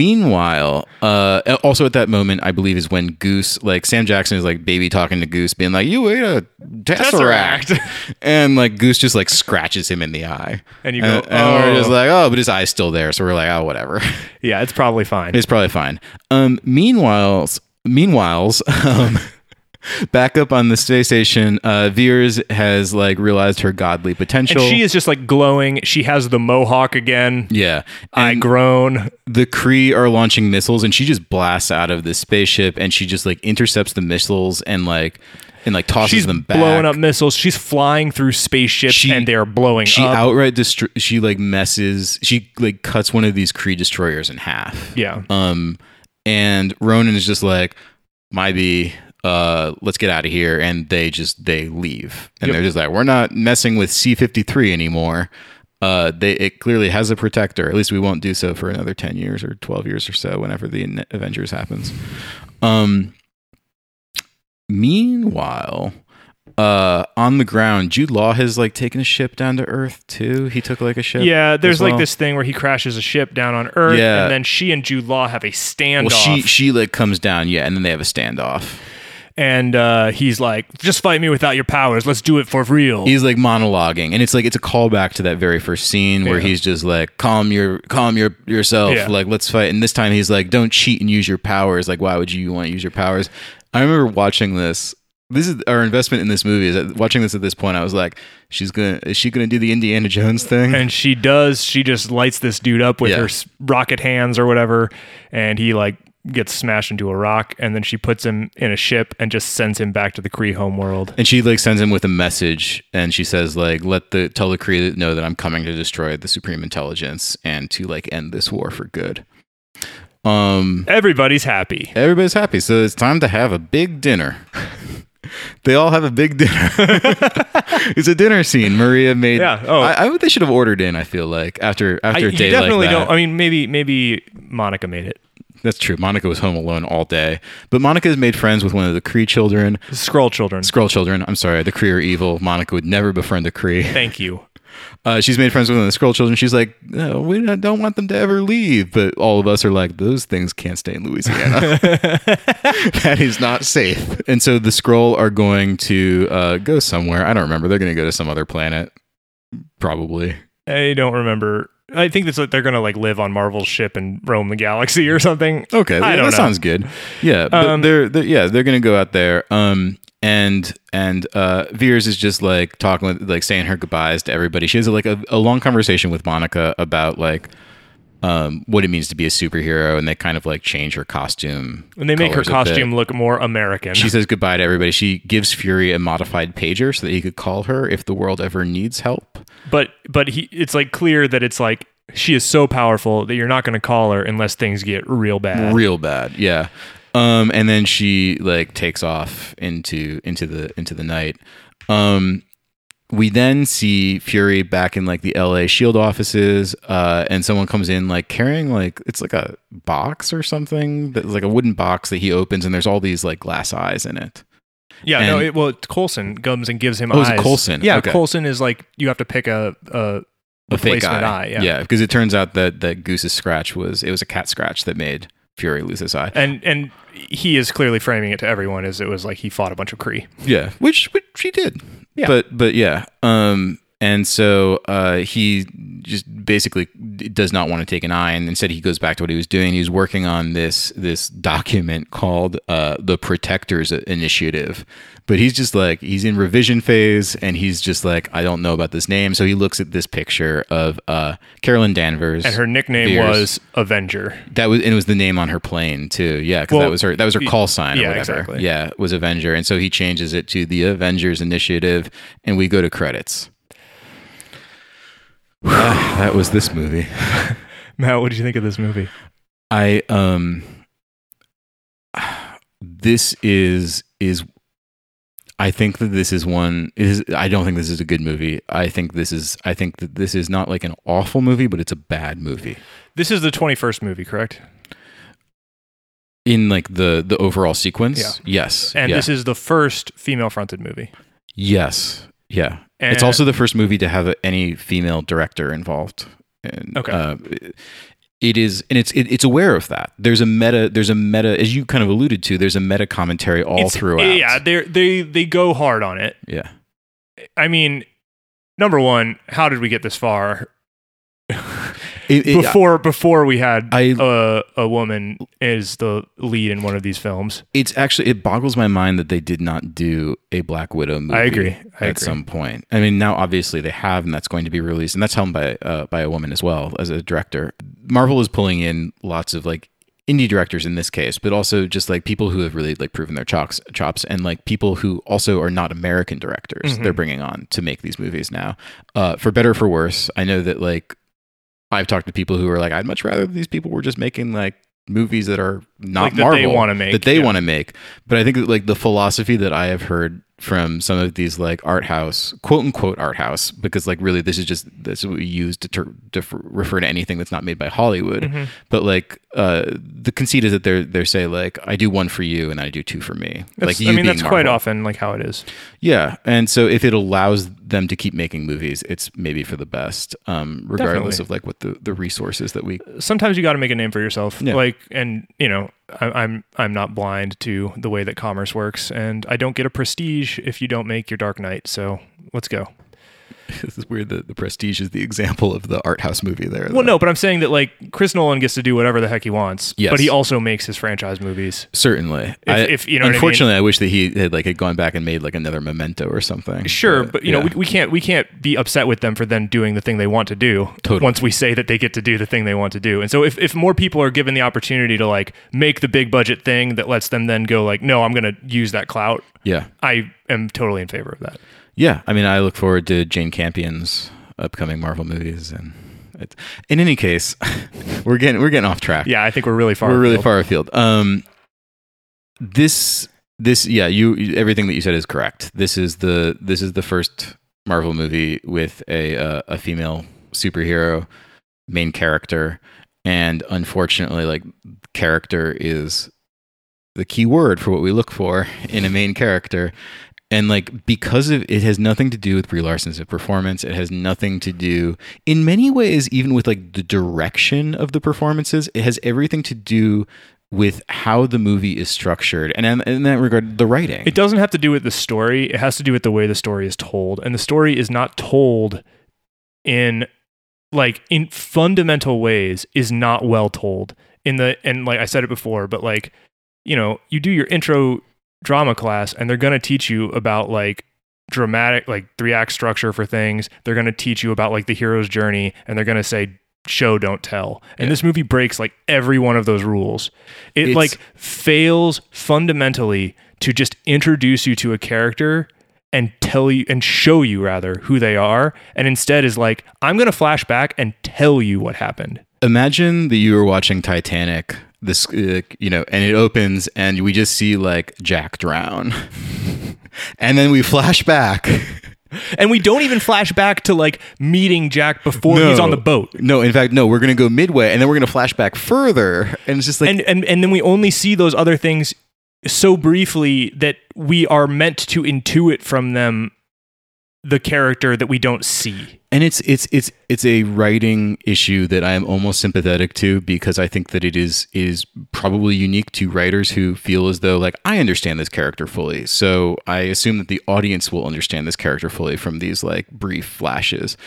B: meanwhile, uh, also at that moment, I believe is when Goose, like Sam Jackson, is like baby talking to Goose, being like, "You ate a tesseract,",
A: Tesseract.
B: and like Goose just like scratches him in the eye,
A: And you
B: and,
A: go,
B: and
A: "Oh."
B: we're just like, "Oh," but his eye's still there, so we're like, "Oh, whatever."
A: Yeah, it's probably fine.
B: It's probably fine. Um, meanwhile, meanwhile, um, back up on the space station, uh, Veers has like realized her godly potential.
A: and she is just like glowing. She has the mohawk again.
B: yeah, Uh,
A: I groan.
B: the Kree are launching missiles, and she just blasts out of this spaceship, and she just like intercepts the missiles and like and like tosses
A: She's
B: them back.
A: blowing up missiles. She's flying through spaceships
B: She-
A: and they're blowing
B: She
A: up.
B: outright destro- she like messes. She like cuts one of these Kree destroyers in half.
A: yeah.
B: Um, and Ronan is just like, maybe, uh, let's get out of here. And they just they leave, and
A: Yep.
B: they're just like, we're not messing with C fifty three anymore. Uh, they it clearly has a protector. At least we won't do so for another ten years or twelve years or so, whenever the in- Avengers happens. Um. Meanwhile, uh, on the ground, Jude Law has like taken a ship down to Earth too. He took like a ship.
A: Yeah,
B: as
A: there's like
B: well.
A: this thing where he crashes a ship down on Earth,
B: Yeah.
A: and then she and Jude Law have a standoff,
B: Well, she she like comes down, yeah, and then they have a standoff.
A: and uh, he's like, "Just fight me without your powers. Let's do it for real."
B: He's like monologuing, and it's like it's a callback to that very first scene where he's just like, "Calm your, calm your yourself,
A: Yeah.
B: like let's fight." And this time he's like, "Don't cheat and use your powers." Like, why would you want to use your powers? I remember watching this. This is our investment in this movie. Is that watching this at this point, I was like, "She's gonna, is she gonna do the Indiana Jones thing?"
A: and she does. She just lights this dude up with
B: Yeah.
A: her s- rocket hands or whatever, and he like gets smashed into a rock, and then she puts him in a ship and just sends him back to the Kree homeworld.
B: And she like sends him with a message, and she says like, "Let the tell the Kree know that I'm coming to destroy the Supreme Intelligence and to like end this war for good." Um,
A: Everybody's happy.
B: everybody's happy, so it's time to have a big dinner. they all have a big dinner. it's a dinner scene. Maria made.
A: Yeah, oh.
B: I, I would- they should have ordered in. I feel like after
A: I,
B: after a
A: you
B: day
A: definitely
B: like that.
A: don't. uh, I mean, maybe maybe Monica made it.
B: That's true. Monica was home alone all day, but Monica has made friends with one of the Kree children,
A: Scroll children.
B: Skrull children. I'm sorry, the Kree are evil. Monica would never befriend a Kree.
A: Thank you.
B: uh, she's made friends with one of the scroll children. She's like, no, we don't- don't want them to ever leave. But all of us are like, those things can't stay in Louisiana. that is not safe. And so the scroll are going to uh, go somewhere. I don't remember. They're going to go to some other planet, probably.
A: I don't remember. I think that's what they're gonna like live on Marvel's ship and roam the galaxy or something.
B: Okay,
A: I
B: yeah,
A: don't
B: that
A: know.
B: sounds good. Yeah, but
A: Um,
B: they're, they're yeah they're gonna go out there. Um, and and uh, Veers is just like talking with like saying her goodbyes to everybody. She has like a, a long conversation with Monica about like um what it means to be a superhero, and they kind of like change her costume.
A: And they make her
B: colors a bit.
A: costume look more American.
B: She says goodbye to everybody. She gives Fury a modified pager so that he could call her if the world ever needs help.
A: but but he it's like clear that it's like she is so powerful that you're not gonna call her unless things get real bad.
B: real bad yeah um and then she like takes off into into the into the night um we then see fury back in like the la shield E offices uh and someone comes in like carrying like it's like a box or something that's like a wooden box that he opens and there's all these like glass eyes in it
A: Yeah, no,
B: And-
A: it, well, it's Coulson comes and gives him
B: Oh,
A: eyes.
B: is it Coulson?
A: Yeah,
B: Okay.
A: Coulson is like you have to pick a a
B: a fake
A: Replacement
B: eye,
A: eye, yeah.
B: yeah because it turns out that that goose's scratch was it was a cat scratch that made fury lose his eye
A: and and he is clearly framing it to everyone as it was like he fought a bunch of Kree.
B: Yeah, which which she did.
A: Yeah.
B: But but yeah. Um and so uh he just basically d- does not want to take an eye and instead he goes back to what he was doing. He's working on this this document called uh the Protectors Initiative. But he's just like he's in revision phase and he's just like I don't know about this name. So he looks at this picture of uh Carolyn Danvers
A: And her nickname
B: Veers.
A: was Avenger.
B: that was and it was the name on her plane too. Yeah, because
A: Well,
B: that was her that was her call sign.
A: yeah,
B: or whatever.
A: exactly.
B: Yeah, it was Avenger, and so he changes it to the Avengers Initiative, and we go to credits. Ah, that was this movie.
A: Matt, what did you think of this movie?
B: I um, this is is. I think that this is one is I don't think this is a good movie. I think this is I think that this is not like an awful movie, but it's a bad movie.
A: This is the 21st movie, correct?
B: In like the the overall sequence.
A: Yeah.
B: Yes.
A: And
B: yeah.
A: this is the first female fronted movie.
B: Yes. Yeah. it's
A: And-
B: also the first movie to have a, any female director involved. And,
A: Okay.
B: uh, it is, and it's it, it's aware of that. There's a meta. There's a meta, as you kind of alluded to. There's a meta commentary all
A: It's-
B: throughout.
A: Yeah, they they they go hard on it.
B: Yeah.
A: I mean, number one, how did we get this far?
B: It- it-
A: Before before we had
B: I-
A: a a woman is the lead in one of these films.
B: it's actually it boggles my mind that they did not do a Black Widow movie.
A: I agree. I
B: at
A: agree.
B: some point. I mean, now obviously they have, and that's going to be released, and that's helmed by uh, by a woman as well as a director. Marvel is pulling in lots of like indie directors in this case, but also just like people who have really like proven their chops, chops, and like people who also are not American directors.
A: Mm-hmm.
B: They're bringing on to make these movies now, uh, for better or for worse. I know that like I've talked to people who are like, I'd much rather these people were just making like movies that are not
A: Like, that they
B: Marvel
A: wanna make,
B: that they
A: yeah.
B: want to make. But I think that like the philosophy that I have heard from some of these like art house, quote unquote art house, because like really this is just this is what we use to, ter- to f- refer to anything that's not made by Hollywood.
A: Mm-hmm.
B: But like uh, the conceit is that they're they are say like I do one for you and I do two for me. like
A: That's-
B: you
A: I mean,
B: being
A: that's quite
B: Marvel.
A: often like how it is.
B: Yeah, and so if it allows them to keep making movies, it's maybe for the best, um, regardless
A: Definitely.
B: of like what the, the resources that we.
A: Sometimes you got to make a name for yourself.
B: Yeah.
A: Like, and you know, I, I'm I'm not blind to the way that commerce works, and I don't get a prestige if you don't make your Dark Knight. So let's go.
B: This is weird that the Prestige is the example of the art house movie there.
A: Well, no, but I'm saying that like Chris Nolan gets to do whatever the heck he wants,
B: Yes.
A: but he also makes his franchise movies.
B: certainly.
A: If- if- you know what I mean.
B: unfortunately, I, wish that he had like had gone back and made like another Memento or something.
A: Sure, but you know
B: yeah.
A: we, we can't we can't be upset with them for them doing the thing they want to do.
B: Totally.
A: Once we say that they get to do the thing they want to do, and so if if more people are given the opportunity to like make the big budget thing that lets them then go like, no, I'm going to use that clout.
B: yeah,
A: I am totally in favor of that.
B: yeah. I mean, I look forward to Jane Campion's upcoming Marvel movies, and it, in any case, we're getting we're getting off track.
A: Yeah, I think we're really far.
B: We're really
A: afield.
B: far afield. Um, this this yeah, you you- everything that you said is correct. This is the this is the first Marvel movie with a uh, a female superhero main character, and unfortunately, like character is the key word for what we look for in a main character. And like because of it has nothing to do with Brie Larson's performance. It has nothing to do in many ways, even with like the direction of the performances, it has everything to do with how the movie is structured. And in, in that regard, the writing.
A: It doesn't have to do with the story. It has to do with the way the story is told. And the story is not told in like in fundamental ways is not well told. In the and like I said it before, but like, you know, you do your intro drama class and they're gonna teach you about like dramatic like three act structure for things. They're gonna teach you about like the hero's journey and they're gonna say show don't tell. And
B: Yeah.
A: this movie breaks like every one of those rules. It
B: It's-
A: like fails fundamentally to just introduce you to a character and tell you and show you rather who they are and instead is like i'm going to flash back and tell you what happened
B: Imagine that you were watching Titanic. This, uh, you know, and it opens, and we just see like Jack drown, and then we flash back.
A: and we don't even flash back to like meeting jack before he's
B: No.
A: on the boat
B: No, in fact, no. We're gonna go midway, and then we're gonna flash back further, and it's just like
A: and, and and then we only see those other things so briefly that we are meant to intuit from them the character that we don't see
B: and it's it's it's it's a writing issue that I am almost sympathetic to because I think that it is is probably unique to writers who feel as though like I understand this character fully, so I assume that the audience will understand this character fully from these like brief flashes.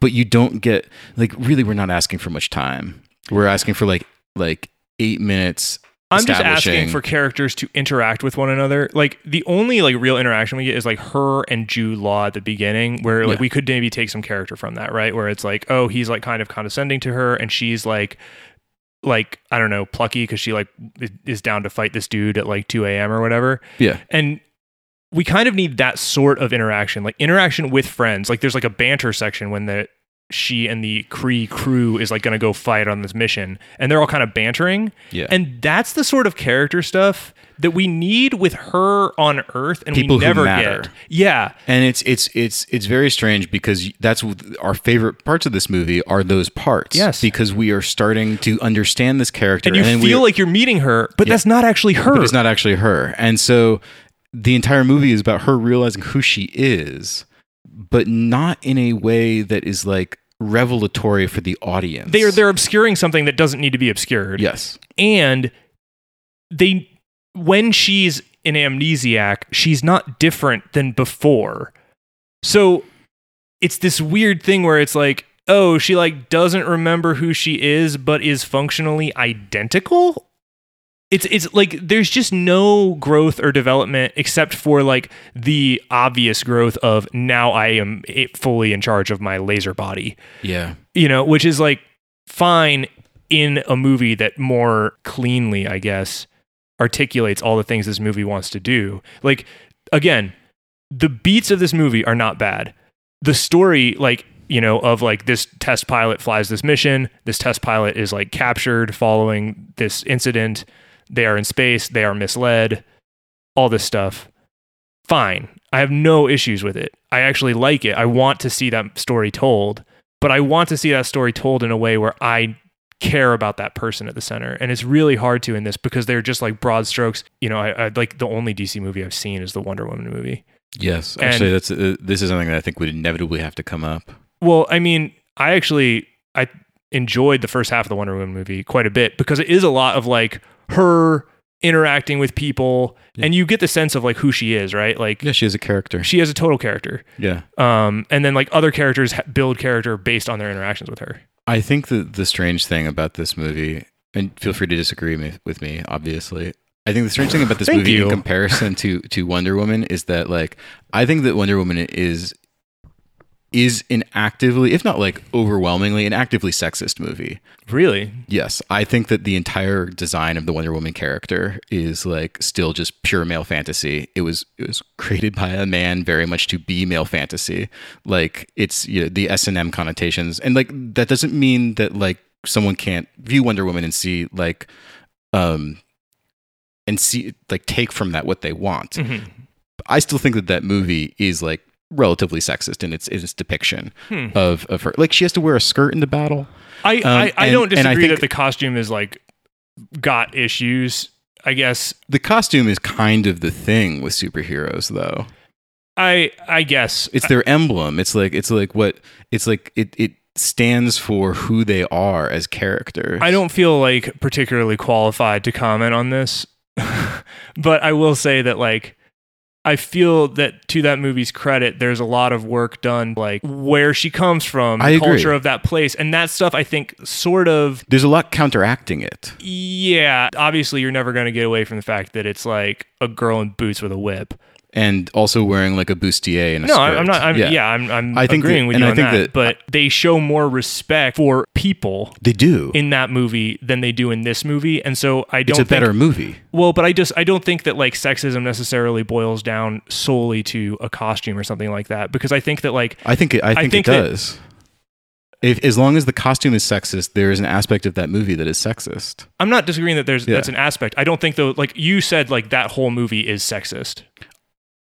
B: But you don't get like really, we're not asking for much time. We're asking for like like eight minutes.
A: I'm just asking
B: establishing-
A: for characters to interact with one another. Like the only like real interaction we get is like her and Jude Law at the beginning, where like
B: Yeah.
A: we could maybe take some character from that, right? Where it's like, oh, he's like kind of condescending to her, and she's like, like I don't know, plucky because she like i- is down to fight this dude at like 2 a.m. or whatever,
B: Yeah,
A: and we kind of need that sort of interaction, like interaction with friends. Like there's like a banter section when the she and the Cree crew is like going to go fight on this mission, and they're all kind of bantering.
B: yeah.
A: And that's the sort of character stuff that we need with her on Earth, and
B: People
A: we
B: who
A: never
B: matter.
A: get. Yeah,
B: and it's it's it's it's very strange because that's w- our favorite parts of this movie are those parts.
A: Yes.
B: because we are starting to understand this character,
A: and you
B: then
A: feel
B: we,
A: like you're meeting her, but that's not actually her.
B: but it's not actually her, and so the entire movie is about her realizing who she is, but not in a way that is like revelatory for the audience.
A: they are they're obscuring something that doesn't need to be obscured.
B: Yes,
A: and they when she's an amnesiac, she's not different than before. So it's this weird thing where it's like, oh, she like doesn't remember who she is, but is functionally identical. It's it's like there's just no growth or development except for like the obvious growth of now I am eh, fully in charge of my laser body
B: yeah.
A: you know, which is like fine in a movie that more cleanly, I guess, articulates all the things this movie wants to do. Like, again, the beats of this movie are not bad. The story, like, you know, of like this test pilot flies this mission, this test pilot is like captured following this incident. They are in space, they are misled, all this stuff. fine. I have no issues with it. I actually like it. I want to see that story told, but I want to see that story told in a way where I care about that person at the center. And it's really hard to in this because they're just like broad strokes. You know, I, I like the only DC movie I've seen is the Wonder Woman movie.
B: Yes,
A: And-
B: actually, that's uh, this is something that I think would inevitably have to come up.
A: Well, I mean, I actually I enjoyed the first half of the Wonder Woman movie quite a bit because it is a lot of like her interacting with people and you get the sense of like who she is, right? Like
B: Yeah, she is a character.
A: she has a total character.
B: Yeah,
A: um, and then like other characters ha- build character based on their interactions with her.
B: I think that the strange thing about this movie, and feel free to disagree me, with me, obviously. I think the strange thing about this
A: Thank
B: movie
A: you.
B: in comparison to to Wonder Woman is that like I think that Wonder Woman is is an actively, if not like overwhelmingly, an actively sexist movie.
A: Really?
B: Yes, I think that the entire design of the Wonder Woman character is like still just pure male fantasy. It was it was created by a man very much to be male fantasy. Like it's you know, the S and M connotations, and like that doesn't mean that like someone can't view Wonder Woman and see like um and see like take from that what they want.
A: Mhm.
B: I still think that that movie is like relatively sexist in its in its depiction
A: Hmm.
B: of of her. Like she has to wear a skirt in the battle.
A: I, I, I
B: Um, and-
A: don't
B: and I
A: disagree that
B: think-
A: the costume is like got issues. I guess
B: The costume is kind of the thing with superheroes, though.
A: I I guess
B: It's their emblem. It's like it's like what it's like it it stands for who they are as characters.
A: I don't feel like particularly qualified to comment on this, but I will say that like I feel that to that movie's credit, there's a lot of work done like where she comes from,
B: I
A: the
B: agree.
A: culture of that place, and that stuff. I think sort of
B: There's a lot counteracting it.
A: Yeah, obviously you're never going to get away from the fact that it's like a girl in boots with a whip.
B: and also wearing like a bustier and a
A: No,
B: skirt.
A: I- I'm not. I'm, yeah. I'm. I'm
B: I think that-
A: agreeing with
B: and
A: you
B: I
A: on
B: think
A: that,
B: that-
A: But they show more respect for people
B: they do.
A: in that movie than they do in this movie, and so I don't.
B: it's a
A: think-
B: better movie.
A: Well, but I just I don't think that like sexism necessarily boils down solely to a costume or something like that because I think that like
B: I think it, I think,
A: think
B: it
A: that-
B: does. if as long as the costume is sexist, there is an aspect of that movie that is sexist.
A: I'm not disagreeing that there's
B: Yeah.
A: that's an aspect. I don't think though like you said like that whole movie is sexist.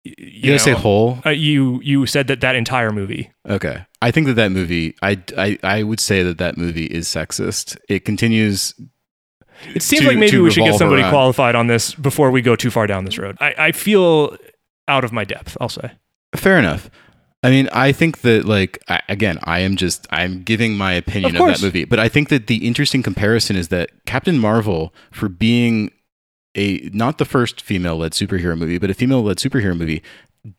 A: Y- You
B: Did I say
A: know?
B: whole?
A: Uh, you you said that that entire movie.
B: Okay. I think that that movie, I, I, I would say that that movie is sexist. It continues.
A: It seems
B: to-
A: like maybe
B: to
A: we should get
B: revolve
A: somebody
B: around.
A: qualified on this before we go too far down this road. I, I feel out of my depth, I'll say.
B: Fair enough. I mean, I think that, like, I, again, I am just, I'm giving my
A: Of
B: opinion of,
A: course.
B: that movie. But I think that the interesting comparison is that Captain Marvel, for being a, not the first female led superhero movie, but a female led superhero movie,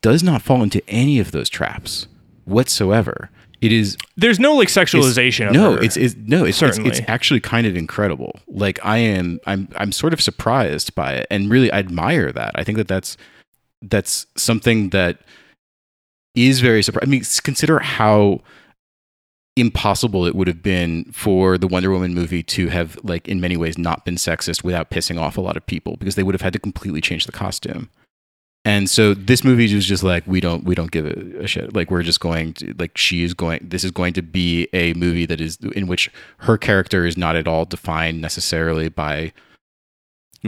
B: does not fall into any of those traps whatsoever. It is
A: There's no like sexualization of
B: no
A: her.
B: it's, it's no it's, it's it's
A: Certainly.
B: actually kind of incredible like i am i'm i'm sort of surprised by it and really i admire that i think that that's that's something that is very surprising i mean s- consider how impossible it would have been for the wonder woman movie to have like in many ways not been sexist without pissing off a lot of people because they would have had to completely change the costume and so this movie was just like we don't we don't give a, a shit. Like we're just going to like she is going. This is going to be a movie that is in which her character is not at all defined necessarily by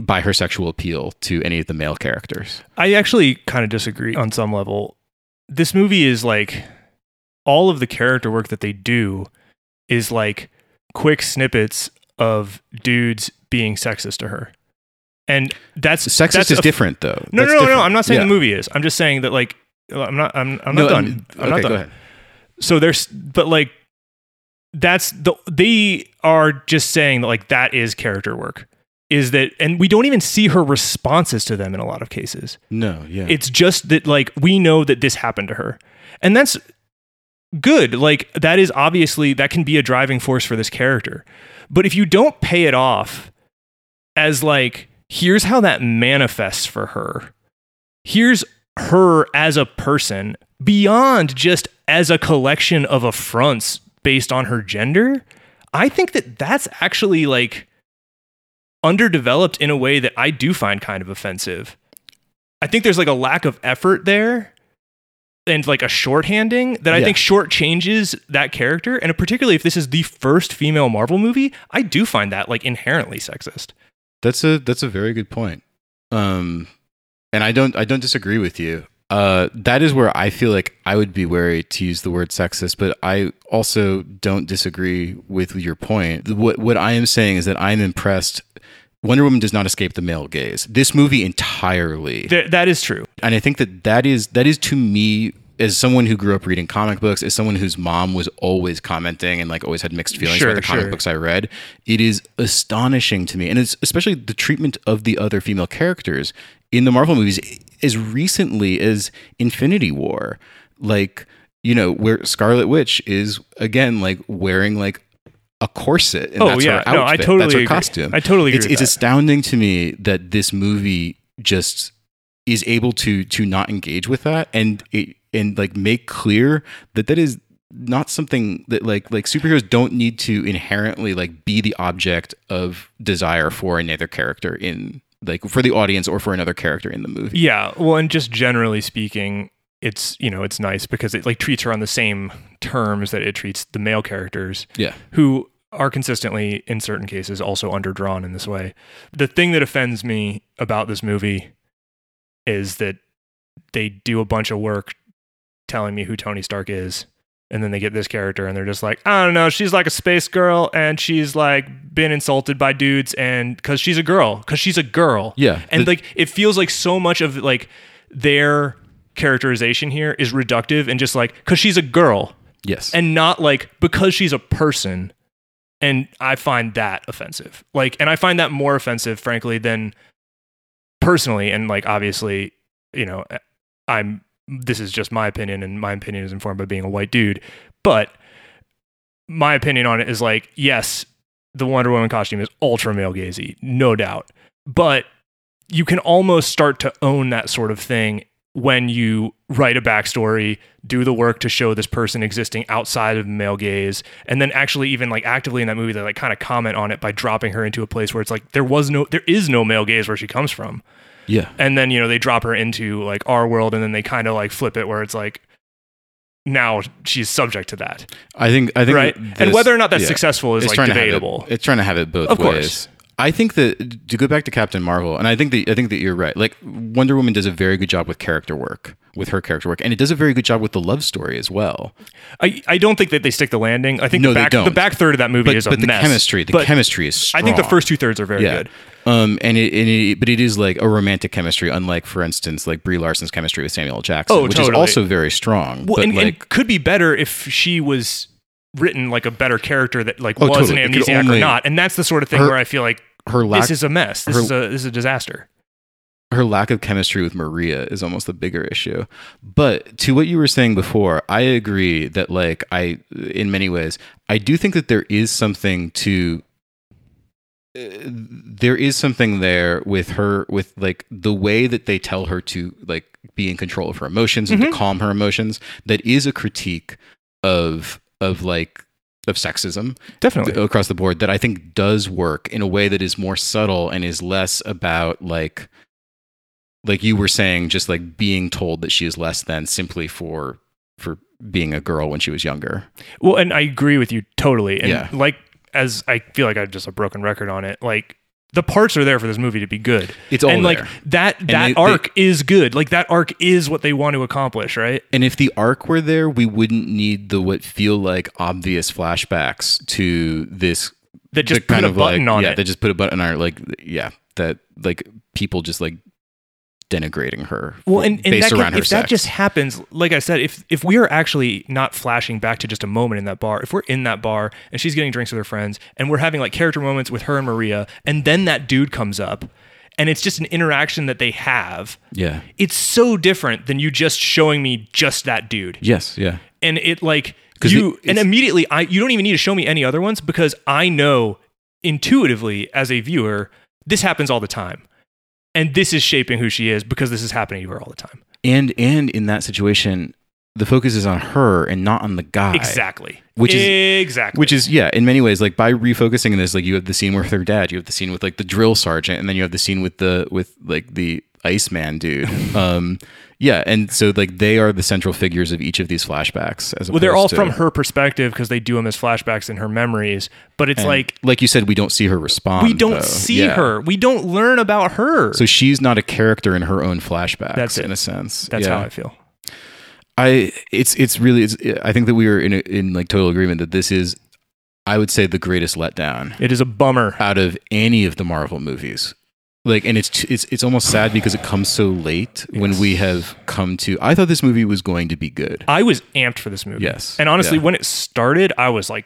B: by her sexual appeal to any of the male characters.
A: I actually kind of disagree on some level. This movie is like all of the character work that they do is like quick snippets of dudes being sexist to her. And that's
B: Sexist
A: that's
B: is
A: a-
B: different though.
A: No, no,
B: That's
A: no, no.
B: different.
A: I'm not saying
B: Yeah.
A: the movie is. I'm just saying that like I'm not I'm, I'm not
B: No,
A: done. I'm,
B: okay,
A: not done.
B: go ahead.
A: so there's but like that's the they are just saying that like that is character work is that and we don't even see her responses to them in a lot of cases
B: No, yeah.
A: it's just that like we know that this happened to her and that's good like that is obviously that can be a driving force for this character but if you don't pay it off as like here's how that manifests for her here's her as a person beyond just as a collection of affronts based on her gender i think that that's actually like underdeveloped in a way that i do find kind of offensive i think there's like a lack of effort there and like a shorthanding that i
B: Yeah.
A: think short changes that character and particularly if this is the first female marvel movie i do find that like inherently sexist
B: That's a that's a very good point. Um, and I don't I don't disagree with you. Uh, that is where I feel like I would be wary to use the word sexist, but I also don't disagree with your point. What what I am saying is that I'm impressed. Wonder Woman does not escape the male gaze. This movie entirely,
A: Th- that is true.
B: and I think that that is that is to me as someone who grew up reading comic books, as someone whose mom was always commenting and like always had mixed feelings
A: Sure,
B: about the comic
A: sure.
B: books I read, it is astonishing to me, and it's especially the treatment of the other female characters in the Marvel movies as recently as Infinity War, like you know where Scarlet Witch is again like wearing like a corset and
A: Oh,
B: that's
A: yeah.
B: her outfit
A: No, I totally
B: that's her
A: agree.
B: costume
A: I totally agree
B: it's,
A: with
B: it's
A: that.
B: astounding to me that this movie just is able to to not engage with that and it and like make clear that that is not something that like like superheroes don't need to inherently like be the object of desire for another character in like for the audience or for another character in the movie.
A: Yeah. Well, and just generally speaking, it's you know it's nice because it like treats her on the same terms that it treats the male characters
B: Yeah.
A: who are consistently in certain cases also underdrawn in this way. The thing that offends me about this movie is that they do a bunch of work telling me who Tony Stark is and then they get this character and they're just like, I don't know, she's like a space girl and she's like been insulted by dudes and cuz she's a girl, cuz she's a girl.
B: Yeah.
A: And
B: The-
A: like it feels like so much of like their characterization here is reductive and just like cuz she's a girl
B: Yes.
A: and not like because she's a person and i find that offensive like and i find that more offensive frankly than personally and like obviously you know eh, i'm this is just my opinion and my opinion is informed by being a white dude but my opinion on it is like yes the wonder woman costume is ultra male gazy no doubt but you can almost start to own that sort of thing when you write a backstory, do the work to show this person existing outside of male gaze, and then actually even like actively in that movie, they like kind of comment on it by dropping her into a place where it's like there was no, there is no male gaze where she comes from,
B: yeah.
A: and then you know they drop her into like our world, and then they kind of like flip it where it's like now she's subject to that,
B: I think I think
A: right?
B: this-
A: and whether or not that's
B: yeah.
A: successful is
B: It's
A: like
B: trying to have it-
A: debatable.
B: it's trying to have it both
A: Of
B: ways.
A: course.
B: I think that to go back to Captain Marvel, and I think that I think that you're right. Like Wonder Woman does a very good job with character work, with her character work, and it does a very good job with the love story as well.
A: I, I don't think that they stick the landing. I think
B: No,
A: the
B: they
A: back the
B: don't.
A: back third of that movie
B: But,
A: is a
B: but the
A: mess.
B: chemistry, the
A: But
B: chemistry is
A: I
B: strong.
A: think the first two thirds are very good.
B: Um, and it, and it, but it is like a romantic chemistry, unlike, for instance, like Brie Larson's chemistry with Samuel L. Jackson,
A: Oh,
B: which
A: totally.
B: is also very strong.
A: well,
B: but
A: and, and
B: like,
A: could be better if she was written like a better character that like
B: Oh,
A: was
B: totally.
A: an
B: It could
A: amnesiac or
B: only-
A: not, and that's the sort of thing
B: her-
A: where I feel like
B: her lack
A: this is a mess. This
B: her-
A: is a this is a disaster.
B: her lack of chemistry with Maria is almost the bigger issue. But to what you were saying before, I agree that like I in many ways, I do think that there is something to uh, there is something there with her with like the way that they tell her to like be in control of her emotions and to calm her emotions that is a critique of of like of sexism
A: Definitely.
B: across the board that I think does work in a way that is more subtle and is less about like like you were saying just like being told that she is less than simply for for being a girl when she was younger.
A: Well, and I agree with you totally. And
B: Yeah.
A: like as I feel like I'm just a broken record on it, like the parts are there for this movie to be good.
B: It's all
A: and like
B: there.
A: that that
B: they- they-
A: arc is good. Like that arc is what they want to accomplish, right?
B: And if the arc were there, we wouldn't need the what feel like obvious flashbacks to this
A: That just
B: the
A: put a button
B: like,
A: on
B: yeah,
A: it.
B: they just put a button on her like yeah, that like people just like denigrating her
A: well,
B: for-
A: and, and
B: based
A: that
B: around
A: can,
B: her
A: if that
B: sex.
A: just happens, like I said, if if we are actually not flashing back to just a moment in that bar, if we're in that bar and she's getting drinks with her friends, and we're having like character moments with her and Maria, and then that dude comes up, and it's just an interaction that they have,
B: yeah.
A: it's so different than you just showing me just that dude
B: Yes, yeah.
A: and it like
B: 'Cause
A: you and
B: it- it's-
A: immediately I you don't even need to show me any other ones because I know intuitively as a viewer this happens all the time. And this is shaping who she is because this is happening to her all the time.
B: and and in that situation the focus is on her and not on the guy
A: Exactly.
B: Which is-
A: exactly
B: which is yeah in many ways like by refocusing on this like you have the scene with her dad you have the scene with like the drill sergeant and then you have the scene with the with like the iceman dude um Yeah, and so like they are the central figures of each of these flashbacks. As
A: Well, they're
B: opposed
A: all
B: to-
A: from her perspective because they do them as flashbacks in her memories. But it's
B: and
A: like
B: like you said, we don't see her respond.
A: we don't
B: though.
A: see
B: Yeah.
A: her. We don't learn about her.
B: So she's not a character in her own flashbacks.
A: That's it.
B: in a sense.
A: That's
B: Yeah.
A: how I feel.
B: I it's it's really it's, I think that we are in in like total agreement that this is I would say the greatest letdown
A: It is a bummer.
B: out of any of the Marvel movies. Like and it's it's it's almost sad because it comes so late when we have come to I thought this movie was going to be good.
A: I was amped for this movie.
B: Yes.
A: And honestly,
B: Yeah.
A: when it started, I was like,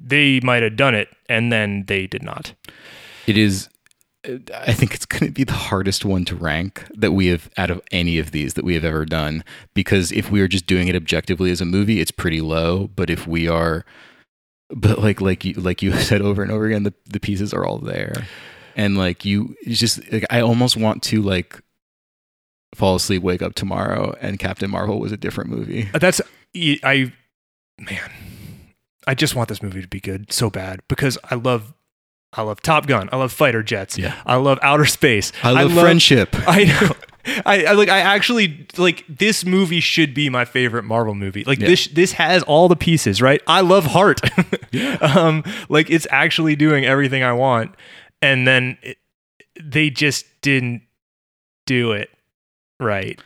A: they might have done it, and then they did not.
B: It is I think it's going to be the hardest one to rank that we have out of any of these that we have ever done because if we are just doing it objectively as a movie it's pretty low but if we are but like like you like you said over and over again the, the pieces are all there and like you it's just like I almost want to like fall asleep wake up tomorrow and Captain Marvel was a different movie.
A: That's I, man, I just want this movie to be good so bad because I love, I love Top Gun. I love fighter jets.
B: Yeah.
A: I love outer space.
B: I love, friendship.
A: I know. I, I like. I actually like this movie. Should be my favorite Marvel movie. Like
B: Yeah.
A: this. This has all the pieces, right? I love Heart. um, like it's actually doing everything I want, and then it, they just didn't do it right.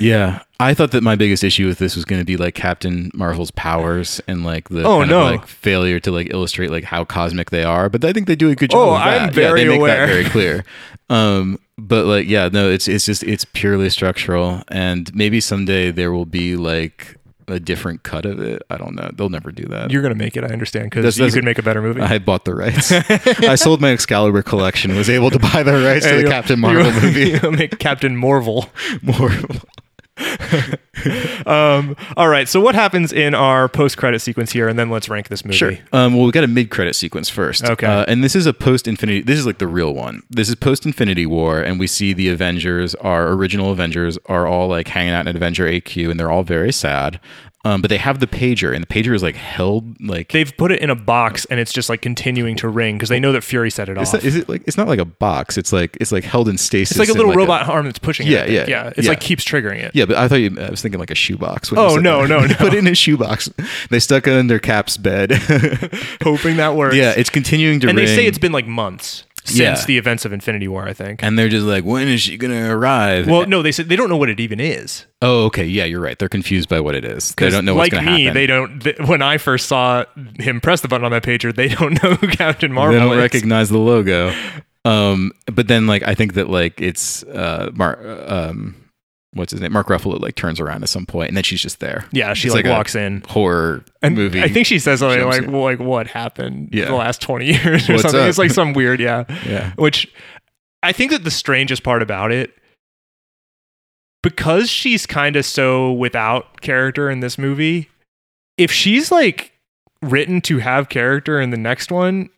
B: yeah. I thought that my biggest issue with this was going to be like Captain Marvel's powers and like the
A: Oh,
B: kind
A: no.
B: of like failure to like illustrate like how cosmic they are, but I think they do a good job.
A: Oh,
B: of that.
A: I'm
B: Yeah,
A: very
B: they make
A: aware.
B: That very clear. Um, but like, yeah, no, it's it's just it's purely structural, and maybe someday there will be like a different cut of it. I don't know. They'll never do that.
A: You're gonna make it. I understand
B: That's-
A: because you
B: that's-
A: could make a better movie.
B: I bought the rights. I sold my Excalibur collection. Was able to buy the rights to
A: And
B: the
A: you'll-
B: Captain Marvel
A: you'll-
B: movie.
A: you'll make Captain Marvel.
B: More.
A: Um, all right. So what happens in our post-credit sequence here, and then let's rank this movie.
B: Sure. Um, well, we got a mid-credit sequence first.
A: Okay.
B: Uh, and this is a post-Infinity. This is like the real one. This is post-Infinity War, and we see the Avengers, our original Avengers, are all like hanging out in Avenger AQ, and they're all very sad. Um, but they have the pager, and the pager is like held like.
A: They've put it in a box, and it's just like continuing to ring because they know that Fury set it
B: It's
A: off.
B: not, is it like it's not like a box? It's like it's like held in stasis.
A: It's like a
B: in,
A: little robot arm that's pushing it.
B: Yeah,
A: I think.
B: yeah,
A: yeah. It's
B: yeah.
A: like keeps triggering it.
B: yeah, but I thought you. I was thinking like a shoebox. when you
A: Oh,
B: said
A: no,
B: that.
A: no,
B: They
A: no.
B: Put it in a shoebox. They stuck it under Cap's bed.
A: Hoping that works.
B: yeah, it's continuing to
A: And
B: ring.
A: they say it's been like months since
B: Yeah.
A: the events of Infinity War, I think.
B: and they're just like, when is she gonna arrive?
A: well, no, they said they don't know what it even is.
B: Oh, okay. Yeah, you're right. They're confused by what it is. They don't know what's
A: like
B: going to
A: me,
B: happen.
A: they don't. Th- when I first saw him press the button on that pager, they don't know who Captain Marvel
B: They don't
A: is.
B: recognize the logo. Um, but then like I think that like it's uh Mark um what's his name Mark Ruffalo like turns around at some point and then she's just there.
A: Yeah, she
B: It's
A: like,
B: a
A: walks in.
B: horror
A: And
B: movie.
A: I think she says something
B: Jumps
A: like,
B: in.
A: well, like what happened
B: Yeah.
A: the last 20 years or
B: What's
A: something.
B: up?
A: It's like some weird, yeah.
B: yeah.
A: Which I think that the strangest part about it, because she's kind of so without character in this movie, if she's like written to have character in the next one,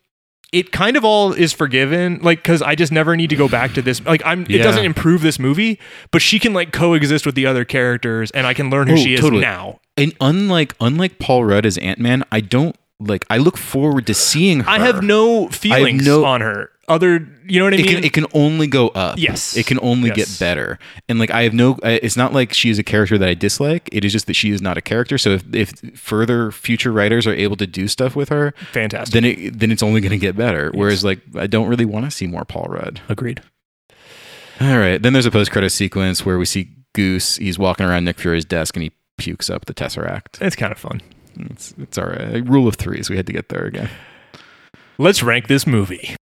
A: it kind of all is forgiven. Like, because I just never need to go back to this. Like, I'm. It
B: Yeah.
A: doesn't improve this movie, but she can like coexist with the other characters, and I can learn who
B: Oh,
A: she is
B: totally.
A: now.
B: And unlike unlike Paul Rudd as Ant Man, I don't like I look forward to seeing her.
A: I have no feelings
B: no-
A: on her. Other, you know what I
B: it
A: mean?
B: can it can only go up.
A: Yes.
B: it can only
A: Yes.
B: get better. And like I have no, I- it's not like she is a character that I dislike. It is just that she is not a character. So if if further future writers are able to do stuff with her,
A: Fantastic.
B: then it then it's only going to get better. Whereas like I don't really want to see more Paul Rudd.
A: Agreed.
B: All right, then there's a post credit sequence where we see Goose. He's walking around Nick Fury's desk and he pukes up the Tesseract.
A: It's kind of fun.
B: It's it's all right. Rule of threes. We had to get there again.
A: Let's rank this movie.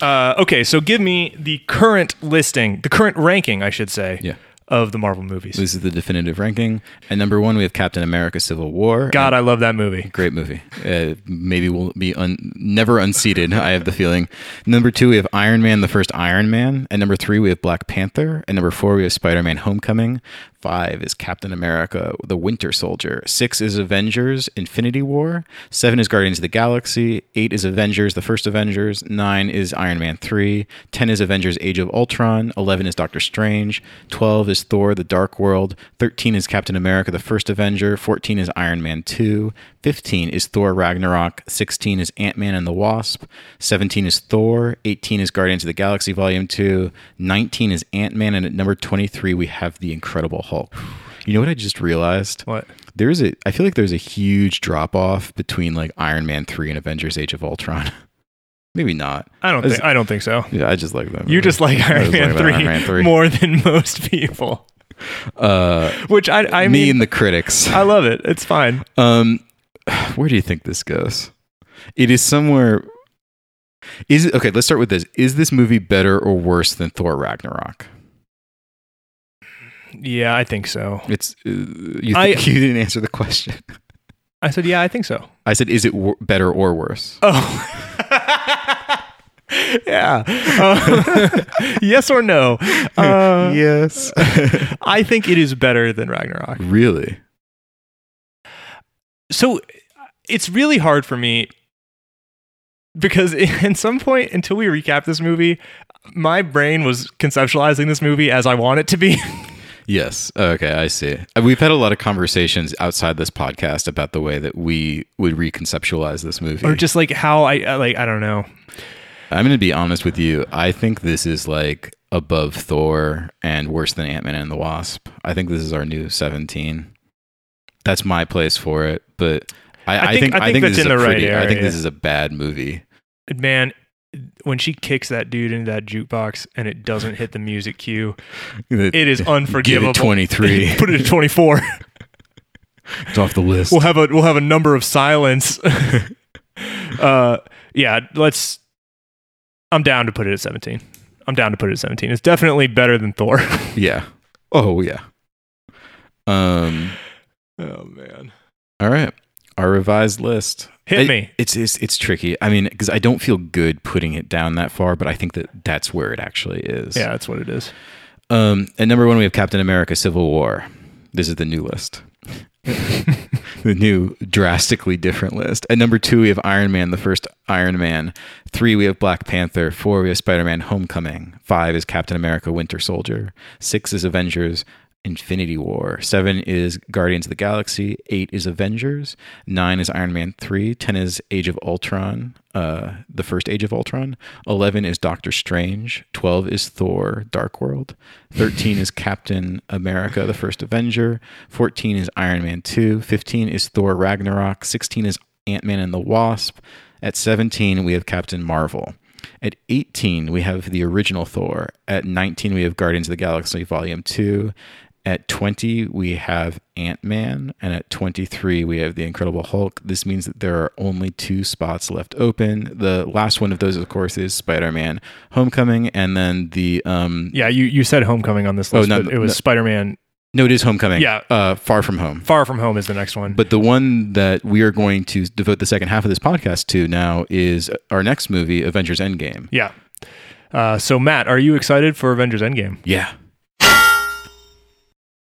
A: Uh, okay, so give me the current listing, the current ranking, I should say,
B: Yeah.
A: of the Marvel movies.
B: This is the definitive ranking. And number one, we have Captain America: Civil War.
A: God, I love that movie.
B: Great movie. Uh, maybe we'll be un- never unseated. I have the feeling. Number two, we have Iron Man, the first Iron Man. And number three, we have Black Panther. And number four, we have Spider Man Homecoming. Five is Captain America, The Winter Soldier. Six is Avengers, Infinity War. Seven is Guardians of the Galaxy. Eight is Avengers, The First Avengers. Nine is Iron Man 3. Ten is Avengers, Age of Ultron. Eleven is Doctor Strange. Twelve is Thor, The Dark World. Thirteen is Captain America, The First Avenger. Fourteen is Iron Man 2. Fifteen is Thor, Ragnarok. Sixteen is Ant Man and the Wasp. Seventeen is Thor. Eighteen is Guardians of the Galaxy Volume 2. Nineteen is Ant Man. And at number 23, we have The Incredible Hulk. You know what I just realized?
A: What?
B: there's a I feel like there's a huge drop off between like Iron Man 3 and Avengers Age of Ultron. Maybe not.
A: I don't
B: It's-
A: think I don't think so.
B: Yeah, I just like them.
A: You just like Iron
B: just
A: Man,
B: like
A: 3
B: Iron Man 3.
A: more than most people,
B: uh
A: which I I
B: me
A: mean
B: and the critics.
A: I love it. It's fine.
B: Um where do you think this goes? It is somewhere Is it okay, let's start with this. Is this movie better or worse than Thor Ragnarok?
A: Yeah, I think so.
B: It's uh, you,
A: I-
B: think- you didn't answer the question.
A: I said yeah, I think so.
B: I said is it wor- better or worse?
A: Oh. yeah. Um, yes or no? Uh,
B: yes.
A: I think it is better than Ragnarok.
B: really?
A: So it's really hard for me because at some point until we recap this movie, my brain was conceptualizing this movie as I want it to be.
B: Yes. Okay, I see. Uh, We've had a lot of conversations outside this podcast about the way that we would reconceptualize this movie.
A: or just like how I I, like I don't know.
B: I'm going to be honest with you. I think this is like above Thor and worse than Ant Man and the Wasp. I think this is our new 17. That's my place for it, but I, I think, I think,
A: that's
B: this is
A: in
B: a
A: the right
B: pretty- I think
A: area.
B: this is a bad movie.
A: Man, when she kicks that dude into that jukebox and it doesn't hit the music cue, it is
B: Give
A: unforgivable.
B: it 23.
A: Put it at 24.
B: it's off the list.
A: we'll have a we'll have a number of silence. uh, yeah, let's. I'm down to put it at 17. I'm down to put it at 17. It's definitely better than Thor.
B: yeah. Oh, yeah. Um
A: oh man,
B: all right. Our revised list.
A: hit
B: I-
A: me.
B: It's it's it's tricky. I mean, because I don't feel good putting it down that far, but I think that that's where it actually is.
A: Yeah, that's what it is.
B: Um, and number one, we have Captain America: Civil War. This is the new list. the new drastically different list. At number two, we have Iron Man, the first Iron Man. Three, we have Black Panther. Four, we have Spider Man Homecoming. Five is Captain America Winter Soldier. Six is Avengers Infinity War. Seven is Guardians of the Galaxy. Eight is Avengers. Nine is Iron Man 3. Ten is Age of Ultron, uh, the first Age of Ultron. Eleven is Doctor Strange. Twelve is Thor, Dark World. Thirteen is Captain America, the first Avenger. Fourteen is Iron Man 2. Fifteen is Thor Ragnarok. Sixteen is Ant Man and the Wasp. At 17, we have Captain Marvel. At 18, we have the original Thor. At 19, we have Guardians of the Galaxy Volume 2. At 20, we have Ant Man. And at 23, we have The Incredible Hulk. This means that there are only two spots left open. The last one of those, of course, is Spider Man Homecoming. And then the, um,
A: Yeah, you you said Homecoming on this
B: Oh,
A: list,
B: no,
A: but it was
B: no.
A: Spider-Man.
B: no, it is Homecoming.
A: Yeah.
B: Uh, Far From Home.
A: Far From Home is the next one.
B: But the one that we are going to devote the second half of this podcast to now is our next movie, Avengers Endgame.
A: yeah. Uh, so Matt, are you excited for Avengers Endgame?
B: Yeah.